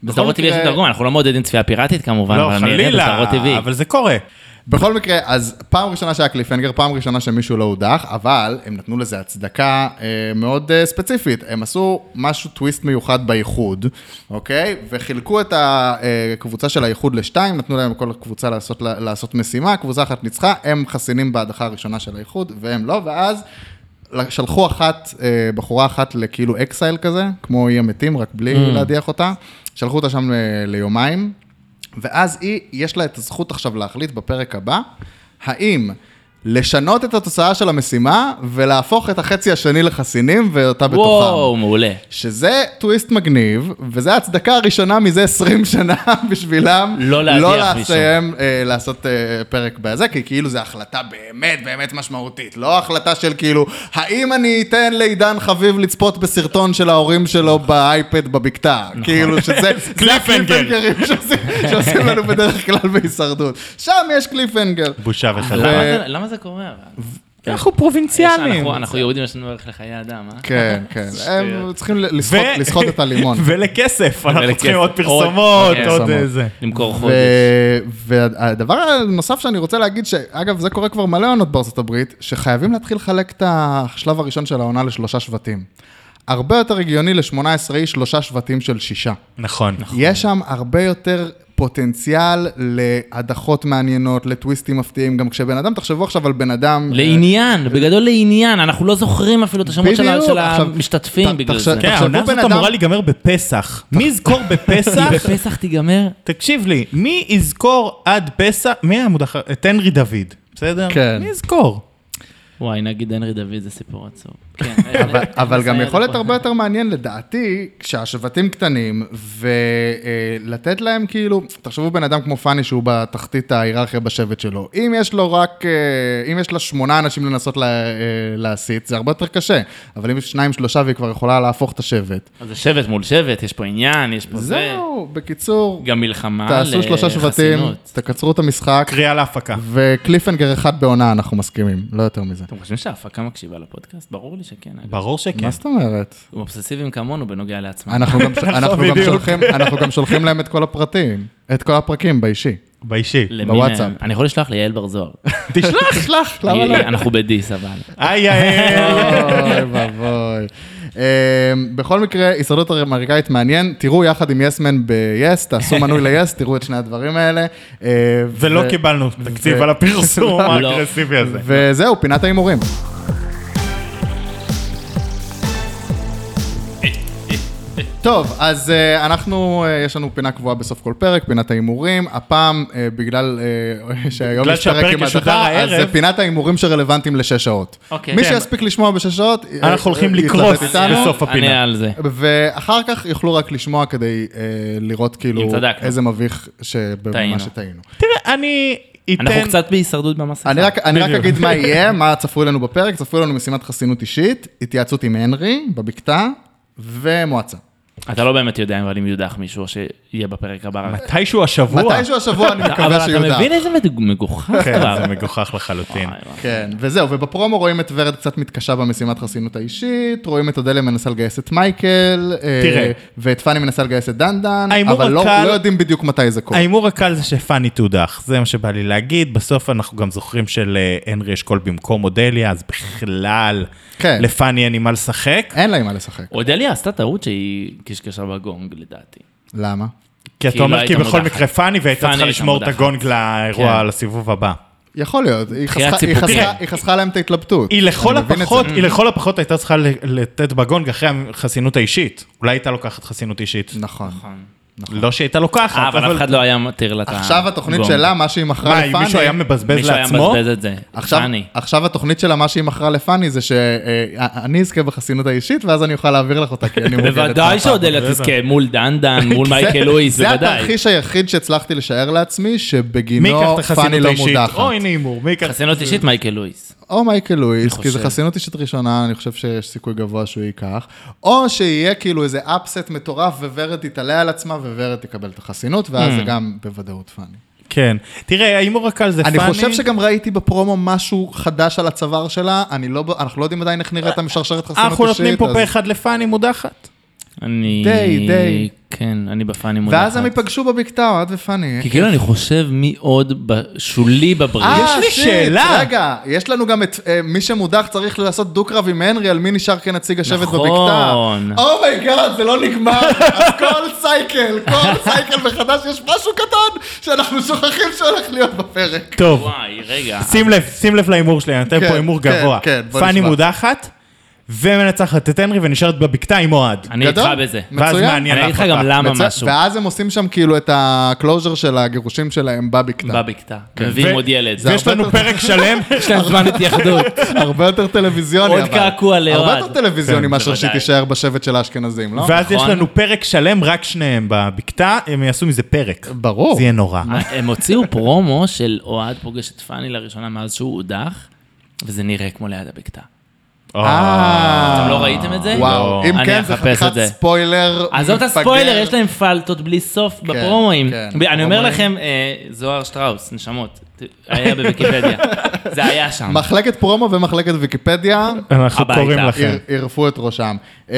Speaker 3: בסדרות טבעי יש
Speaker 4: מקרה-
Speaker 3: תרגום, אנחנו לא מעודדים צפייה פיראטית כמובן,
Speaker 2: לא,
Speaker 3: אבל אני אראה
Speaker 2: חלילה,
Speaker 3: בסדרות טבעי.
Speaker 2: אבל זה קורה.
Speaker 4: בכל מקרה, אז פעם ראשונה שהיה קליפהנגר, פעם ראשונה שמישהו לא הודח, אבל הם נתנו לזה הצדקה אה, מאוד אה, ספציפית. הם עשו משהו, טוויסט מיוחד באיחוד, אוקיי? וחילקו את הקבוצה של האיחוד לשתיים, נתנו להם כל קבוצה לעשות, לעשות משימה, קבוצה אחת ניצחה, הם חסינים בהדחה הראשונה של האיחוד, והם לא, ואז... שלחו אחת, אה, בחורה אחת לכאילו אקסייל כזה, כמו אי המתים, רק בלי להדיח אותה. שלחו אותה שם ל- ליומיים, ואז היא, יש לה את הזכות עכשיו להחליט בפרק הבא, האם לשנות את התוצאה של המשימה ולהפוך את החצי השני לחסינים ואותה
Speaker 3: וואו,
Speaker 4: בתוכם.
Speaker 3: מעולה.
Speaker 4: שזה טוויסט מגניב, וזו ההצדקה הראשונה מזה 20 שנה בשבילם.
Speaker 3: לא להדיח
Speaker 4: לא
Speaker 3: מישהו.
Speaker 4: לסיים אה, לעשות אה, פרק בזה, כי כאילו זו החלטה באמת באמת משמעותית. לא החלטה של כאילו, האם אני אתן לעידן חביב לצפות בסרטון של ההורים שלו
Speaker 3: נכון.
Speaker 4: באייפד בבקתה? כאילו שזה... זה
Speaker 2: קליפהנגר.
Speaker 4: הקליפהנגרים שעושים- שעושים לנו בדרך כלל בהישרדות. שם יש קליפהנגר.
Speaker 2: בושה
Speaker 3: אה, למה
Speaker 2: וחללה.
Speaker 3: זה- למה זה קורה אבל?
Speaker 2: אנחנו פרובינציאלים.
Speaker 3: אנחנו- אנחנו יהודים, יש לנו ערך לחיי אדם, אה?
Speaker 4: כן, כן. הם צריכים לסחוט
Speaker 2: ו-
Speaker 4: לסחוט את הלימון.
Speaker 2: ולכסף, אנחנו
Speaker 3: ולכסף.
Speaker 2: צריכים עוד
Speaker 3: עוד-
Speaker 2: פרסומות,
Speaker 3: אוקיי.
Speaker 2: עוד
Speaker 4: פרסומות.
Speaker 2: איזה.
Speaker 3: למכור
Speaker 4: ו-
Speaker 3: חודש.
Speaker 4: והדבר הנוסף שאני רוצה להגיד, שאגב, זה קורה כבר מלא עונות בארצות הברית, שחייבים להתחיל לחלק את השלב הראשון של העונה לשלושה שבטים. הרבה יותר הגיוני ל-18 איש שלושה שבטים של שישה.
Speaker 2: נכון.
Speaker 4: יש שם הרבה יותר פוטנציאל להדחות מעניינות, לטוויסטים מפתיעים, גם כשבן אדם, תחשבו עכשיו על בן אדם...
Speaker 3: לעניין, בגדול לעניין, אנחנו לא זוכרים אפילו את השמות של ה-
Speaker 4: בדיוק,
Speaker 3: של
Speaker 4: עכשיו,
Speaker 3: המשתתפים
Speaker 4: ת-
Speaker 3: בגלל
Speaker 4: תחשב-
Speaker 3: זה.
Speaker 2: כן,
Speaker 4: תחשבו
Speaker 2: העונה
Speaker 4: בן
Speaker 2: הזאת
Speaker 4: אדם-
Speaker 2: אמורה להיגמר בפסח. מי יזכור בפסח?
Speaker 3: היא בפסח תיגמר?
Speaker 2: תקשיב לי, מי יזכור עד פסח? מי היה מודח? את הנרי דוד, בסדר?
Speaker 4: כן.
Speaker 2: מי יזכור?
Speaker 3: וואי, נגיד הנרי דוד זה סיפור עצוב. כן,
Speaker 4: אבל-
Speaker 3: איך-
Speaker 4: אבל
Speaker 3: איך
Speaker 4: גם
Speaker 3: נסיים
Speaker 4: יכול להיות
Speaker 3: את
Speaker 4: הרבה יותר מעניין לדעתי, כשהשבטים קטנים, ולתת להם כאילו, תחשבו בן אדם כמו פאני שהוא בתחתית ההיררכיה בשבט שלו. אם יש לו רק, אה, אם יש לה שמונה אנשים לנסות לה- אה, להסית, זה הרבה יותר קשה. אבל אם יש שניים, שלושה והיא כבר יכולה להפוך את השבט.
Speaker 3: אז זה שבט מול שבט, יש פה עניין, יש פה זה.
Speaker 4: זהו, בקיצור,
Speaker 3: גם מלחמה
Speaker 4: תעשו שלושה שבטים,
Speaker 3: לחסינות.
Speaker 4: תקצרו את המשחק,
Speaker 2: קריאה להפקה.
Speaker 4: וקליפנגר אחד בעונה אנחנו מסכימים, לא יותר מזה.
Speaker 3: אתם חושבים שההפקה מקשיבה לפודקאסט? ברור לי שכן. אגב.
Speaker 2: ברור שכן.
Speaker 4: מה זאת אומרת?
Speaker 3: הם אובססיביים כמונו בנוגע לעצמם.
Speaker 4: אנחנו גם, אנחנו, גם
Speaker 2: בדיוק.
Speaker 4: שולחים, אנחנו גם שולחים להם את כל הפרטים, את כל הפרקים באישי.
Speaker 2: באישי.
Speaker 3: למי
Speaker 4: בוואטסאפ.
Speaker 3: מהם? אני יכול לשלוח ליעל בר זוהר.
Speaker 4: תשלח, תשלח, למה לא?
Speaker 3: היא- אנחנו בדיס אבל.
Speaker 2: היי יעל.
Speaker 4: אוי ואבוי. אמ, בכל מקרה, הישרדות אמריקאית מעניין, תראו יחד עם יסמן ב-yes, תעשו מנוי ל-yes, תראו את שני הדברים האלה. אה,
Speaker 2: ולא
Speaker 4: ו-
Speaker 2: קיבלנו תקציב
Speaker 4: ו-
Speaker 2: על הפרסום
Speaker 4: לא.
Speaker 2: האגרסיבי הזה.
Speaker 4: וזהו, פינת ההימורים. טוב, אז אה, אנחנו, אה, יש לנו פינה קבועה בסוף כל פרק, פינת ההימורים. הפעם, אה, בגלל אה, שהיום
Speaker 2: בגלל
Speaker 4: יש פרק
Speaker 2: שהפרק
Speaker 4: עם
Speaker 2: ישודר
Speaker 4: הדחה, אז
Speaker 2: הערב.
Speaker 4: זה פינת ההימורים שרלוונטיים לשש שעות.
Speaker 3: אוקיי,
Speaker 4: מי
Speaker 3: כן.
Speaker 4: שיספיק לשמוע בשש שעות, אה,
Speaker 2: אנחנו הולכים
Speaker 4: אה, יתלבט
Speaker 2: לקרוס
Speaker 4: איתנו.
Speaker 2: בסוף הפינה.
Speaker 3: אני על זה.
Speaker 4: ואחר כך יוכלו רק לשמוע כדי אה, לראות כאילו
Speaker 3: אם צדקנו.
Speaker 4: איזה מביך שבמה
Speaker 3: טעינו.
Speaker 4: שטעינו.
Speaker 2: תראה, אני אתן...
Speaker 3: אנחנו קצת בהישרדות במסכה.
Speaker 4: כן. אני רק, אני רק
Speaker 2: בדיוק.
Speaker 4: אגיד מה יהיה, מה צפוי לנו בפרק, צפוי לנו משימת חסינות אישית, התייעצות עם הנרי בבקתה ומועצה.
Speaker 3: אתה לא באמת יודע אבל אם יודח מישהו או שיהיה בפרק הבא. רק.
Speaker 2: מתישהו השבוע.
Speaker 4: מתישהו השבוע אני
Speaker 3: אבל
Speaker 4: מקווה
Speaker 3: אתה
Speaker 4: שיודע.
Speaker 3: מבין איזה מד- מגוחך
Speaker 2: כן,
Speaker 3: כבר.
Speaker 2: זה מגוחך לחלוטין.
Speaker 3: וואי, וואי.
Speaker 4: כן, וזהו, ובפרומו רואים את ורד קצת מתקשה במשימת חסינות האישית, רואים את אודליה מנסה לגייס את מייקל, אה,
Speaker 2: תראה.
Speaker 4: ואת פאני מנסה לגייס את דנדן,
Speaker 2: ההימור
Speaker 4: אבל לא
Speaker 2: הקל-
Speaker 4: לא יודעים בדיוק מתי זה קורה.
Speaker 2: ההימור הקל זה שפאני תודח, זה מה שבא לי להגיד. בסוף אנחנו גם זוכרים שלהנרי אשכול במקום אודליה, אז בכלל,
Speaker 4: כן. אה,
Speaker 2: לפאני אין עם מה לשחק.
Speaker 4: אין להם מה לשחק.
Speaker 3: אודליה עשתה טעות שהיא קשקשה בגונג לדעתי.
Speaker 4: למה?
Speaker 2: כי
Speaker 3: כי
Speaker 2: אתה
Speaker 3: לא
Speaker 2: אומר, כי
Speaker 3: הייתה
Speaker 2: בכל
Speaker 3: מודחת.
Speaker 2: מקרה פאני, והייתה
Speaker 3: פאני
Speaker 2: צריכה
Speaker 3: הייתה
Speaker 2: לשמור את
Speaker 3: מודחת.
Speaker 2: הגונג לאירוע,
Speaker 3: כן.
Speaker 2: לסיבוב הבא.
Speaker 4: יכול להיות, היא
Speaker 3: דחיית
Speaker 4: חסכה- היא
Speaker 3: סיפוקים.
Speaker 4: חסכה- היא חסכה להם את ההתלבטות.
Speaker 2: היא לכל
Speaker 4: אני מבין את זה.
Speaker 3: Mm.
Speaker 2: הפחות, היא לכל הפחות הייתה צריכה ל- לתת בגונג אחרי החסינות האישית. אולי הייתה לוקחת חסינות אישית.
Speaker 4: נכון.
Speaker 2: לא שהייתה לוקחת,
Speaker 3: אה, אבל אף אחד לא היה מתיר לה את
Speaker 4: עכשיו התוכנית
Speaker 3: הגונג.
Speaker 4: שלה, מה שהיא מכרה
Speaker 2: מה, אם
Speaker 4: לפאני...
Speaker 2: מישהו היה מבזבז
Speaker 3: מישהו היה
Speaker 2: לעצמו?
Speaker 3: מבזבז את זה.
Speaker 4: עכשיו,
Speaker 3: פאני.
Speaker 4: עכשיו התוכנית שלה, מה שהיא מכרה לפאני, זה שאני אזכה בחסינות האישית, ואז אני אוכל להעביר לך אותה, כי אני מוגנת.
Speaker 3: בוודאי שאודליה
Speaker 2: בטח.
Speaker 3: תזכה מול דנדן, מול מייקל לואיס,
Speaker 4: כן, זה
Speaker 3: בוודאי.
Speaker 4: התרחיש היחיד שהצלחתי לשער לעצמי,
Speaker 2: מי ייקח
Speaker 4: שבגינו
Speaker 2: את
Speaker 4: פאני
Speaker 2: החסינות
Speaker 4: לא
Speaker 2: האישית?
Speaker 4: מודחת.
Speaker 2: או הנה הימור, מי ייקח...
Speaker 3: חסינות אישית מייקל לואיס.
Speaker 4: או מייקל לואיס, כי זו
Speaker 3: חושב.
Speaker 4: חסינות אישית ראשונה, אני חושב שיש סיכוי גבוה שהוא ייקח. או שיהיה כאילו איזה אפסט מטורף, וורד תתעלה על עצמה, וורד תקבל את החסינות, ואז
Speaker 3: Hmm.
Speaker 4: זה גם בוודאות פאני.
Speaker 2: כן. תראה, ההימור הקל זה פאני.
Speaker 4: אני חושב שגם ראיתי בפרומו משהו חדש על הצוואר שלה, אני לא, ב- אנחנו לא יודעים עדיין איך נראית המשרשרת חסינות אישית.
Speaker 2: אה, אנחנו נותנים פה
Speaker 4: אז-
Speaker 2: פה אחד לפאני מודחת.
Speaker 3: אני...
Speaker 4: די, די.
Speaker 3: כן, אני בפאני מודחת.
Speaker 4: ואז הם ייפגשו בבקתה, אוהד ופאני.
Speaker 3: כי כאילו אני חושב מי עוד בשולי בבריא.
Speaker 4: אה,
Speaker 2: יש לי
Speaker 4: שיט,
Speaker 2: שאלה.
Speaker 4: רגע, יש לנו גם את אה, מי שמודח צריך לעשות דו-קרב עם הנרי על מי נשאר כנציג השבט
Speaker 3: נכון.
Speaker 4: בבקתה. אומייגאד, זה לא נגמר. אז כל סייקל, כל סייקל מחדש יש משהו קטן שאנחנו שוכחים שהולך להיות בפרק.
Speaker 2: טוב,
Speaker 3: וואי, רגע.
Speaker 2: שים לב, שים לב להימור שלי, אני נותן
Speaker 4: כן,
Speaker 2: פה הימור
Speaker 4: כן,
Speaker 2: גבוה.
Speaker 4: כן, בוא
Speaker 2: פאני
Speaker 4: נשמע.
Speaker 2: מודחת, ומנצחת את הנרי ונשארת בבקתה עם אוהד.
Speaker 3: אני איתך
Speaker 4: גדול.
Speaker 3: בזה.
Speaker 2: ואז
Speaker 4: מצוין.
Speaker 2: מעניין
Speaker 3: אני אגיד לך
Speaker 2: ההחלטה.
Speaker 3: גם למה
Speaker 4: מצ-
Speaker 3: משהו.
Speaker 4: ואז הם עושים שם כאילו את הקלוז'ר של הגירושים שלהם בבקתה.
Speaker 3: בבקתה.
Speaker 4: כן.
Speaker 3: מביאים
Speaker 2: ו-
Speaker 3: עוד ילד. נכון.
Speaker 4: זה
Speaker 2: ויש
Speaker 4: הרבה
Speaker 2: לנו
Speaker 4: יותר-
Speaker 2: פרק שלם,
Speaker 3: יש להם זמן התייחדות.
Speaker 4: הרבה יותר טלוויזיוני,
Speaker 3: עוד
Speaker 4: אבל.
Speaker 3: קעקוע
Speaker 4: הרבה
Speaker 3: לאוהד.
Speaker 4: יותר טלוויזיוני
Speaker 2: כן,
Speaker 4: מאשר שהיא
Speaker 3: בוודאי.
Speaker 4: תישאר בשבט של האשכנזים, לא?
Speaker 2: ואז יש
Speaker 3: נכון.
Speaker 2: לנו פרק שלם, רק שניהם בבקתה, הם יעשו מזה פרק.
Speaker 4: ברור.
Speaker 2: זה יהיה נורא.
Speaker 3: הם הוציאו פרומו של אוהד פוגש את פאני לראשונה מאז שהוא הודח, וזה נראה כמו ליד הבקתה.
Speaker 2: אה.
Speaker 3: אתם לא ראיתם את זה?
Speaker 4: וואו,
Speaker 2: לא.
Speaker 4: אם
Speaker 3: אני
Speaker 4: כן, זה
Speaker 3: אחפש
Speaker 4: חתיכת
Speaker 3: את זה.
Speaker 4: ספוילר.
Speaker 3: עזוב את
Speaker 4: מפגר.
Speaker 3: הספוילר, יש להם פלטות בלי סוף בפרומואים.
Speaker 4: כן,
Speaker 3: אני אומר
Speaker 4: פרומואים.
Speaker 3: לכם, אה, זוהר שטראוס, נשמות, ת- היה בוויקיפדיה. זה היה שם.
Speaker 4: מחלקת פרומו ומחלקת ויקיפדיה,
Speaker 2: אנחנו
Speaker 3: הביתה.
Speaker 2: קוראים לכם.
Speaker 4: עיר- עירפו את ראשם. אה,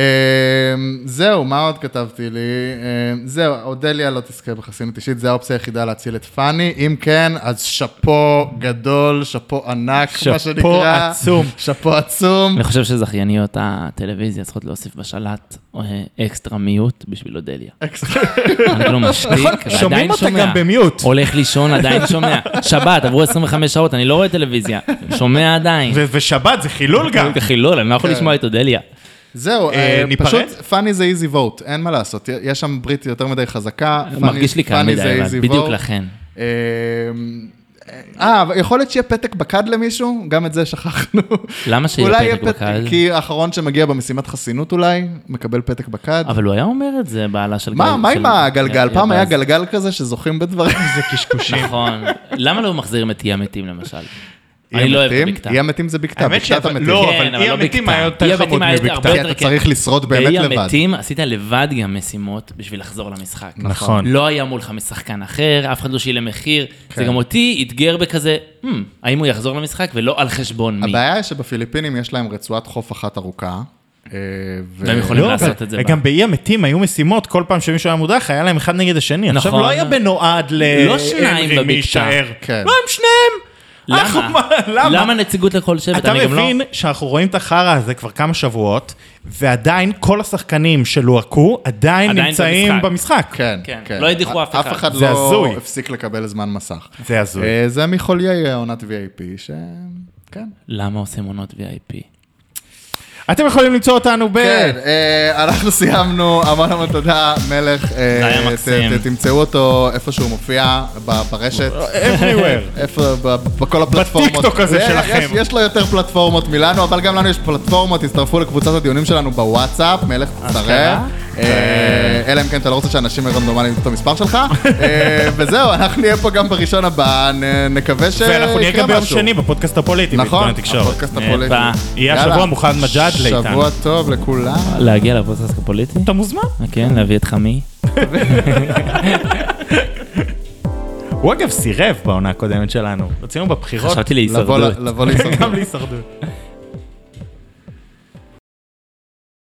Speaker 4: זהו, מה עוד כתבתי לי? אה, זהו, אודליה לא תזכה בחסינות אישית, זו האופציה היחידה להציל את פאני. אם כן, אז שאפו גדול, שאפו ענק, מה שנקרא.
Speaker 2: שאפו עצום.
Speaker 4: שאפו עצום.
Speaker 3: אני חושב שזכייניות הטלוויזיה צריכות להוסיף בשלט אה, אקסטרה מיוט בשביל אודליה. אני כאילו משתיק, ועדיין
Speaker 2: נכון, שומעים אותה
Speaker 3: שומע.
Speaker 2: גם במיוט.
Speaker 3: הולך לישון, עדיין שומע. שבת, עברו 25 שעות, אני לא רואה טלוויזיה. שומע עדיין.
Speaker 2: ו- ושבת זה חילול גם.
Speaker 3: זה חילול, אני לא
Speaker 4: כן.
Speaker 3: יכול לשמוע את אודליה.
Speaker 4: זהו,
Speaker 2: אה,
Speaker 4: אה,
Speaker 2: ניפרד?
Speaker 4: פשוט פאני זה איזי vote, אין מה לעשות, יש שם ברית יותר מדי חזקה. פאני-
Speaker 3: אה, מרגיש לי קל
Speaker 4: פאני
Speaker 3: מדי,
Speaker 4: זה
Speaker 3: אבל
Speaker 4: easy
Speaker 3: בדיוק
Speaker 4: vote.
Speaker 3: לכן.
Speaker 4: אה, אה, אבל יכול להיות שיהיה פתק בקד למישהו? גם את זה שכחנו.
Speaker 3: למה שיהיה
Speaker 4: אולי
Speaker 3: פתק בקד?
Speaker 4: כי האחרון שמגיע במשימת חסינות אולי, מקבל פתק בקד.
Speaker 3: אבל הוא היה אומר את זה, בעלה של
Speaker 4: מה,
Speaker 3: גל-
Speaker 4: מה
Speaker 3: של- אה,
Speaker 4: עם הגלגל?
Speaker 3: של-
Speaker 4: פעם היה
Speaker 3: יבז.
Speaker 4: גלגל כזה שזוכים בדברים. זה קשקושים.
Speaker 3: נכון. למה לא מחזירים את אי המתים למשל? אני לא אוהב את הבקתה.
Speaker 4: אי המתים זה בקתה,
Speaker 2: האמת
Speaker 4: בקתת
Speaker 2: שאבל-
Speaker 4: המתים.
Speaker 2: לא,
Speaker 3: כן,
Speaker 2: אבל
Speaker 3: אבל
Speaker 2: אי
Speaker 3: לא
Speaker 2: המתים
Speaker 3: בקתה.
Speaker 2: היה
Speaker 3: אי
Speaker 2: יותר
Speaker 3: המתים
Speaker 2: חמוד
Speaker 3: היה הרבה
Speaker 2: מבקתה.
Speaker 3: יותר-
Speaker 4: כי אתה
Speaker 3: כן.
Speaker 4: צריך לשרוד באמת
Speaker 3: באי
Speaker 4: לבד.
Speaker 3: המתים עשית לבד גם משימות בשביל לחזור למשחק.
Speaker 2: נכון.
Speaker 3: לא היה מולך משחקן אחר, אף אחד לא שילם מחיר. זה
Speaker 4: כן.
Speaker 3: גם אותי אתגר בכזה, "Hmm, האם הוא יחזור למשחק ולא על חשבון מי.
Speaker 4: הבעיה היא שבפיליפינים יש להם רצועת חוף אחת ארוכה. אה, ו-
Speaker 3: והם יכולים
Speaker 2: לא,
Speaker 3: לעשות
Speaker 2: אבל
Speaker 3: את זה. בה.
Speaker 2: גם באי המתים היו משימות, כל פעם שמישהו היה מודח, היה להם אחד נגד השני. עכשיו
Speaker 3: נכון.
Speaker 2: לא היה בין אוהד
Speaker 3: לא שניים
Speaker 2: להנרי
Speaker 3: בבקתה.
Speaker 2: מי יישאר.
Speaker 4: כן.
Speaker 2: לא, הם שניהם. אנחנו- מה,
Speaker 3: למה נציגות לכל שבט?
Speaker 2: אתה
Speaker 3: אני גם לא-
Speaker 2: מבין שאנחנו רואים את החרא הזה כבר כמה שבועות, ועדיין כל השחקנים שלוהקו עדיין
Speaker 3: עדיין
Speaker 2: נמצאים במשחק.
Speaker 4: כן,
Speaker 3: כן, לא הדיחו אף אחד.
Speaker 4: אף אחד
Speaker 2: זה
Speaker 4: לא
Speaker 2: הזוי.
Speaker 4: הפסיק לקבל זמן מסך.
Speaker 2: זה הזוי.
Speaker 4: אה, זה מחוליי עונת VIP, ש... כן.
Speaker 3: למה עושים עונות VIP?
Speaker 2: אתם יכולים למצוא אותנו ב...
Speaker 4: כן, אה, אנחנו סיימנו, המון המון תודה, מלך. אה,
Speaker 3: זה היה
Speaker 4: ת-
Speaker 3: מקסים.
Speaker 4: ת- תמצאו אותו איפה שהוא מופיע, ב- ברשת.
Speaker 2: everywhere.
Speaker 4: איפה, ב- ב- בכל הפלטפורמות.
Speaker 2: בטיקטוק הזה
Speaker 4: אה,
Speaker 2: שלכם.
Speaker 4: יש, יש לו יותר פלטפורמות מלנו, אבל גם לנו יש פלטפורמות, תצטרפו לקבוצת הדיונים שלנו בוואטסאפ, מלך
Speaker 2: כן.
Speaker 4: תצטרף. אה, אלא אם כן אתה לא רוצה שאנשים רנדומליים ימצאו את המספר שלך. אה, וזהו, אנחנו נהיה פה גם בראשון הבא, נ- נקווה שיקרה אה, משהו.
Speaker 2: ואנחנו נהיה גם ביום שני בפודקאסט הפוליטי,
Speaker 4: נכון,
Speaker 2: בעיתון התקשורת.
Speaker 4: הפודקאסט הפוליטי.
Speaker 3: נהדר.
Speaker 2: יהיה
Speaker 4: יאללה,
Speaker 2: השבוע מוחמד מג'אדלה איתנו.
Speaker 4: שבוע טוב לכולם.
Speaker 3: להגיע לפודקאסט הפוליטי?
Speaker 2: אתה מוזמן.
Speaker 3: כן, להביא את חמי.
Speaker 2: הוא אגב סירב בעונה הקודמת שלנו. רצינו בבחירות
Speaker 3: חשבתי
Speaker 4: לבוא ל-
Speaker 3: להישרדות.
Speaker 4: לבוא להישרדות.
Speaker 2: גם להישרדות.